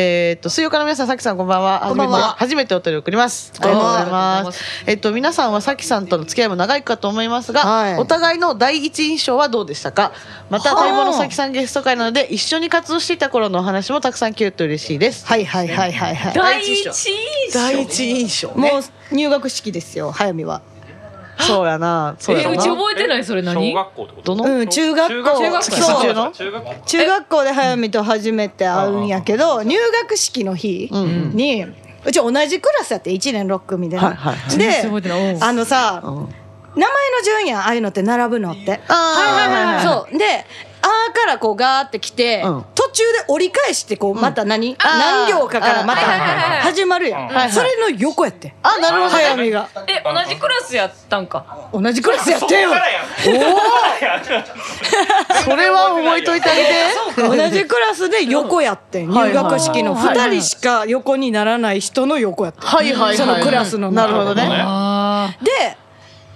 [SPEAKER 1] えっ、と水曜から皆さんさきさんこんばんは
[SPEAKER 3] こんばんは
[SPEAKER 1] 初めて初めてお便り送りますあり
[SPEAKER 3] ん
[SPEAKER 1] がとう
[SPEAKER 3] ばん
[SPEAKER 1] ご
[SPEAKER 3] は
[SPEAKER 1] ざいますえっ、と皆さんはさきさんとの付き合いも長いかと思いますが、
[SPEAKER 3] はい
[SPEAKER 1] お互いの第一印象はどうでしたかまた
[SPEAKER 3] はあ
[SPEAKER 1] 待望のさきさんゲスト会なので一緒に活動していた頃のお話もたくさん聞けると嬉しいです
[SPEAKER 3] はいはいはいはいはい
[SPEAKER 2] 第一印
[SPEAKER 1] 第
[SPEAKER 2] 象
[SPEAKER 1] 一印象ね
[SPEAKER 3] もう入学式ですよ早見は
[SPEAKER 1] そうやなそう
[SPEAKER 2] え
[SPEAKER 1] や
[SPEAKER 2] う
[SPEAKER 1] な
[SPEAKER 2] ち覚えてないそれ何
[SPEAKER 4] 小学校ってこと
[SPEAKER 1] どの
[SPEAKER 3] うん中学校
[SPEAKER 4] 中学
[SPEAKER 1] 校
[SPEAKER 3] そ
[SPEAKER 1] 中学校
[SPEAKER 3] う
[SPEAKER 4] 中学中学校
[SPEAKER 3] 中学校で早見と初めて会うんやけど入学式の日
[SPEAKER 1] ん
[SPEAKER 3] にうち同じクラスやって1年6組でね
[SPEAKER 1] はいはいは
[SPEAKER 3] で
[SPEAKER 2] 覚えてないうん
[SPEAKER 3] あのさ
[SPEAKER 1] うん
[SPEAKER 3] 名前の順やんああいうのって並ぶのって
[SPEAKER 1] あーはいはいはい
[SPEAKER 3] そうで「あ」からこうガーって来て、
[SPEAKER 1] うん
[SPEAKER 3] 途中で折り返してこうまた何、
[SPEAKER 1] あー
[SPEAKER 3] 何行かからまた
[SPEAKER 2] あーはいはいはいはい
[SPEAKER 3] 始まるやん、
[SPEAKER 4] はいはい
[SPEAKER 3] それの横やって
[SPEAKER 1] あなるほど
[SPEAKER 3] 早見が
[SPEAKER 2] え同じクラスやったんか
[SPEAKER 3] 同じクラスやっ
[SPEAKER 4] そって
[SPEAKER 3] よ
[SPEAKER 4] からやん
[SPEAKER 1] それは覚えといてあげて
[SPEAKER 3] 同じクラスで横やってん
[SPEAKER 1] はい
[SPEAKER 3] 入学式の
[SPEAKER 1] はい
[SPEAKER 3] 2人しか横にならない人の横やってん
[SPEAKER 1] はいはいはい
[SPEAKER 3] そのクラスの
[SPEAKER 1] なる
[SPEAKER 3] 中で
[SPEAKER 1] ほどね
[SPEAKER 2] あ
[SPEAKER 3] で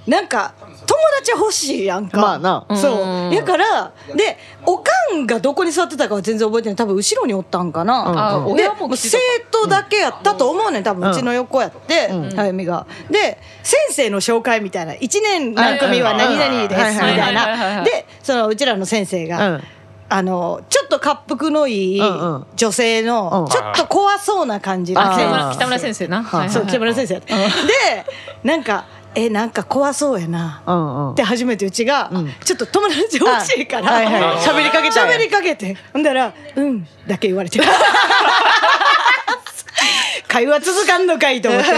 [SPEAKER 3] なんか友達欲しいやんか
[SPEAKER 1] まあな
[SPEAKER 3] そうだからでおかんがどこに座ってたかは全然覚えてない多分後ろにおったんかな、
[SPEAKER 1] うん
[SPEAKER 2] あ
[SPEAKER 3] で
[SPEAKER 2] 親
[SPEAKER 3] も
[SPEAKER 2] も
[SPEAKER 3] う
[SPEAKER 2] 来てた
[SPEAKER 3] 生徒だけやったと思うねん多分うちの横やって、早見が。で先生の紹介みたいな「1年何組は何々です」み
[SPEAKER 1] はいはいはい
[SPEAKER 2] はいは
[SPEAKER 3] たい
[SPEAKER 2] いはいは
[SPEAKER 3] ないでそのうちらの先生が、
[SPEAKER 1] うん
[SPEAKER 3] あのちょっと恰幅のいい
[SPEAKER 1] うんうん
[SPEAKER 3] 女性
[SPEAKER 1] う
[SPEAKER 3] の
[SPEAKER 1] ん
[SPEAKER 3] ちょっと怖そうな感じの
[SPEAKER 1] あ
[SPEAKER 2] 北
[SPEAKER 3] 先
[SPEAKER 1] ー
[SPEAKER 3] 生
[SPEAKER 2] 村北村先生なはいはいはい
[SPEAKER 3] そう北村先生やったでなんか「えなんか怖そうやな」
[SPEAKER 1] うんうん
[SPEAKER 3] って初めてうちが、
[SPEAKER 1] うん
[SPEAKER 3] ちょっと友達欲しいから、
[SPEAKER 1] はいはい喋りかけたんや
[SPEAKER 3] 喋りかけてほんだら「うん」だけ言われて 会話続かんのかいと思って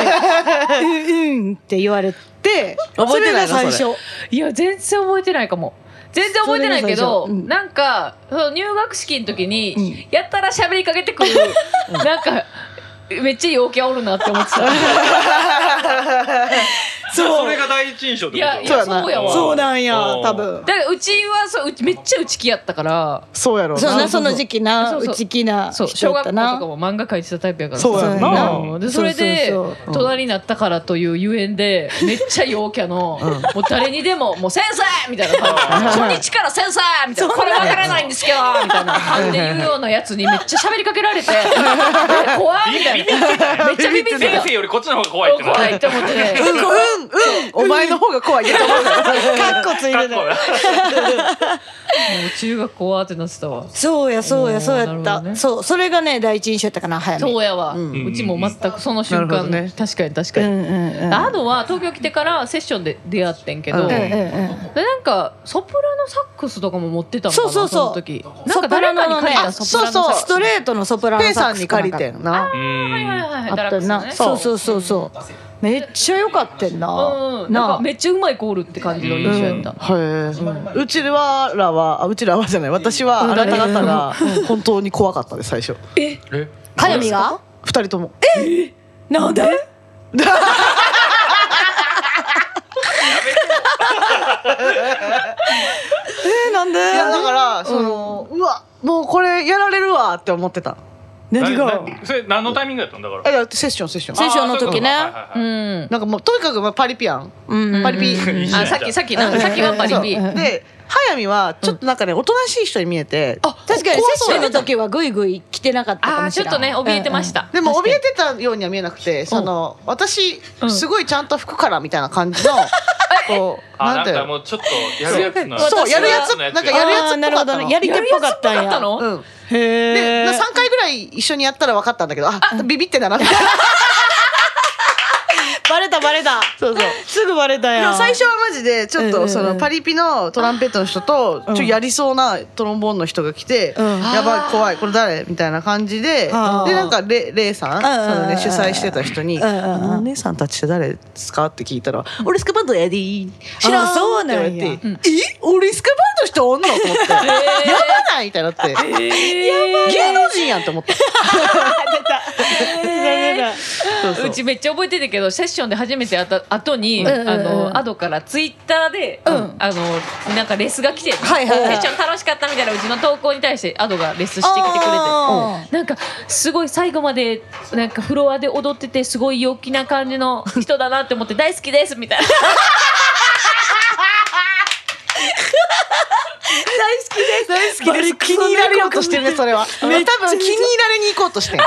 [SPEAKER 3] 「 うんうん」って言われて
[SPEAKER 1] 覚えてないの
[SPEAKER 3] それが最
[SPEAKER 1] そ
[SPEAKER 3] 初
[SPEAKER 2] いや全然覚えてないかも全然覚えてないけど、
[SPEAKER 3] それが最初うん
[SPEAKER 2] なんかその入学式の時に、やったら喋りかけて くる、なんかめっちゃ陽気おるなって思って た
[SPEAKER 4] それが第一印象ってこと
[SPEAKER 2] いやいやそうやわ
[SPEAKER 3] そうなんや
[SPEAKER 4] おー
[SPEAKER 3] 多分
[SPEAKER 2] だからうちはそううちめっちゃ内気やったから
[SPEAKER 1] そうやろう
[SPEAKER 3] そう
[SPEAKER 1] な
[SPEAKER 3] なその時期な
[SPEAKER 2] そうそう
[SPEAKER 3] 内気な
[SPEAKER 2] そう
[SPEAKER 3] 人
[SPEAKER 2] 小
[SPEAKER 3] やっ
[SPEAKER 2] 学校と
[SPEAKER 3] た
[SPEAKER 2] か
[SPEAKER 3] な
[SPEAKER 2] も漫画描いてたタイプやから
[SPEAKER 1] そうやん
[SPEAKER 3] そう
[SPEAKER 1] な
[SPEAKER 3] や
[SPEAKER 2] うんでそれで
[SPEAKER 3] そうそう
[SPEAKER 2] 隣になったからというゆえんでめっちゃ陽キャの、もう誰にでも「もう先生!」みたいな感じ初日から「先生!」みたいな「これわからないんですけど!」みたいな感じで言うようなやつにめっちゃ喋りかけら れてえ怖いみたいなめっちゃビビって
[SPEAKER 4] 先
[SPEAKER 2] た
[SPEAKER 4] 生よりこっちの方が怖いってな
[SPEAKER 2] 怖いって思って
[SPEAKER 1] うんうんうんお前の方が怖い やと思う
[SPEAKER 3] カッコついてる
[SPEAKER 4] 学校
[SPEAKER 2] も
[SPEAKER 4] だ
[SPEAKER 2] う中学校はってなってたわ
[SPEAKER 3] そうやそうやそうやっ
[SPEAKER 2] なる
[SPEAKER 3] た、
[SPEAKER 2] ほどね
[SPEAKER 3] そうそれがね第一印象やったかな早め
[SPEAKER 2] そうやわ、うちも全くその瞬
[SPEAKER 1] なる
[SPEAKER 2] 間、
[SPEAKER 1] ほどね
[SPEAKER 2] 確かに確か
[SPEAKER 3] うん
[SPEAKER 2] に、
[SPEAKER 3] うんうん
[SPEAKER 2] あとは東京来てからセッションで出会ってんけ
[SPEAKER 1] う
[SPEAKER 2] ど、
[SPEAKER 1] ん
[SPEAKER 3] うんうんうん
[SPEAKER 2] でなんかソプラノサックスとかも持ってたのかな
[SPEAKER 3] そうそうそう
[SPEAKER 2] の時なんか誰かに借りたソ
[SPEAKER 1] ソプ
[SPEAKER 2] プ
[SPEAKER 1] ラ
[SPEAKER 2] ラ
[SPEAKER 1] ノ
[SPEAKER 2] ノ
[SPEAKER 1] のあそ
[SPEAKER 2] サック
[SPEAKER 1] う
[SPEAKER 3] ストレートのソプラノ
[SPEAKER 1] ペイ
[SPEAKER 3] サ
[SPEAKER 1] さ
[SPEAKER 3] ッ
[SPEAKER 1] ん
[SPEAKER 3] ク
[SPEAKER 1] に
[SPEAKER 3] スか
[SPEAKER 1] 借
[SPEAKER 3] なん
[SPEAKER 1] り
[SPEAKER 3] か
[SPEAKER 1] てんな
[SPEAKER 4] う
[SPEAKER 2] スはい
[SPEAKER 4] ん
[SPEAKER 2] はいはい
[SPEAKER 3] あ
[SPEAKER 2] ダラ
[SPEAKER 3] っ
[SPEAKER 2] ッ
[SPEAKER 3] た
[SPEAKER 2] クスね
[SPEAKER 3] なそうそうそうそうめっちゃ良かったんな
[SPEAKER 2] うんなん
[SPEAKER 3] な
[SPEAKER 2] かめっちゃうまいゴールって感じの印象や
[SPEAKER 1] へ
[SPEAKER 2] った、
[SPEAKER 1] えうちらはあうちらはじゃない私はあなた方が本当に怖かったです最初
[SPEAKER 4] え
[SPEAKER 3] かよみが
[SPEAKER 1] 二人とも
[SPEAKER 3] なんで えーなんで
[SPEAKER 1] いやだからそのうわもうこれやられるわって思ってた
[SPEAKER 3] 何が
[SPEAKER 4] なそれ何のタイミングだったんだから
[SPEAKER 1] えだってセッションセッション
[SPEAKER 3] セッションの時ね
[SPEAKER 4] あーそうい
[SPEAKER 2] うん
[SPEAKER 4] うことかはいはいはい
[SPEAKER 1] なんかもうとにかくまあパリピやん
[SPEAKER 3] うん
[SPEAKER 1] パリピ
[SPEAKER 4] いいじゃん
[SPEAKER 2] あさっきさっきなさっきはパリピ
[SPEAKER 1] そうで速水はちょっとなんかね、おとなしい人に見えて
[SPEAKER 2] あ
[SPEAKER 3] 確かにセッ
[SPEAKER 2] 怖
[SPEAKER 3] シ
[SPEAKER 2] そう
[SPEAKER 3] ョンの時はぐいぐい来てなかったか
[SPEAKER 2] あ
[SPEAKER 3] も
[SPEAKER 2] あ
[SPEAKER 3] し
[SPEAKER 2] ちょ
[SPEAKER 3] れ
[SPEAKER 2] っ
[SPEAKER 3] ない
[SPEAKER 2] とね怯えてまし、た、
[SPEAKER 1] でも
[SPEAKER 3] 確か
[SPEAKER 1] 怯
[SPEAKER 3] に
[SPEAKER 1] えてたようには見えなくてその私
[SPEAKER 2] うん
[SPEAKER 1] すごいちゃんと服からみたいな感 じのこう
[SPEAKER 4] あ、
[SPEAKER 1] な
[SPEAKER 4] なん
[SPEAKER 1] て
[SPEAKER 4] ん
[SPEAKER 1] いう
[SPEAKER 4] か
[SPEAKER 1] の
[SPEAKER 4] もうちょっとやるやつの。
[SPEAKER 1] そうやるやつ
[SPEAKER 4] の
[SPEAKER 1] なんか
[SPEAKER 4] や
[SPEAKER 3] うんうん
[SPEAKER 1] やるやつっぽかっ
[SPEAKER 3] あ
[SPEAKER 1] たの
[SPEAKER 3] ーなるほどねやり手っぽかったん
[SPEAKER 2] やるやつっぽかったの
[SPEAKER 3] や
[SPEAKER 1] うん
[SPEAKER 3] へ
[SPEAKER 1] で
[SPEAKER 3] ー
[SPEAKER 1] 3回ぐらい一緒にやったら分かったんだけどあビビってんだなみたいな
[SPEAKER 3] バレたバレた
[SPEAKER 1] そうそう
[SPEAKER 3] すぐバレた
[SPEAKER 1] で
[SPEAKER 3] や
[SPEAKER 1] も
[SPEAKER 3] ん
[SPEAKER 1] 最初はマジでちょっ
[SPEAKER 3] うんうんう
[SPEAKER 1] と
[SPEAKER 3] ん
[SPEAKER 1] そのパリピのトランペットの人とちょっとやりそうなトロンボーンの人が来て「
[SPEAKER 3] うん
[SPEAKER 1] やばい怖いこれ誰?」みたいな感じでで
[SPEAKER 3] あー
[SPEAKER 1] なんかレレイさん
[SPEAKER 3] んうんうん
[SPEAKER 1] そのね主催してた人に「
[SPEAKER 3] うんうんうん
[SPEAKER 1] あのお姉さんたちって誰ですか?」って聞いたら「俺スカバンドやでー知らん」
[SPEAKER 3] あーそうなんや
[SPEAKER 1] って言われて「え俺スカバンドしておんの?」 と思って「やばない?」みたいになって芸能人やんと思ったそうそう
[SPEAKER 2] うちめっちゃ覚えてたけどセッションで初めて会った後に、
[SPEAKER 3] んうんうん
[SPEAKER 2] あのアドからツイッターで、あのなんかレスが来て、
[SPEAKER 3] はいはいはい
[SPEAKER 2] セッション楽しかったみたいなうちの投稿に対してアドがレスしてきてくれて
[SPEAKER 3] あー。
[SPEAKER 2] なんかすごい最後までなんかフロアで踊っててすごい陽気な感じの人だなって思って大好きですみたいな
[SPEAKER 3] 大好きです大好
[SPEAKER 1] バリ気に入られようとしてるねそれは多
[SPEAKER 3] め
[SPEAKER 1] 分
[SPEAKER 3] っちゃ
[SPEAKER 1] 気に入られに行こうとしてん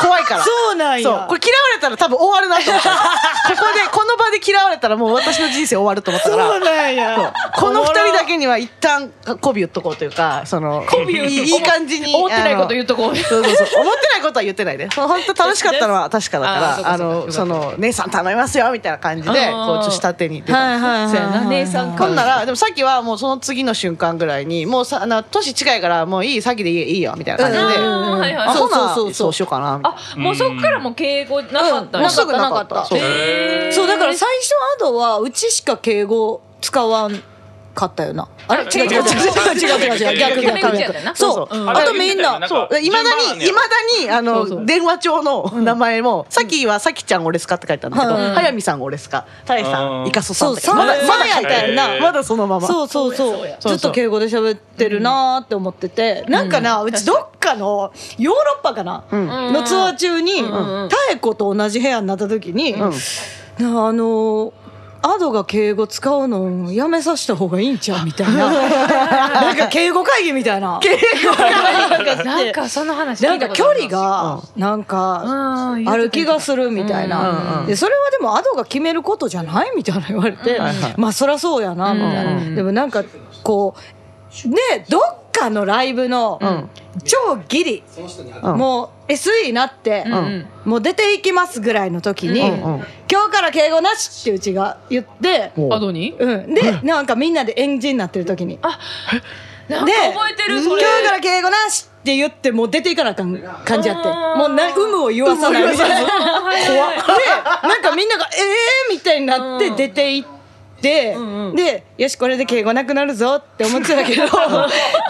[SPEAKER 1] 怖いから
[SPEAKER 3] そうなんや
[SPEAKER 1] そうこれ嫌われたら多分終わるなと思ったここでこの場で嫌われたらもう私の人生終わると思ったか
[SPEAKER 3] そ
[SPEAKER 1] ら
[SPEAKER 3] うなんや
[SPEAKER 1] この二人だ
[SPEAKER 3] け
[SPEAKER 1] けには一旦媚び言っとこうというかその
[SPEAKER 2] 媚び言うと
[SPEAKER 1] いいいい感じに
[SPEAKER 2] 思ってないこと言
[SPEAKER 1] う
[SPEAKER 2] うとこう
[SPEAKER 1] そうそうそう思ってないことは言ってないでその本当楽しかったのは確かだか
[SPEAKER 2] あーそう
[SPEAKER 1] ら
[SPEAKER 2] か
[SPEAKER 1] あ
[SPEAKER 2] そうか
[SPEAKER 1] のその姉さん頼みますよみたいな感じでこう
[SPEAKER 2] あ
[SPEAKER 1] ち
[SPEAKER 2] ー
[SPEAKER 1] ょっと下手に出
[SPEAKER 3] はい
[SPEAKER 1] た
[SPEAKER 3] はいはいはい
[SPEAKER 1] そうやな
[SPEAKER 2] 姉さん
[SPEAKER 1] ほんならでもさっきはもうその次の瞬間ぐらいにもうさあの年近いからもういい先でいいいいよみたいな感じで、
[SPEAKER 2] うんうんうんはいはい
[SPEAKER 1] あほな
[SPEAKER 3] そうそうそう
[SPEAKER 1] そうしようかなみたいな
[SPEAKER 2] あもうそっからもう敬語なかった、
[SPEAKER 3] うん
[SPEAKER 1] もうすぐなかったそう
[SPEAKER 2] へー
[SPEAKER 3] そうだから最初アドはうちしか敬語使わんかったよなあれ違う違う違う違う違う違う逆逆逆そう
[SPEAKER 1] うん
[SPEAKER 3] あとみんな
[SPEAKER 4] そう
[SPEAKER 1] いまだに、いまだに、あの、
[SPEAKER 2] そうそう
[SPEAKER 1] 電話帳の名前も、さきはさきちゃん俺すかって書いてあるんだけど、
[SPEAKER 3] うん
[SPEAKER 1] 早見さん俺すか、たい
[SPEAKER 4] う
[SPEAKER 1] さ
[SPEAKER 4] ん
[SPEAKER 1] ん、いかそさんって
[SPEAKER 3] そう
[SPEAKER 1] まだ、
[SPEAKER 3] さん
[SPEAKER 1] まだ書いて
[SPEAKER 4] へ
[SPEAKER 1] あ
[SPEAKER 4] ー
[SPEAKER 1] るまだそのまま。
[SPEAKER 3] そうそう
[SPEAKER 2] そうや
[SPEAKER 3] そ
[SPEAKER 2] そうや
[SPEAKER 3] うずっと敬語で喋ってるなーって思っててなんかなうちどっかのヨーロッパかな
[SPEAKER 1] うん
[SPEAKER 2] うん
[SPEAKER 3] のツアー中に
[SPEAKER 2] うん
[SPEAKER 3] 妙子と同じ部屋になった時に
[SPEAKER 1] うん
[SPEAKER 3] なあのーアドが敬語使うのやめさせた方がいいんちゃうみ たいななんか敬語会議みたいな
[SPEAKER 2] なんかその話
[SPEAKER 3] な
[SPEAKER 2] 聞
[SPEAKER 3] ん
[SPEAKER 2] いた
[SPEAKER 3] か
[SPEAKER 2] こと
[SPEAKER 3] 距
[SPEAKER 2] あ
[SPEAKER 3] 離
[SPEAKER 2] ります
[SPEAKER 3] がなんかある気がするみたい
[SPEAKER 1] うんうんう
[SPEAKER 3] なんでそれはでもアドが決めることじゃないみたいな言われて
[SPEAKER 1] はいはい
[SPEAKER 3] まあそりゃそうやなみたい
[SPEAKER 1] うんう
[SPEAKER 3] なでもなんかこうねどっかのライブの超ギリ
[SPEAKER 1] うん
[SPEAKER 3] もう SE になって
[SPEAKER 2] うん
[SPEAKER 1] うん
[SPEAKER 3] もう出ていきますぐらいの時に
[SPEAKER 1] うんうん
[SPEAKER 3] 今日から敬語なしってうちが言って
[SPEAKER 1] もう
[SPEAKER 2] アドに
[SPEAKER 3] うんでなんかみんなで演じになってる時に
[SPEAKER 2] なんか
[SPEAKER 3] で
[SPEAKER 2] 覚えてるそれ
[SPEAKER 3] 今日から敬語なしって言ってもう出ていかなあかん感じやって
[SPEAKER 2] あー
[SPEAKER 3] もうな有無を言わさないみたいな
[SPEAKER 2] あはいはいはい
[SPEAKER 3] でなんかみんなが「ええー!」みたいになって
[SPEAKER 2] うん
[SPEAKER 3] 出ていって、
[SPEAKER 2] んうん
[SPEAKER 3] でよしこれで敬語なくなるぞって思って たけど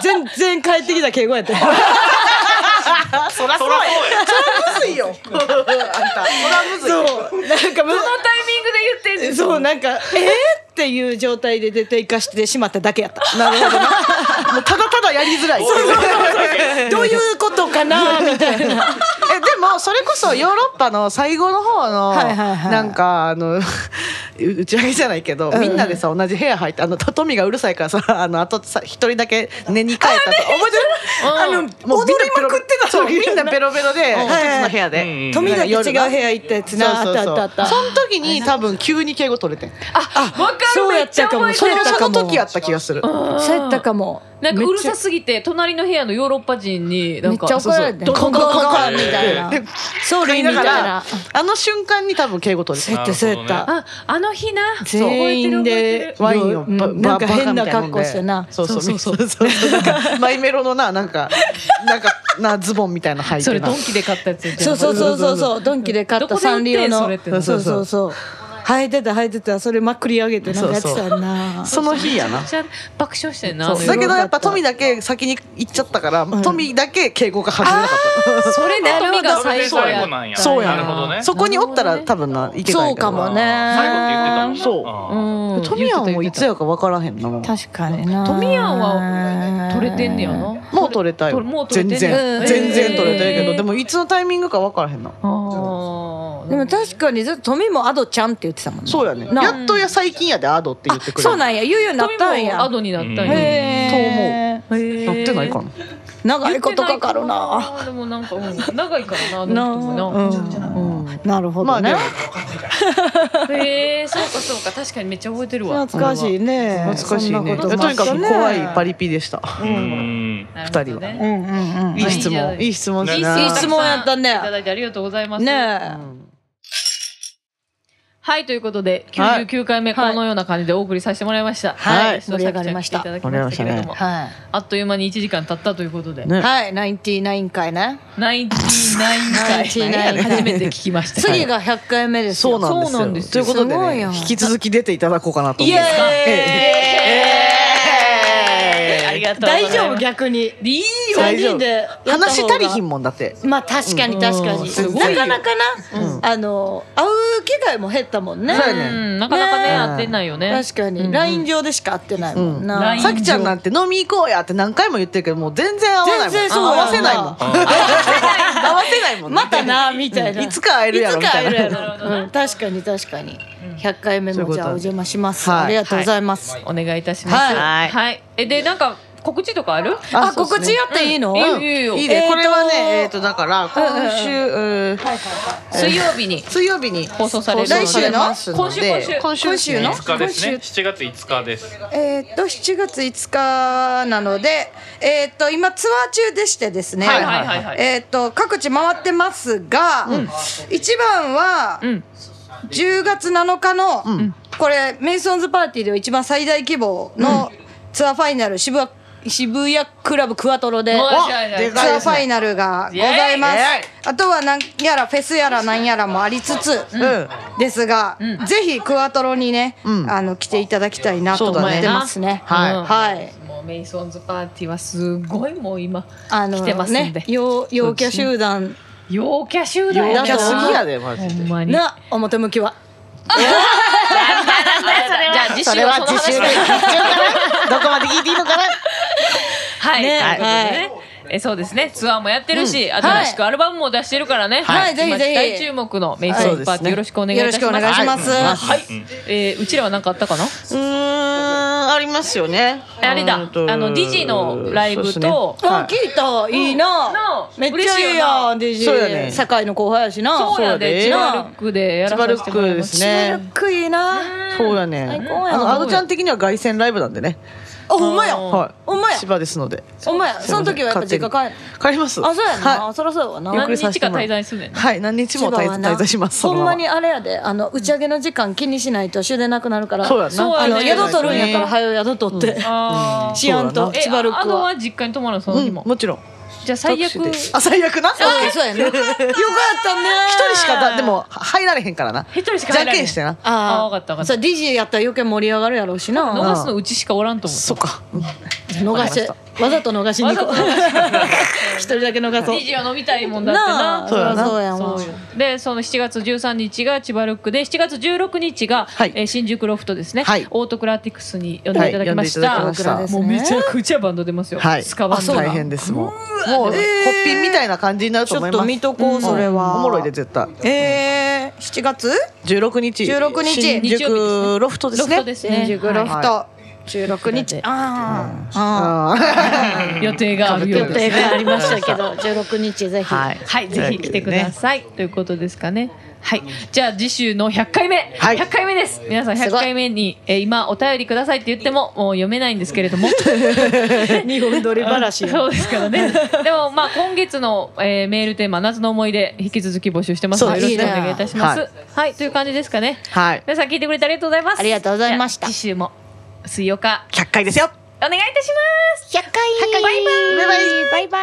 [SPEAKER 3] 全然帰ってきた敬語やった
[SPEAKER 1] そらそうや。そらむずいよ。あんた、そらむずいよ。
[SPEAKER 3] そうなんか
[SPEAKER 2] このタイ
[SPEAKER 3] む
[SPEAKER 2] ミングで言ってん
[SPEAKER 3] そうなんか「ええー!」っていう状態で出ていかしてしまっただけやった
[SPEAKER 1] なるほどな。もうただただやりづらい。
[SPEAKER 3] どういうことかなみたいな
[SPEAKER 1] えでもそれこそヨーロッパの最後の方の
[SPEAKER 3] はいはいはい
[SPEAKER 1] なんかあの 打ち上げじゃないけど、みんなでさ同じ部屋入ってあのトミがうるさいからさ あのあとさ一人だけ寝に帰ったと覚えてる
[SPEAKER 2] あ
[SPEAKER 1] あのもうみんなペロ
[SPEAKER 3] 踊りまくってた
[SPEAKER 1] そうみんなベロベロで一つの部屋
[SPEAKER 4] うんうん
[SPEAKER 1] で。
[SPEAKER 3] 富田と違う部屋行ったやつなあ
[SPEAKER 1] そう
[SPEAKER 3] っ
[SPEAKER 1] そ
[SPEAKER 3] た
[SPEAKER 1] う
[SPEAKER 3] あ
[SPEAKER 1] そう
[SPEAKER 3] ったあった
[SPEAKER 1] その時に多分急に敬語取れてん
[SPEAKER 2] あわかる
[SPEAKER 3] そう
[SPEAKER 2] め
[SPEAKER 3] や
[SPEAKER 2] っ
[SPEAKER 3] っ
[SPEAKER 2] ちゃ
[SPEAKER 3] たかも
[SPEAKER 2] 覚え
[SPEAKER 1] そ
[SPEAKER 2] て
[SPEAKER 1] れ
[SPEAKER 2] る
[SPEAKER 1] がその時やった気がする
[SPEAKER 3] そうやったかも
[SPEAKER 2] なんかうるさ
[SPEAKER 3] す
[SPEAKER 2] すぎて隣の部屋のヨーロッパ人にな
[SPEAKER 3] め
[SPEAKER 2] ん
[SPEAKER 3] っ
[SPEAKER 2] か
[SPEAKER 3] ちゃ怒られて
[SPEAKER 2] そうそう
[SPEAKER 3] コンコンコンコンみたいな
[SPEAKER 1] で
[SPEAKER 3] そう
[SPEAKER 1] 言
[SPEAKER 3] リ
[SPEAKER 1] い
[SPEAKER 3] ーみ
[SPEAKER 1] な
[SPEAKER 3] た
[SPEAKER 1] いが
[SPEAKER 3] な
[SPEAKER 1] らあの瞬間に多分敬語取れて
[SPEAKER 3] そう
[SPEAKER 1] る
[SPEAKER 3] やったそうやっ
[SPEAKER 4] なるほ
[SPEAKER 3] た
[SPEAKER 2] ああの日な
[SPEAKER 3] 全員で
[SPEAKER 1] ワインを
[SPEAKER 3] うん
[SPEAKER 1] ばば
[SPEAKER 3] なんか
[SPEAKER 1] バカ
[SPEAKER 3] 変
[SPEAKER 1] みた
[SPEAKER 3] ない
[SPEAKER 1] もんで
[SPEAKER 3] 格好してな
[SPEAKER 1] そうそうそうそうそうそうなんかマイメロのななんかなんかなズボンみたいなの履い
[SPEAKER 2] そ
[SPEAKER 1] て
[SPEAKER 2] れ
[SPEAKER 1] な
[SPEAKER 2] ドンキで買ったやつやって
[SPEAKER 3] そうそうそうそうそうドンキで買っ
[SPEAKER 2] ど
[SPEAKER 3] た
[SPEAKER 2] こで売ってん
[SPEAKER 3] サンリオの
[SPEAKER 2] それって
[SPEAKER 3] そうそうそう履いてた履いてたそれまくり上げてなんかやってたよな
[SPEAKER 1] その日やな
[SPEAKER 2] めちゃ爆笑してんな
[SPEAKER 1] そ
[SPEAKER 2] あの
[SPEAKER 1] う
[SPEAKER 2] 夜
[SPEAKER 1] だけどやっぱ富だけ先に行っちゃったから、富だけ敬語が外れなかっ
[SPEAKER 2] それで富が
[SPEAKER 4] それ
[SPEAKER 2] 最
[SPEAKER 4] で
[SPEAKER 2] 初
[SPEAKER 4] 最
[SPEAKER 2] や
[SPEAKER 4] 後なんや。
[SPEAKER 1] そうや
[SPEAKER 4] なるほどね。
[SPEAKER 1] たそこにおったら多分ないけな
[SPEAKER 3] そ
[SPEAKER 1] いうけど
[SPEAKER 3] かもね
[SPEAKER 4] 最後って言ってたもんな。
[SPEAKER 2] うん
[SPEAKER 1] 富やんもいつやか分からへんなも
[SPEAKER 3] 確かにな
[SPEAKER 2] 富やんは取れてんねやな
[SPEAKER 1] う取れたよ
[SPEAKER 2] もう取
[SPEAKER 1] 全
[SPEAKER 2] れてん
[SPEAKER 1] 然
[SPEAKER 2] ね
[SPEAKER 3] うん
[SPEAKER 1] 全然取れてるけ
[SPEAKER 2] へ
[SPEAKER 1] ど
[SPEAKER 2] ー
[SPEAKER 1] でもいつのタイミングか分からへんな
[SPEAKER 2] あー
[SPEAKER 3] でも確かにずっと富もアドちゃんって言ってたもんね
[SPEAKER 1] そうやね
[SPEAKER 3] な
[SPEAKER 1] やっとや最近やでアドって言ってくれる
[SPEAKER 3] そうなんや言うようになったん
[SPEAKER 2] 富もア
[SPEAKER 3] や
[SPEAKER 2] ドになったん
[SPEAKER 4] うん
[SPEAKER 2] や
[SPEAKER 3] へえ
[SPEAKER 1] と思うなってないかな
[SPEAKER 3] 長いことかかるな
[SPEAKER 2] でもなんか、うん、長いからな
[SPEAKER 3] な
[SPEAKER 2] どうしてもな
[SPEAKER 3] うんなるほ
[SPEAKER 1] ま
[SPEAKER 3] ど
[SPEAKER 1] あね
[SPEAKER 3] ね
[SPEAKER 2] へえそうかそうか確かめっちゃ覚えてるわ
[SPEAKER 3] 懐かしいね
[SPEAKER 1] 懐かしい
[SPEAKER 3] そんな
[SPEAKER 1] ね
[SPEAKER 3] こと
[SPEAKER 1] と
[SPEAKER 3] もあ
[SPEAKER 1] に
[SPEAKER 3] った
[SPEAKER 1] か
[SPEAKER 3] ね
[SPEAKER 1] く怖いパリピでした
[SPEAKER 4] うん
[SPEAKER 1] 二人は
[SPEAKER 3] うんうんうん
[SPEAKER 1] いい質
[SPEAKER 2] いいじゃな
[SPEAKER 1] 問
[SPEAKER 2] い
[SPEAKER 1] いい質問だ
[SPEAKER 3] いい
[SPEAKER 1] な
[SPEAKER 3] 質問やったね
[SPEAKER 2] いただいてありがとうございます
[SPEAKER 3] ね
[SPEAKER 2] はいということで
[SPEAKER 1] はい
[SPEAKER 2] 99回目このような感じでお送りさせてもらいました
[SPEAKER 1] はい
[SPEAKER 2] ちょっとさきちゃん来ていただきましたけ
[SPEAKER 1] 盛り上が
[SPEAKER 2] れど
[SPEAKER 1] り
[SPEAKER 2] も
[SPEAKER 1] ま
[SPEAKER 3] は
[SPEAKER 2] あっという間に1時間経ったということ で
[SPEAKER 1] ね
[SPEAKER 3] いはいナインティナイン回ね
[SPEAKER 2] 99回
[SPEAKER 3] 99回
[SPEAKER 2] 初めて聞きました
[SPEAKER 3] 次が100回目です
[SPEAKER 1] そ
[SPEAKER 3] よ
[SPEAKER 1] うなんです
[SPEAKER 2] そうな
[SPEAKER 1] よ
[SPEAKER 2] んです
[SPEAKER 1] とい
[SPEAKER 2] よ
[SPEAKER 1] うことです
[SPEAKER 3] ごい
[SPEAKER 1] ね
[SPEAKER 3] よ
[SPEAKER 1] 引き続き出ていただこうかなと
[SPEAKER 3] イ
[SPEAKER 1] 思うん
[SPEAKER 3] エー
[SPEAKER 1] ですが
[SPEAKER 2] イエーイありがとうござい
[SPEAKER 3] 大
[SPEAKER 2] ます
[SPEAKER 3] 丈夫逆に
[SPEAKER 2] いいよ
[SPEAKER 1] 大丈夫
[SPEAKER 3] 三人でやった方が
[SPEAKER 1] 話足りひんもんだって
[SPEAKER 3] まあ確かに確か
[SPEAKER 2] うん
[SPEAKER 3] に
[SPEAKER 2] すごいよ
[SPEAKER 3] なかなかなあの会う機会も減ったもんね
[SPEAKER 1] そうやね
[SPEAKER 2] うんなかなかね
[SPEAKER 1] ね
[SPEAKER 2] 合ってないよね
[SPEAKER 3] 確か
[SPEAKER 2] うん
[SPEAKER 3] に LINE 上でしか会ってないもん
[SPEAKER 2] うん
[SPEAKER 3] な
[SPEAKER 2] LINE
[SPEAKER 1] さきちゃんなんて飲み行こうやって何回も言ってるけどもう全然合わないもん
[SPEAKER 3] 全然そう
[SPEAKER 1] 合わせ ないもん合
[SPEAKER 4] あ
[SPEAKER 1] わせないもんね
[SPEAKER 3] またなみたいな
[SPEAKER 1] うんいつか会えるやろ
[SPEAKER 3] いつか会えるや
[SPEAKER 1] み
[SPEAKER 2] たいななるほど
[SPEAKER 3] ろ
[SPEAKER 2] な
[SPEAKER 3] うん確かに確かに100回目
[SPEAKER 1] そういう
[SPEAKER 3] も
[SPEAKER 1] こと
[SPEAKER 3] じゃあお邪魔します
[SPEAKER 1] はい
[SPEAKER 3] ありがとうございます
[SPEAKER 2] お願いいたします
[SPEAKER 1] はい
[SPEAKER 2] はいえでなんか告知とかある
[SPEAKER 1] あ
[SPEAKER 3] あ
[SPEAKER 1] そうっすね
[SPEAKER 3] 告知やっていいの
[SPEAKER 2] いいよ
[SPEAKER 1] うん
[SPEAKER 2] いいよ
[SPEAKER 1] いい
[SPEAKER 3] えー
[SPEAKER 1] ね
[SPEAKER 3] と
[SPEAKER 1] これはねえっとだから今週うん
[SPEAKER 2] 水曜日に
[SPEAKER 1] 水曜日に
[SPEAKER 2] 放送される
[SPEAKER 1] 放送されますの
[SPEAKER 2] 今週今
[SPEAKER 1] で
[SPEAKER 2] 週
[SPEAKER 1] 今
[SPEAKER 3] 今週
[SPEAKER 4] ー
[SPEAKER 3] の
[SPEAKER 4] 5日ですね7月5日です
[SPEAKER 3] えーっと7月5日なので、えーっと今ツアー中でしてですね、
[SPEAKER 1] はい
[SPEAKER 2] はいはいはい
[SPEAKER 3] えーっと各地回ってますが、一番は
[SPEAKER 2] うん
[SPEAKER 3] 10月7日の、これメイソンズパーティーでは一番最大規模のツアーファイナル渋谷渋谷クラブクワトロで。
[SPEAKER 2] お
[SPEAKER 1] お
[SPEAKER 2] で
[SPEAKER 1] で
[SPEAKER 3] ツ
[SPEAKER 1] かい
[SPEAKER 3] ア
[SPEAKER 1] で
[SPEAKER 3] ー
[SPEAKER 1] す
[SPEAKER 3] ファイ
[SPEAKER 1] ね
[SPEAKER 3] ナルがございます
[SPEAKER 1] イエ
[SPEAKER 3] あとはなんやらフェスやらなんやらもありつつ、ですが、ぜひクワトロにね、
[SPEAKER 1] うん
[SPEAKER 3] あの来ていただきたいなと思ってますね
[SPEAKER 1] そうだよなはい
[SPEAKER 2] うん
[SPEAKER 3] はい
[SPEAKER 2] もうメイソンズパーティーはすごいもう今
[SPEAKER 3] あの
[SPEAKER 2] 来てますんで
[SPEAKER 3] ね陽陽キャ集団
[SPEAKER 2] 陽キャ集団
[SPEAKER 1] 陽
[SPEAKER 2] やな
[SPEAKER 1] キャすぎやでマジ
[SPEAKER 2] ほ
[SPEAKER 1] で
[SPEAKER 2] んまに じゃ
[SPEAKER 3] な表向きは
[SPEAKER 1] で聞いちゃうか
[SPEAKER 2] あ次週はその話
[SPEAKER 1] らどこまで聞いていいのかな
[SPEAKER 2] はい、
[SPEAKER 3] ね
[SPEAKER 2] ということでねえそうですねツアーもやってるし、新しくアルバムも出してるからね、
[SPEAKER 3] はいはいぜひぜひ
[SPEAKER 2] 大注目のメイソンズパーティーよろしくお願いいたします
[SPEAKER 3] よろしくお願いします
[SPEAKER 2] はい、えーうちらは何かあったかな
[SPEAKER 1] うーんありますよね
[SPEAKER 2] あれだ
[SPEAKER 1] うんと
[SPEAKER 2] あのディジのライブと
[SPEAKER 1] そうっすね
[SPEAKER 3] あ
[SPEAKER 1] は
[SPEAKER 3] 聞いたいいな
[SPEAKER 2] うん
[SPEAKER 3] めっちゃいいやん DJ
[SPEAKER 1] そうやね
[SPEAKER 3] 堺の後輩やしな
[SPEAKER 2] そうやで、
[SPEAKER 1] そうやで
[SPEAKER 2] 千葉ルックでやらさせてもら
[SPEAKER 1] 千葉ルック
[SPEAKER 2] いま
[SPEAKER 1] ですす
[SPEAKER 3] シ
[SPEAKER 1] ね
[SPEAKER 3] ュルクいいな
[SPEAKER 1] いうそうやね
[SPEAKER 3] 最高や
[SPEAKER 1] あのアドちゃん的には凱旋ライブなんでね
[SPEAKER 3] あほんまや
[SPEAKER 2] うん
[SPEAKER 1] はい
[SPEAKER 3] ほんまや
[SPEAKER 1] 千葉ですので
[SPEAKER 3] ほんまやその時はやっぱ実家帰る
[SPEAKER 1] 帰ります
[SPEAKER 3] あそうや
[SPEAKER 1] は
[SPEAKER 3] なそらそうやわ
[SPEAKER 1] ゆっ
[SPEAKER 3] な
[SPEAKER 1] く
[SPEAKER 2] 何
[SPEAKER 1] りさ
[SPEAKER 2] 日
[SPEAKER 1] せ
[SPEAKER 2] か
[SPEAKER 1] てもらう
[SPEAKER 2] 滞在するねん
[SPEAKER 1] いはい何日も滞
[SPEAKER 3] 千葉はな
[SPEAKER 1] 滞在しますそ
[SPEAKER 3] ほ
[SPEAKER 1] の
[SPEAKER 3] ん
[SPEAKER 1] まま
[SPEAKER 3] まにあれやであの打ち上げの時間気にしないと終電なくなるから
[SPEAKER 1] そうやな
[SPEAKER 2] そう
[SPEAKER 3] あの
[SPEAKER 2] やね
[SPEAKER 3] 宿取るんやから早よ宿取って
[SPEAKER 2] あー
[SPEAKER 3] しやん
[SPEAKER 1] そう
[SPEAKER 3] と
[SPEAKER 1] や
[SPEAKER 2] え
[SPEAKER 3] 千葉ルッ
[SPEAKER 2] あ
[SPEAKER 3] ク
[SPEAKER 2] の
[SPEAKER 3] は
[SPEAKER 2] は実家に泊まるのその
[SPEAKER 1] う
[SPEAKER 2] 日
[SPEAKER 1] ん
[SPEAKER 2] も、
[SPEAKER 1] もちろん
[SPEAKER 2] じゃあ最悪
[SPEAKER 1] タクシーであ最悪な一
[SPEAKER 3] あそうやねよかったね
[SPEAKER 1] 人しかだでも入られへんからな
[SPEAKER 2] 一人しか
[SPEAKER 1] じ
[SPEAKER 2] 入
[SPEAKER 1] ゃん
[SPEAKER 2] られ
[SPEAKER 1] け
[SPEAKER 2] へん
[SPEAKER 1] んしてな
[SPEAKER 3] あ
[SPEAKER 2] あ
[SPEAKER 3] あ
[SPEAKER 2] わかったわかった
[SPEAKER 3] そう DJ やったら余計盛り上がるやろうしな
[SPEAKER 2] 逃すのうちしかおらんと思う
[SPEAKER 1] そっか
[SPEAKER 3] 逃してわざと逃しに行こう
[SPEAKER 2] わざと逃
[SPEAKER 3] 一人だけ逃そう
[SPEAKER 2] 2時は飲みたいもんだって
[SPEAKER 3] な
[SPEAKER 2] な
[SPEAKER 3] あ
[SPEAKER 1] そうやな
[SPEAKER 3] そうやわ
[SPEAKER 2] そうよでその7月13日が千葉ルックで7月16日が、
[SPEAKER 1] はい
[SPEAKER 2] えー新宿ロフトですね、
[SPEAKER 1] はい
[SPEAKER 2] オートクラティクスに呼んでいただきまし
[SPEAKER 1] はい
[SPEAKER 2] た,、
[SPEAKER 1] 呼んでいただきました
[SPEAKER 2] もうめちゃくちゃバンド出ますよ、
[SPEAKER 1] はい
[SPEAKER 2] スカバンド
[SPEAKER 1] 大変ですもうもうホ
[SPEAKER 3] えー
[SPEAKER 1] ッピンみたいな感じになる
[SPEAKER 3] ち
[SPEAKER 1] と
[SPEAKER 3] ょ
[SPEAKER 1] 思い
[SPEAKER 3] っ
[SPEAKER 1] ます
[SPEAKER 3] と見とこうそれは
[SPEAKER 1] おもろいで絶対
[SPEAKER 3] えー7月
[SPEAKER 1] 16日
[SPEAKER 3] 16日
[SPEAKER 1] 新宿ロフトで
[SPEAKER 2] ロ
[SPEAKER 1] す
[SPEAKER 2] フト
[SPEAKER 1] ね
[SPEAKER 2] ですね
[SPEAKER 3] 新宿ロフト
[SPEAKER 1] は
[SPEAKER 3] 16日あーあ
[SPEAKER 1] あ
[SPEAKER 2] 予定がある
[SPEAKER 3] ー
[SPEAKER 2] よ
[SPEAKER 3] 予
[SPEAKER 2] うで
[SPEAKER 3] 定
[SPEAKER 2] すね
[SPEAKER 3] がありましたけど16日ぜひ
[SPEAKER 1] ーはい
[SPEAKER 2] はいぜひ来てくだ
[SPEAKER 1] ね
[SPEAKER 2] さい、ということですかねはいじゃあ次週の100回目、
[SPEAKER 1] はい
[SPEAKER 2] 100回目です皆さん100
[SPEAKER 3] すごい
[SPEAKER 2] 回目に、えー今お便りくださいって言ってももう読めないんですけれ ども
[SPEAKER 3] 日本撮り話
[SPEAKER 2] そうですからね。 でもまあ今月の、えーメールテーマ夏の思い出引き続き募集してますのでよ
[SPEAKER 3] そ
[SPEAKER 2] ろ
[SPEAKER 3] う
[SPEAKER 2] し
[SPEAKER 3] です
[SPEAKER 2] くお願いいたします。
[SPEAKER 1] いい
[SPEAKER 2] はい、という感じですかね。
[SPEAKER 1] はい
[SPEAKER 2] 皆さん聞いてくれてありがとうございます。
[SPEAKER 3] ありがとうございました
[SPEAKER 2] じゃあ次週も水曜日
[SPEAKER 1] 100回ですよ
[SPEAKER 2] お願いいたします。
[SPEAKER 3] 100回
[SPEAKER 2] バイバ
[SPEAKER 1] バ
[SPEAKER 2] イ。
[SPEAKER 1] イバイ
[SPEAKER 3] バイバイ